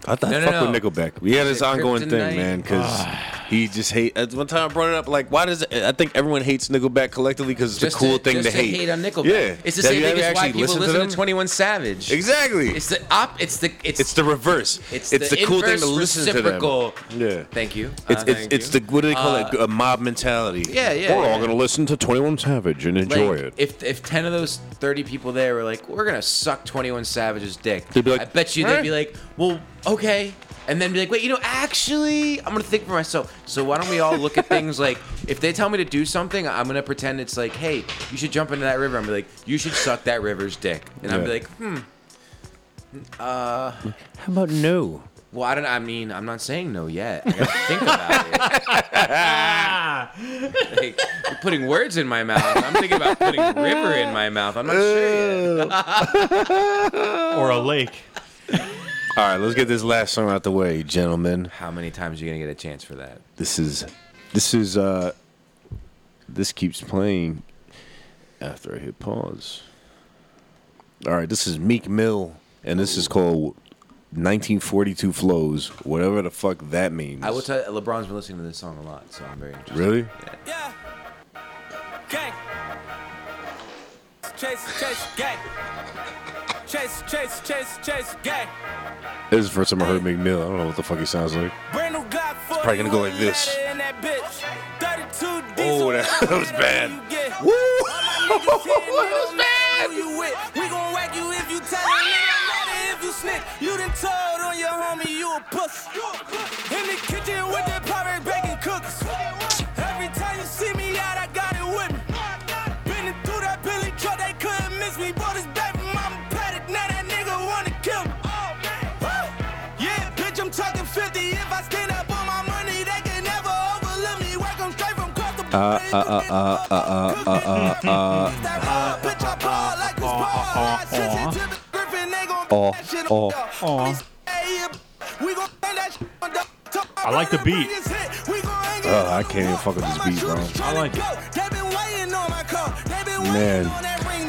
Speaker 2: I thought fuck with Nickelback. We had
Speaker 3: Is
Speaker 2: this
Speaker 3: it
Speaker 2: ongoing
Speaker 3: Kryptonite?
Speaker 2: thing, man, because
Speaker 1: Ah.
Speaker 2: he just hate. At one time I brought it up, like, why does I think everyone hates Nickelback collectively because it's
Speaker 3: Just
Speaker 2: a cool
Speaker 3: to-
Speaker 2: thing
Speaker 3: just
Speaker 2: to, hate.
Speaker 3: on Nickelback.
Speaker 2: Yeah,
Speaker 3: it's the
Speaker 2: Have
Speaker 3: same
Speaker 2: you
Speaker 3: thing
Speaker 2: ever
Speaker 3: as why
Speaker 2: E actually
Speaker 3: people
Speaker 2: listened
Speaker 3: listen to,
Speaker 2: them?
Speaker 3: 21 Savage.
Speaker 2: Exactly.
Speaker 3: It's the op. It's the it's,
Speaker 2: It's the reverse.
Speaker 3: It's
Speaker 2: It's,
Speaker 3: the
Speaker 2: the, cool thing
Speaker 3: inverse
Speaker 2: to listen
Speaker 3: reciprocal.
Speaker 2: to them. Yeah.
Speaker 3: Thank you.
Speaker 2: It's
Speaker 3: Uh,
Speaker 2: it's,
Speaker 3: thank
Speaker 2: it's
Speaker 3: you.
Speaker 2: the what do they call it?
Speaker 3: Uh,
Speaker 2: A mob mentality.
Speaker 3: Yeah, yeah,
Speaker 2: We're all
Speaker 3: yeah.
Speaker 2: gonna listen to Twenty One Savage and
Speaker 3: like,
Speaker 2: enjoy it.
Speaker 3: If if 10 of those 30 people there were like, we're gonna suck 21 Savage's dick.
Speaker 2: They'd be like,
Speaker 3: I bet you
Speaker 2: "Eh."
Speaker 3: they'd be like, well, okay. And then be like, wait, you know, actually, I'm gonna think for myself. So why don't we all look at things like, if they tell me to do something, I'm gonna pretend it's like, hey, you should jump into that river. I'm gonna be like, you should suck that river's dick. And I'm
Speaker 2: Yeah.
Speaker 3: be like, hmm. Uh,
Speaker 2: How about no?
Speaker 3: well, I don't. I mean, I'm not saying no yet. I gotta think about it. Like, you're putting words in my mouth. I'm thinking about putting river in my mouth. I'm not sure yet.
Speaker 1: or a lake.
Speaker 2: All right, let's get this last song out the way, gentlemen.
Speaker 3: How many times are you gonna get a chance for that?
Speaker 2: This is, this is, uh, this keeps playing after I hit pause. All right, this is Meek Mill, and this is called 1942 Flows, whatever the fuck that means.
Speaker 3: I will tell. You, LeBron's been listening to this song a lot, so I'm very interested.
Speaker 2: Really?
Speaker 5: Gang. Chase, chase, gang. Chase, chase, chase, chase, gang.
Speaker 2: This is the first time I heard Meek Mill. I don't know what the fuck he sounds like.
Speaker 5: Brand new God
Speaker 2: It's probably gonna go like this.
Speaker 5: in that bitch. 32
Speaker 2: Oh, that, that was bad.
Speaker 5: get.
Speaker 2: Woo!
Speaker 5: Who you with? We gon' whack you if you tell a nigga matter if you snitch. You done told on your homie you a pussy. In the kitchen with that pirate baking cookies. Every time you see me out, I got it with me. Been through that Billy truck, they couldn't miss me. Bought his baby mama paddock, now that nigga wanna kill me. Woo! Yeah, bitch, I'm talking 50. If I stand up on my money, they can never overlook me. Work 'em straight from across the
Speaker 2: Uh, uh, uh, uh, uh, uh, uh, uh.
Speaker 1: Uh,
Speaker 2: Uh,
Speaker 5: Oh,
Speaker 1: oh, oh. I like the beat.
Speaker 2: Ugh, I can't even fuck with this beat, bro.
Speaker 1: I like it.
Speaker 2: Man,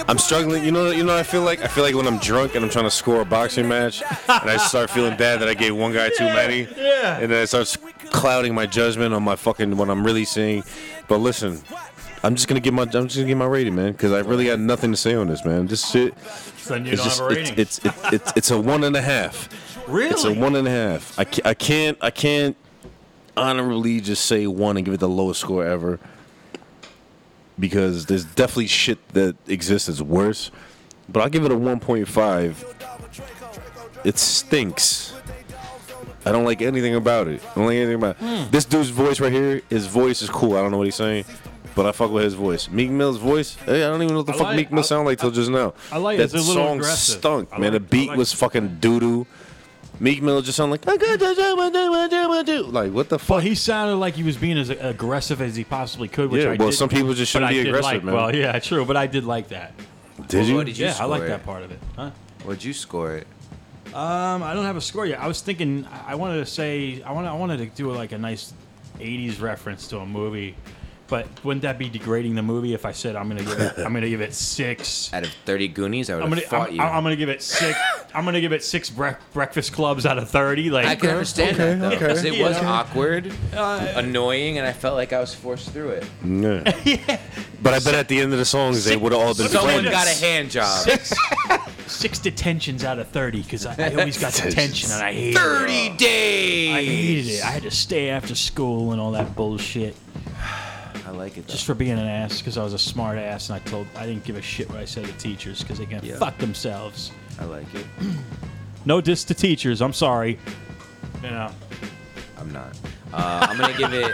Speaker 2: I'm struggling. You know, you know. what I feel like I feel like when I'm drunk and I'm trying to score a boxing match, and I start feeling bad that I gave one guy too many,
Speaker 1: yeah.
Speaker 2: and then it starts clouding my judgment on my fucking what I'm really seeing. But listen, I'm just gonna give my I'm just gonna give my rating, man, because I really got nothing to say on this, man. This shit.
Speaker 1: Then you
Speaker 2: it's
Speaker 1: don't have a
Speaker 2: it's-
Speaker 1: rating.
Speaker 2: It's it's, it's it's a one and a half. It's a
Speaker 1: Really?
Speaker 2: one and a half. I can't I can't I can't honorably just say one and give it the lowest score ever because there's definitely shit that exists that's worse. But I'll give it a 1.5. It stinks. I don't like anything about it. I don't like anything about
Speaker 11: Hmm.
Speaker 2: This dude's voice right here, his voice is cool. I don't know what he's saying, but I fuck with his voice. Meek Mill's voice, hey, I don't even know what the
Speaker 1: I
Speaker 2: fuck
Speaker 1: like-
Speaker 2: Meek Mill
Speaker 1: I-
Speaker 2: sound like till just now.
Speaker 1: I like it.
Speaker 2: that
Speaker 1: It's a little
Speaker 2: song
Speaker 1: aggressive.
Speaker 2: stunk,
Speaker 1: I
Speaker 2: man.
Speaker 1: like- I
Speaker 2: the beat
Speaker 1: like
Speaker 2: was fucking doo doo. Meek Mill just sounded like like what the fuck?
Speaker 1: he sounded like he was being as aggressive as he possibly could. Which
Speaker 2: Yeah,
Speaker 1: I
Speaker 2: well,
Speaker 1: did-
Speaker 2: some people just shouldn't
Speaker 1: but I
Speaker 2: be
Speaker 1: did
Speaker 2: aggressive,
Speaker 1: like-
Speaker 2: man.
Speaker 1: Well, yeah, true, but I did like that.
Speaker 2: Did you?
Speaker 1: yeah, I like that part of it. Huh?
Speaker 3: What'd you score it?
Speaker 1: Um, I don't have a score yet. I was thinking I I wanted to say I wanted I wanted to do like a nice '80s reference to a movie, but wouldn't that be degrading the movie if I said I'm gonna give it I'm gonna give it six
Speaker 3: out of 30 Goonies? I would
Speaker 1: I'm
Speaker 3: have
Speaker 1: gonna
Speaker 3: fought
Speaker 1: I'm,
Speaker 3: you.
Speaker 1: I'm gonna give it six I'm gonna give it six bre- breakfast clubs out of thirty. Like
Speaker 3: I can understand that though, because it
Speaker 1: You
Speaker 3: was
Speaker 1: know?
Speaker 3: awkward,
Speaker 1: Uh,
Speaker 3: annoying, and I felt like I was forced through it.
Speaker 2: Yeah. But I bet at the end of the songs they would have all been
Speaker 3: Someone
Speaker 2: friends.
Speaker 3: got a hand job.
Speaker 1: Six, six detentions out of thirty because I, I always got detention and I hated it.
Speaker 3: 30 days.
Speaker 1: I hated it. I had to stay after school and all that bullshit.
Speaker 3: I like it.
Speaker 1: Just for being an ass, because I was a smart ass, and I told I didn't give a shit what I said to teachers because they can
Speaker 3: Yeah.
Speaker 1: fuck themselves.
Speaker 3: I like it.
Speaker 1: No diss to teachers. I'm sorry. You know.
Speaker 3: I'm not. Uh, I'm gonna give it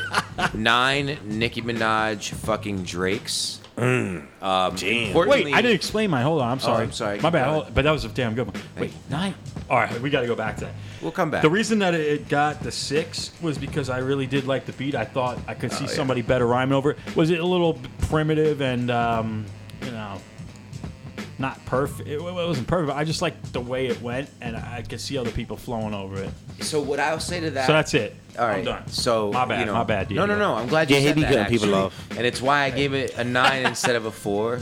Speaker 3: nine Nicki Minaj fucking Drakes Um,
Speaker 1: Mm. Wait,
Speaker 3: importantly-
Speaker 1: I didn't explain mine. Hold on. I'm
Speaker 3: Oh,
Speaker 1: sorry.
Speaker 3: I'm sorry.
Speaker 1: My bad.
Speaker 3: Go ahead.
Speaker 1: Hold- but that was a damn good one. Wait, nine. All right, we got to go back to that.
Speaker 3: We'll come back.
Speaker 1: The reason that it got the six was because I really did like the beat. I thought I could see
Speaker 3: Oh, yeah.
Speaker 1: somebody better rhyming over it. Was it a little b- primitive and, um, you know, not perfect? It, it wasn't perfect. But I just liked the way it went, and I could see other people flowing over it.
Speaker 3: So what I'll say to that.
Speaker 1: So that's it.
Speaker 3: All right.
Speaker 1: I'm done.
Speaker 3: So
Speaker 1: my bad.
Speaker 3: you know-
Speaker 1: my bad.
Speaker 3: No, no,
Speaker 1: Diego.
Speaker 3: no. I'm glad you
Speaker 1: Yeah, he
Speaker 3: said
Speaker 1: be
Speaker 3: that.
Speaker 1: cutting people
Speaker 3: actually.
Speaker 1: off.
Speaker 3: and it's why I gave it a nine instead of a four,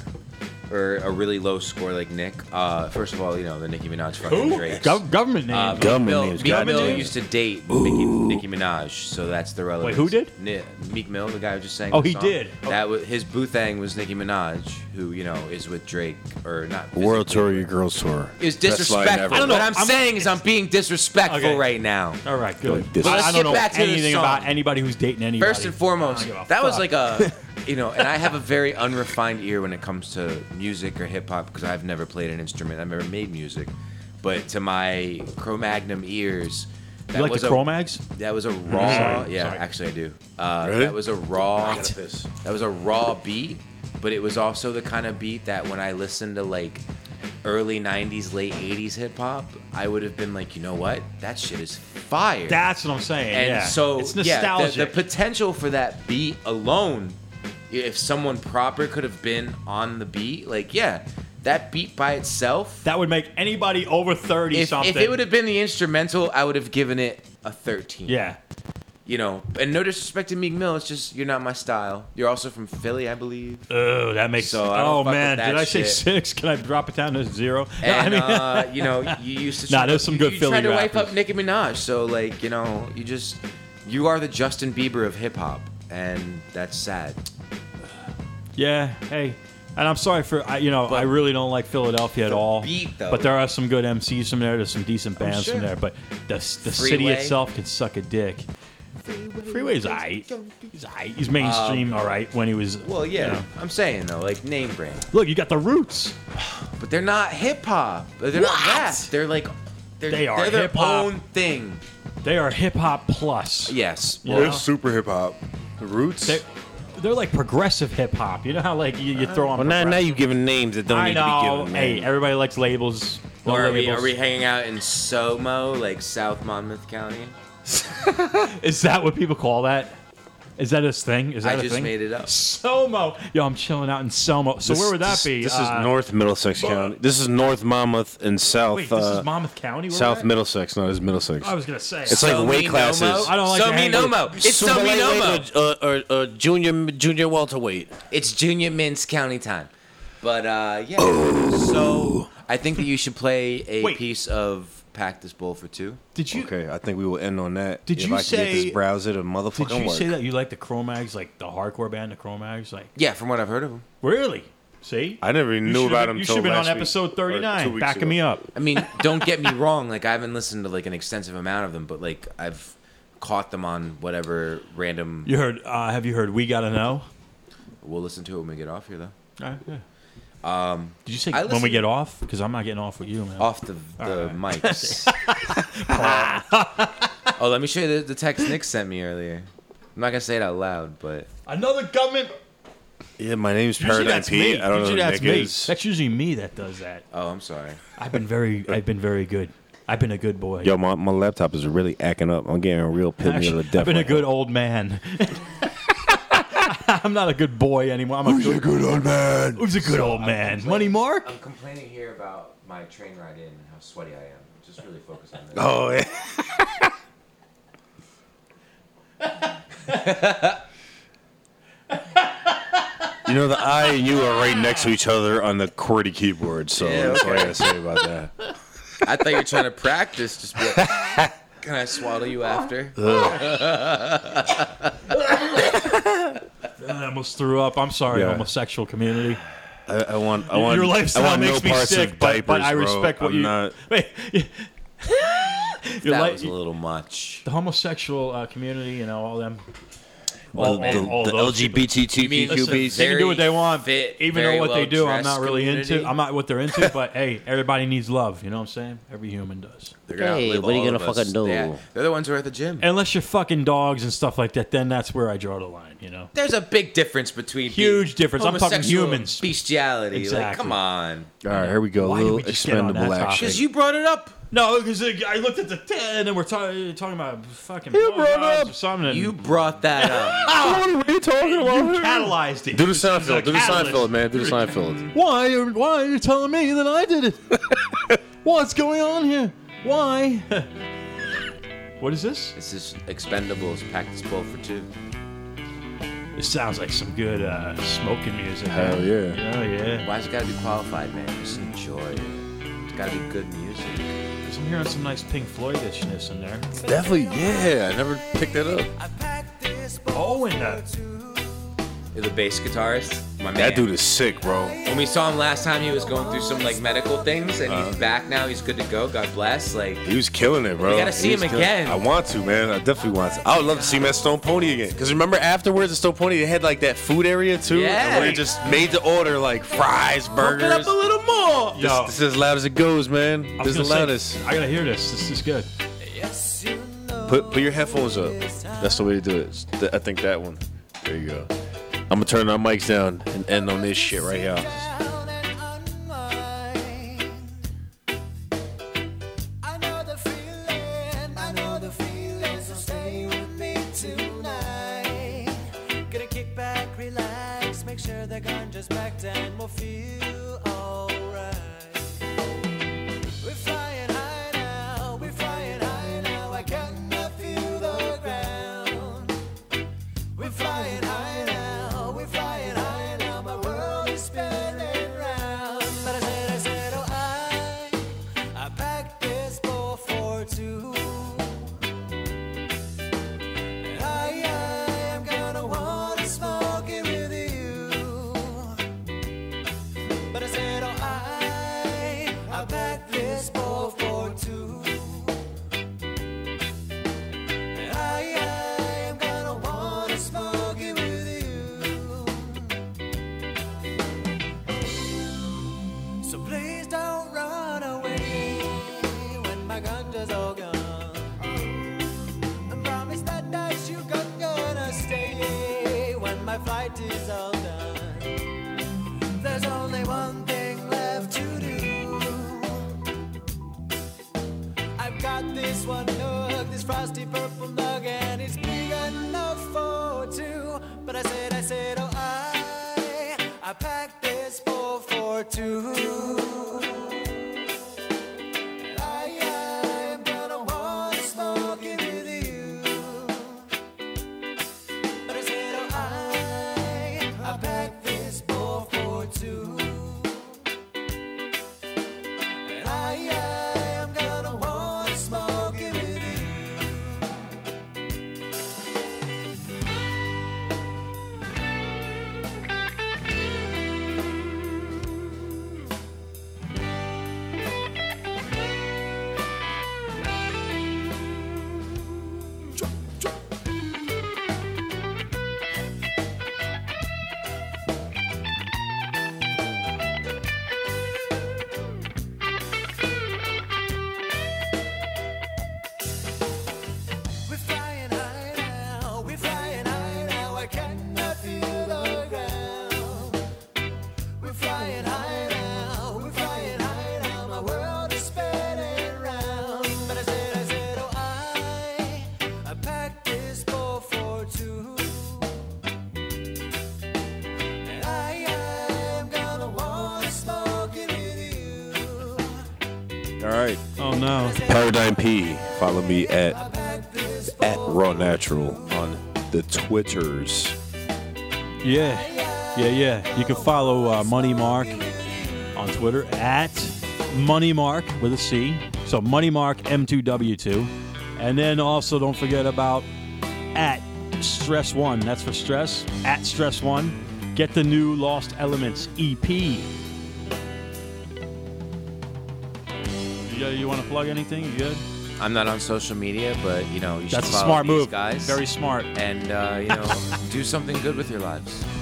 Speaker 3: or a really low score like Nick. Uh, first of all, you know the Nicki Minaj fucking
Speaker 1: Who?
Speaker 3: Drake.
Speaker 1: Gov- government
Speaker 3: Uh,
Speaker 1: name. Government
Speaker 3: Mill,
Speaker 1: names,
Speaker 3: Meek
Speaker 1: goddamn.
Speaker 3: Mill used to date Nicki, Nicki Minaj, so that's the relevance.
Speaker 1: who did?
Speaker 3: Ni- Meek Mill, the guy who just sang.
Speaker 1: Oh,
Speaker 3: the
Speaker 1: he
Speaker 3: song.
Speaker 1: did.
Speaker 3: That was his boo thang was Nicki Minaj, who you know is with Drake or not.
Speaker 2: World tour, your girls tour.
Speaker 3: Is
Speaker 2: Best line ever.
Speaker 3: disrespectful. What I'm, saying is I'm being disrespectful right now.
Speaker 1: All right, good.
Speaker 3: Like this.
Speaker 1: But
Speaker 3: Let's
Speaker 1: I don't
Speaker 3: get
Speaker 1: know
Speaker 3: back to the
Speaker 1: anything
Speaker 3: song.
Speaker 1: about anybody who's dating anybody.
Speaker 3: First and foremost,
Speaker 1: I don't give a
Speaker 3: that was
Speaker 1: fuck.
Speaker 3: like a, you know, and I have a very unrefined ear when it comes to music or hip hop because I've never played an instrument. I've never made music, but to my Cro-Magnum ears,
Speaker 1: You
Speaker 3: that
Speaker 1: like the
Speaker 3: was a-
Speaker 1: Cro-Mags?
Speaker 3: That was a
Speaker 1: Mhm.
Speaker 3: raw.
Speaker 1: Sorry,
Speaker 3: yeah,
Speaker 1: sorry.
Speaker 3: actually I do. Uh,
Speaker 1: Really?
Speaker 3: That was a raw.
Speaker 1: What?
Speaker 3: That was a raw beat, but it was also the kind of beat that when I listened to like early '90s, late '80s hip hop, I would have been like, you know what, that shit is fire.
Speaker 1: That's what I'm saying.
Speaker 3: And
Speaker 1: yeah.
Speaker 3: so
Speaker 1: it's
Speaker 3: Yeah, the-
Speaker 1: nostalgic.
Speaker 3: the, potential for that beat alone, if someone proper could have been on the beat, like yeah, that beat by itself.
Speaker 1: that would make anybody over thirty
Speaker 3: If,
Speaker 1: something.
Speaker 3: if it would have been the instrumental, I would have given it a 13.
Speaker 1: Yeah.
Speaker 3: You know, and no disrespect to Meek Mill, it's just you're not my style. You're also from Philly, I believe.
Speaker 1: Oh, that makes.
Speaker 3: So I don't
Speaker 1: oh
Speaker 3: fuck with
Speaker 1: man,
Speaker 3: that
Speaker 1: did I say
Speaker 3: shit.
Speaker 1: six? Can I drop it down to zero? No,
Speaker 3: And
Speaker 1: I mean-
Speaker 3: uh, you know, you used to.
Speaker 1: Nah, there's some
Speaker 3: you-
Speaker 1: good
Speaker 3: you
Speaker 1: Philly
Speaker 3: tried to
Speaker 1: rappers.
Speaker 3: wipe up Nicki Minaj, so like you know, you just you are the Justin Bieber of hip hop, and that's sad.
Speaker 1: Yeah. Hey. And I'm sorry for I, you know I really don't like Philadelphia at all.
Speaker 3: beat, though. Oh,
Speaker 1: but there are some good MCs from there. There's some decent bands
Speaker 3: sure.
Speaker 1: from there. But the the city
Speaker 3: Freeway.
Speaker 1: itself can suck a dick. Freeway's alright. He's alright. He's mainstream.
Speaker 3: Um,
Speaker 1: all right. When he was
Speaker 3: Well, yeah,
Speaker 1: you know.
Speaker 3: I'm saying though, like name brand,
Speaker 1: Look, you got the roots.
Speaker 3: but they're not hip hop. They're not rap. They're like they're,
Speaker 1: They are
Speaker 3: they're their
Speaker 1: hip-hop.
Speaker 3: own thing.
Speaker 1: They are hip hop plus.
Speaker 3: Yes.
Speaker 1: You
Speaker 2: They're
Speaker 1: know?
Speaker 2: super hip hop. The roots.
Speaker 1: They're, they're like progressive hip hop. You know how like you, you throw on.
Speaker 4: Well, now, now
Speaker 1: progressive-
Speaker 4: you're giving names that don't
Speaker 1: I
Speaker 4: need
Speaker 1: know.
Speaker 4: to be given.
Speaker 1: Hey,
Speaker 4: man.
Speaker 1: everybody likes labels. No
Speaker 3: Or are we,
Speaker 1: labels.
Speaker 3: are we hanging out in SoMo, like South Monmouth County?
Speaker 1: Is that what people call that? Is that a thing? Is that
Speaker 3: I
Speaker 1: a
Speaker 3: just
Speaker 1: thing?
Speaker 3: made it up.
Speaker 1: Somo. Yo, I'm chilling out in Somo. So
Speaker 4: This-
Speaker 1: where would that
Speaker 4: this-
Speaker 1: be?
Speaker 4: This
Speaker 1: Uh,
Speaker 4: is North Middlesex County. This is North Monmouth and South.
Speaker 1: Wait, this
Speaker 4: uh,
Speaker 1: is Monmouth County. Where
Speaker 4: South
Speaker 1: we're at?
Speaker 4: Middlesex, not as Middlesex.
Speaker 1: I was gonna say.
Speaker 4: It's like
Speaker 1: So
Speaker 4: weight
Speaker 1: me
Speaker 4: classes.
Speaker 1: nomo? I don't like So to me hang with- nomo.
Speaker 3: It's so me
Speaker 4: wait, wait,
Speaker 3: nomo.
Speaker 4: wait, uh, uh, uh, junior junior welterweight.
Speaker 3: It's Junior Mints County time. But uh, yeah, so I think that you should play a piece of Pactus Bowl for two.
Speaker 1: Did you?
Speaker 2: Okay, I think we will end on that.
Speaker 1: Did
Speaker 2: if
Speaker 1: you
Speaker 2: I can get
Speaker 1: say-
Speaker 2: this browser to
Speaker 1: Did
Speaker 2: motherfucking
Speaker 1: you
Speaker 2: work?
Speaker 1: say that you like the Chromags, like the hardcore band, the Chromags? Like
Speaker 3: Yeah, from what I've heard of him.
Speaker 1: really? See,
Speaker 2: I never even
Speaker 1: You
Speaker 2: knew
Speaker 1: should've
Speaker 2: about
Speaker 1: been-
Speaker 2: him.
Speaker 1: you
Speaker 2: till
Speaker 1: should've been
Speaker 2: last
Speaker 1: on
Speaker 2: week,
Speaker 1: episking
Speaker 2: or two weeks ago.
Speaker 1: me up.
Speaker 3: I mean, don't get me wrong. Like I haven't listened to like an extensive amount of them, but like I've caught them on whatever random.
Speaker 1: You heard? Uh, have you heard? We gotta know.
Speaker 3: We'll listen to it when we get off here, though.
Speaker 1: All right, yeah.
Speaker 3: Um,
Speaker 1: Did you say
Speaker 3: I
Speaker 1: when we
Speaker 3: listened-
Speaker 1: get off? Because I'm not getting off with you, man.
Speaker 3: off the the mics? oh, let me show you the, the text Nick sent me earlier. I'm not gonna say it out loud, but
Speaker 1: Another government.
Speaker 2: Yeah, my name's
Speaker 1: Usually
Speaker 2: Paradigm
Speaker 1: that's
Speaker 2: P.
Speaker 1: me.
Speaker 2: I don't know
Speaker 1: Usually
Speaker 2: who
Speaker 1: that's
Speaker 2: Nick
Speaker 1: me.
Speaker 2: is.
Speaker 1: That's usually me that does that.
Speaker 3: oh, I'm sorry.
Speaker 1: I've been very, I've been very good. I've been a good boy.
Speaker 2: Yo, my, my laptop is really acting up. I'm getting a real pill me to
Speaker 1: Actually,
Speaker 2: the death.
Speaker 1: I've been a
Speaker 2: right
Speaker 1: good old man. I'm not a good boy anymore. I'm a good,
Speaker 2: old man?
Speaker 1: Who's a good old man? Money Mark?
Speaker 3: I'm complaining here about my train ride in and how sweaty I am. Just really focus on this.
Speaker 2: now. Oh, yeah. You know, the I and you are right next to each other on the QWERTY keyboard, so
Speaker 3: Yeah,
Speaker 2: that's all I
Speaker 3: okay.
Speaker 2: gotta say about that.
Speaker 3: I thought you were trying to practice. Just be like, can I swallow you after?
Speaker 1: I almost threw up. I'm sorry,
Speaker 2: Yeah.
Speaker 1: homosexual community.
Speaker 2: I, I want, I want,
Speaker 1: Your lifestyle
Speaker 2: I want
Speaker 1: makes
Speaker 2: no
Speaker 1: me
Speaker 2: parts
Speaker 1: sick,
Speaker 2: of
Speaker 1: but-
Speaker 2: diapers,
Speaker 1: but I
Speaker 2: bro.
Speaker 1: respect what
Speaker 2: I'm
Speaker 1: you-
Speaker 2: Not,
Speaker 1: Wait,
Speaker 3: that
Speaker 1: li-
Speaker 3: was a little much.
Speaker 1: the homosexual uh, community, you know, all them. all,
Speaker 11: the,
Speaker 1: all, all
Speaker 11: the
Speaker 1: those people.
Speaker 11: LGBTQB.
Speaker 1: Listen, they can do what they want,
Speaker 11: fit,
Speaker 1: even
Speaker 11: very
Speaker 1: though what they do, I'm not
Speaker 11: well-dressed
Speaker 1: really into.
Speaker 11: community.
Speaker 1: I'm not what they're into, but hey, everybody needs love. You know what I'm saying? Every human does.
Speaker 3: They're gonna outlive all of us. Yeah, they're the ones who are at the gym.
Speaker 1: Unless you're fucking dogs and stuff like that, then that's where I draw the line. You know?
Speaker 3: There's a big difference between
Speaker 1: Huge
Speaker 3: being
Speaker 1: difference. I'm talking
Speaker 3: homosexual and
Speaker 1: humans.
Speaker 3: bestiality. Like,
Speaker 1: Exactly.
Speaker 3: come on.
Speaker 2: All right, here we go.
Speaker 1: Why
Speaker 2: a
Speaker 1: did
Speaker 2: little
Speaker 1: we just get on
Speaker 2: expendable
Speaker 1: that
Speaker 2: action.
Speaker 1: topic?
Speaker 3: You brought it up.
Speaker 1: No, because I looked at the ten, and then we're talking talking about fucking. You brought up something. You
Speaker 3: brought that up.
Speaker 1: what are you talking about? You catalyzed it.
Speaker 2: Do the
Speaker 1: This is a
Speaker 2: Seinfeld. Do the
Speaker 1: catalyst.
Speaker 2: Seinfeld, man. Do the Seinfeld.
Speaker 1: Why are why are you telling me that I did it? What's going on here? Why? what is this?
Speaker 3: This is Expendables, Practice 12 for 2.
Speaker 1: This sounds like some good uh, smoking music.
Speaker 2: Hell
Speaker 1: man.
Speaker 2: yeah.
Speaker 1: Hell yeah.
Speaker 3: Why's it gotta be qualified, man? Just enjoy it. It's gotta be good music.
Speaker 1: I'm hearing some nice Pink Floydishness in there.
Speaker 2: Definitely, yeah. I never picked that up.
Speaker 1: Oh, and uh,
Speaker 3: The bass guitarist, my man.
Speaker 2: That dude is sick, bro.
Speaker 3: When we saw him last time, he was going through some like medical things, and he's
Speaker 2: Uh-huh.
Speaker 3: back now. He's good to go. God bless. Like,
Speaker 2: He was killing it, bro.
Speaker 3: We gotta see
Speaker 2: He
Speaker 3: him
Speaker 2: was killing-
Speaker 3: again.
Speaker 2: I want to, man. I definitely want to. I would love to see him at Stone Pony again. Cause remember afterwards at Stone Pony, they had like that food area too,
Speaker 3: Yeah.
Speaker 2: where they just made to order like fries, burgers.
Speaker 3: up a little more.
Speaker 2: This,
Speaker 1: Yo.
Speaker 2: this is as loud as it goes, man.
Speaker 1: I
Speaker 2: This
Speaker 1: was
Speaker 2: is the
Speaker 1: gonna
Speaker 2: loudest.
Speaker 1: say, I gotta hear this. This is good.
Speaker 2: Put put your headphones up. That's the way to do it. It's th- I think that one. There you go. I'm gonna turn our mics down and end on this shit right here.
Speaker 5: I know the feeling, I know the feeling, so stay with me tonight. Gonna kick back, relax, make sure the gunja's packed and we'll feel alright. We're flying high now, we're flying high now, I cannot feel the ground. We're flying high now, we're flying high now, my world is spinning round. But I said, I said, oh, I. I packed this bowl for two. And I, I am gonna wanna smoke it with you. But I said, oh, I, I packed this bowl for two. And I, I am gonna wanna smoke it with you. So please don't run away when my gunja's all gone. I promise that that you gon' gonna stay when my flight is all done. There's only one thing left to do. I've got this one nug, this frosty purple nug, and it's big enough for two. But I said, I said, oh, I, I packed this bowl for two. And I am gonna wanna smoke it with you. But I said, oh, I, I packed this bowl for two. And I am gonna wanna smoke it with you. We're flying high now, we're flying high now, I cannot feel the ground. We're flying high now, we're flying high now, my world is spinning round. But I said, I said, oh, I, I packed this bowl for two. And I am gonna wanna smoke it with you.
Speaker 2: All right.
Speaker 1: Oh no.
Speaker 2: Paradigm P. Follow me at at Raw Natural on the Twitters.
Speaker 1: Yeah, yeah, yeah. You can follow uh, Money Mark on Twitter at Money Mark with a C. So Money Mark M2W2, and then also don't forget about at Stress One. That's for stress. At Stress One. Get the new Lost Elements E EP. You, you want to plug anything? You good?
Speaker 3: I'm not on social media, but you know you should
Speaker 1: That's a
Speaker 3: follow
Speaker 1: smart
Speaker 3: these
Speaker 1: move.
Speaker 3: guys.
Speaker 1: Very smart.
Speaker 3: And uh, you know, do something good with your lives.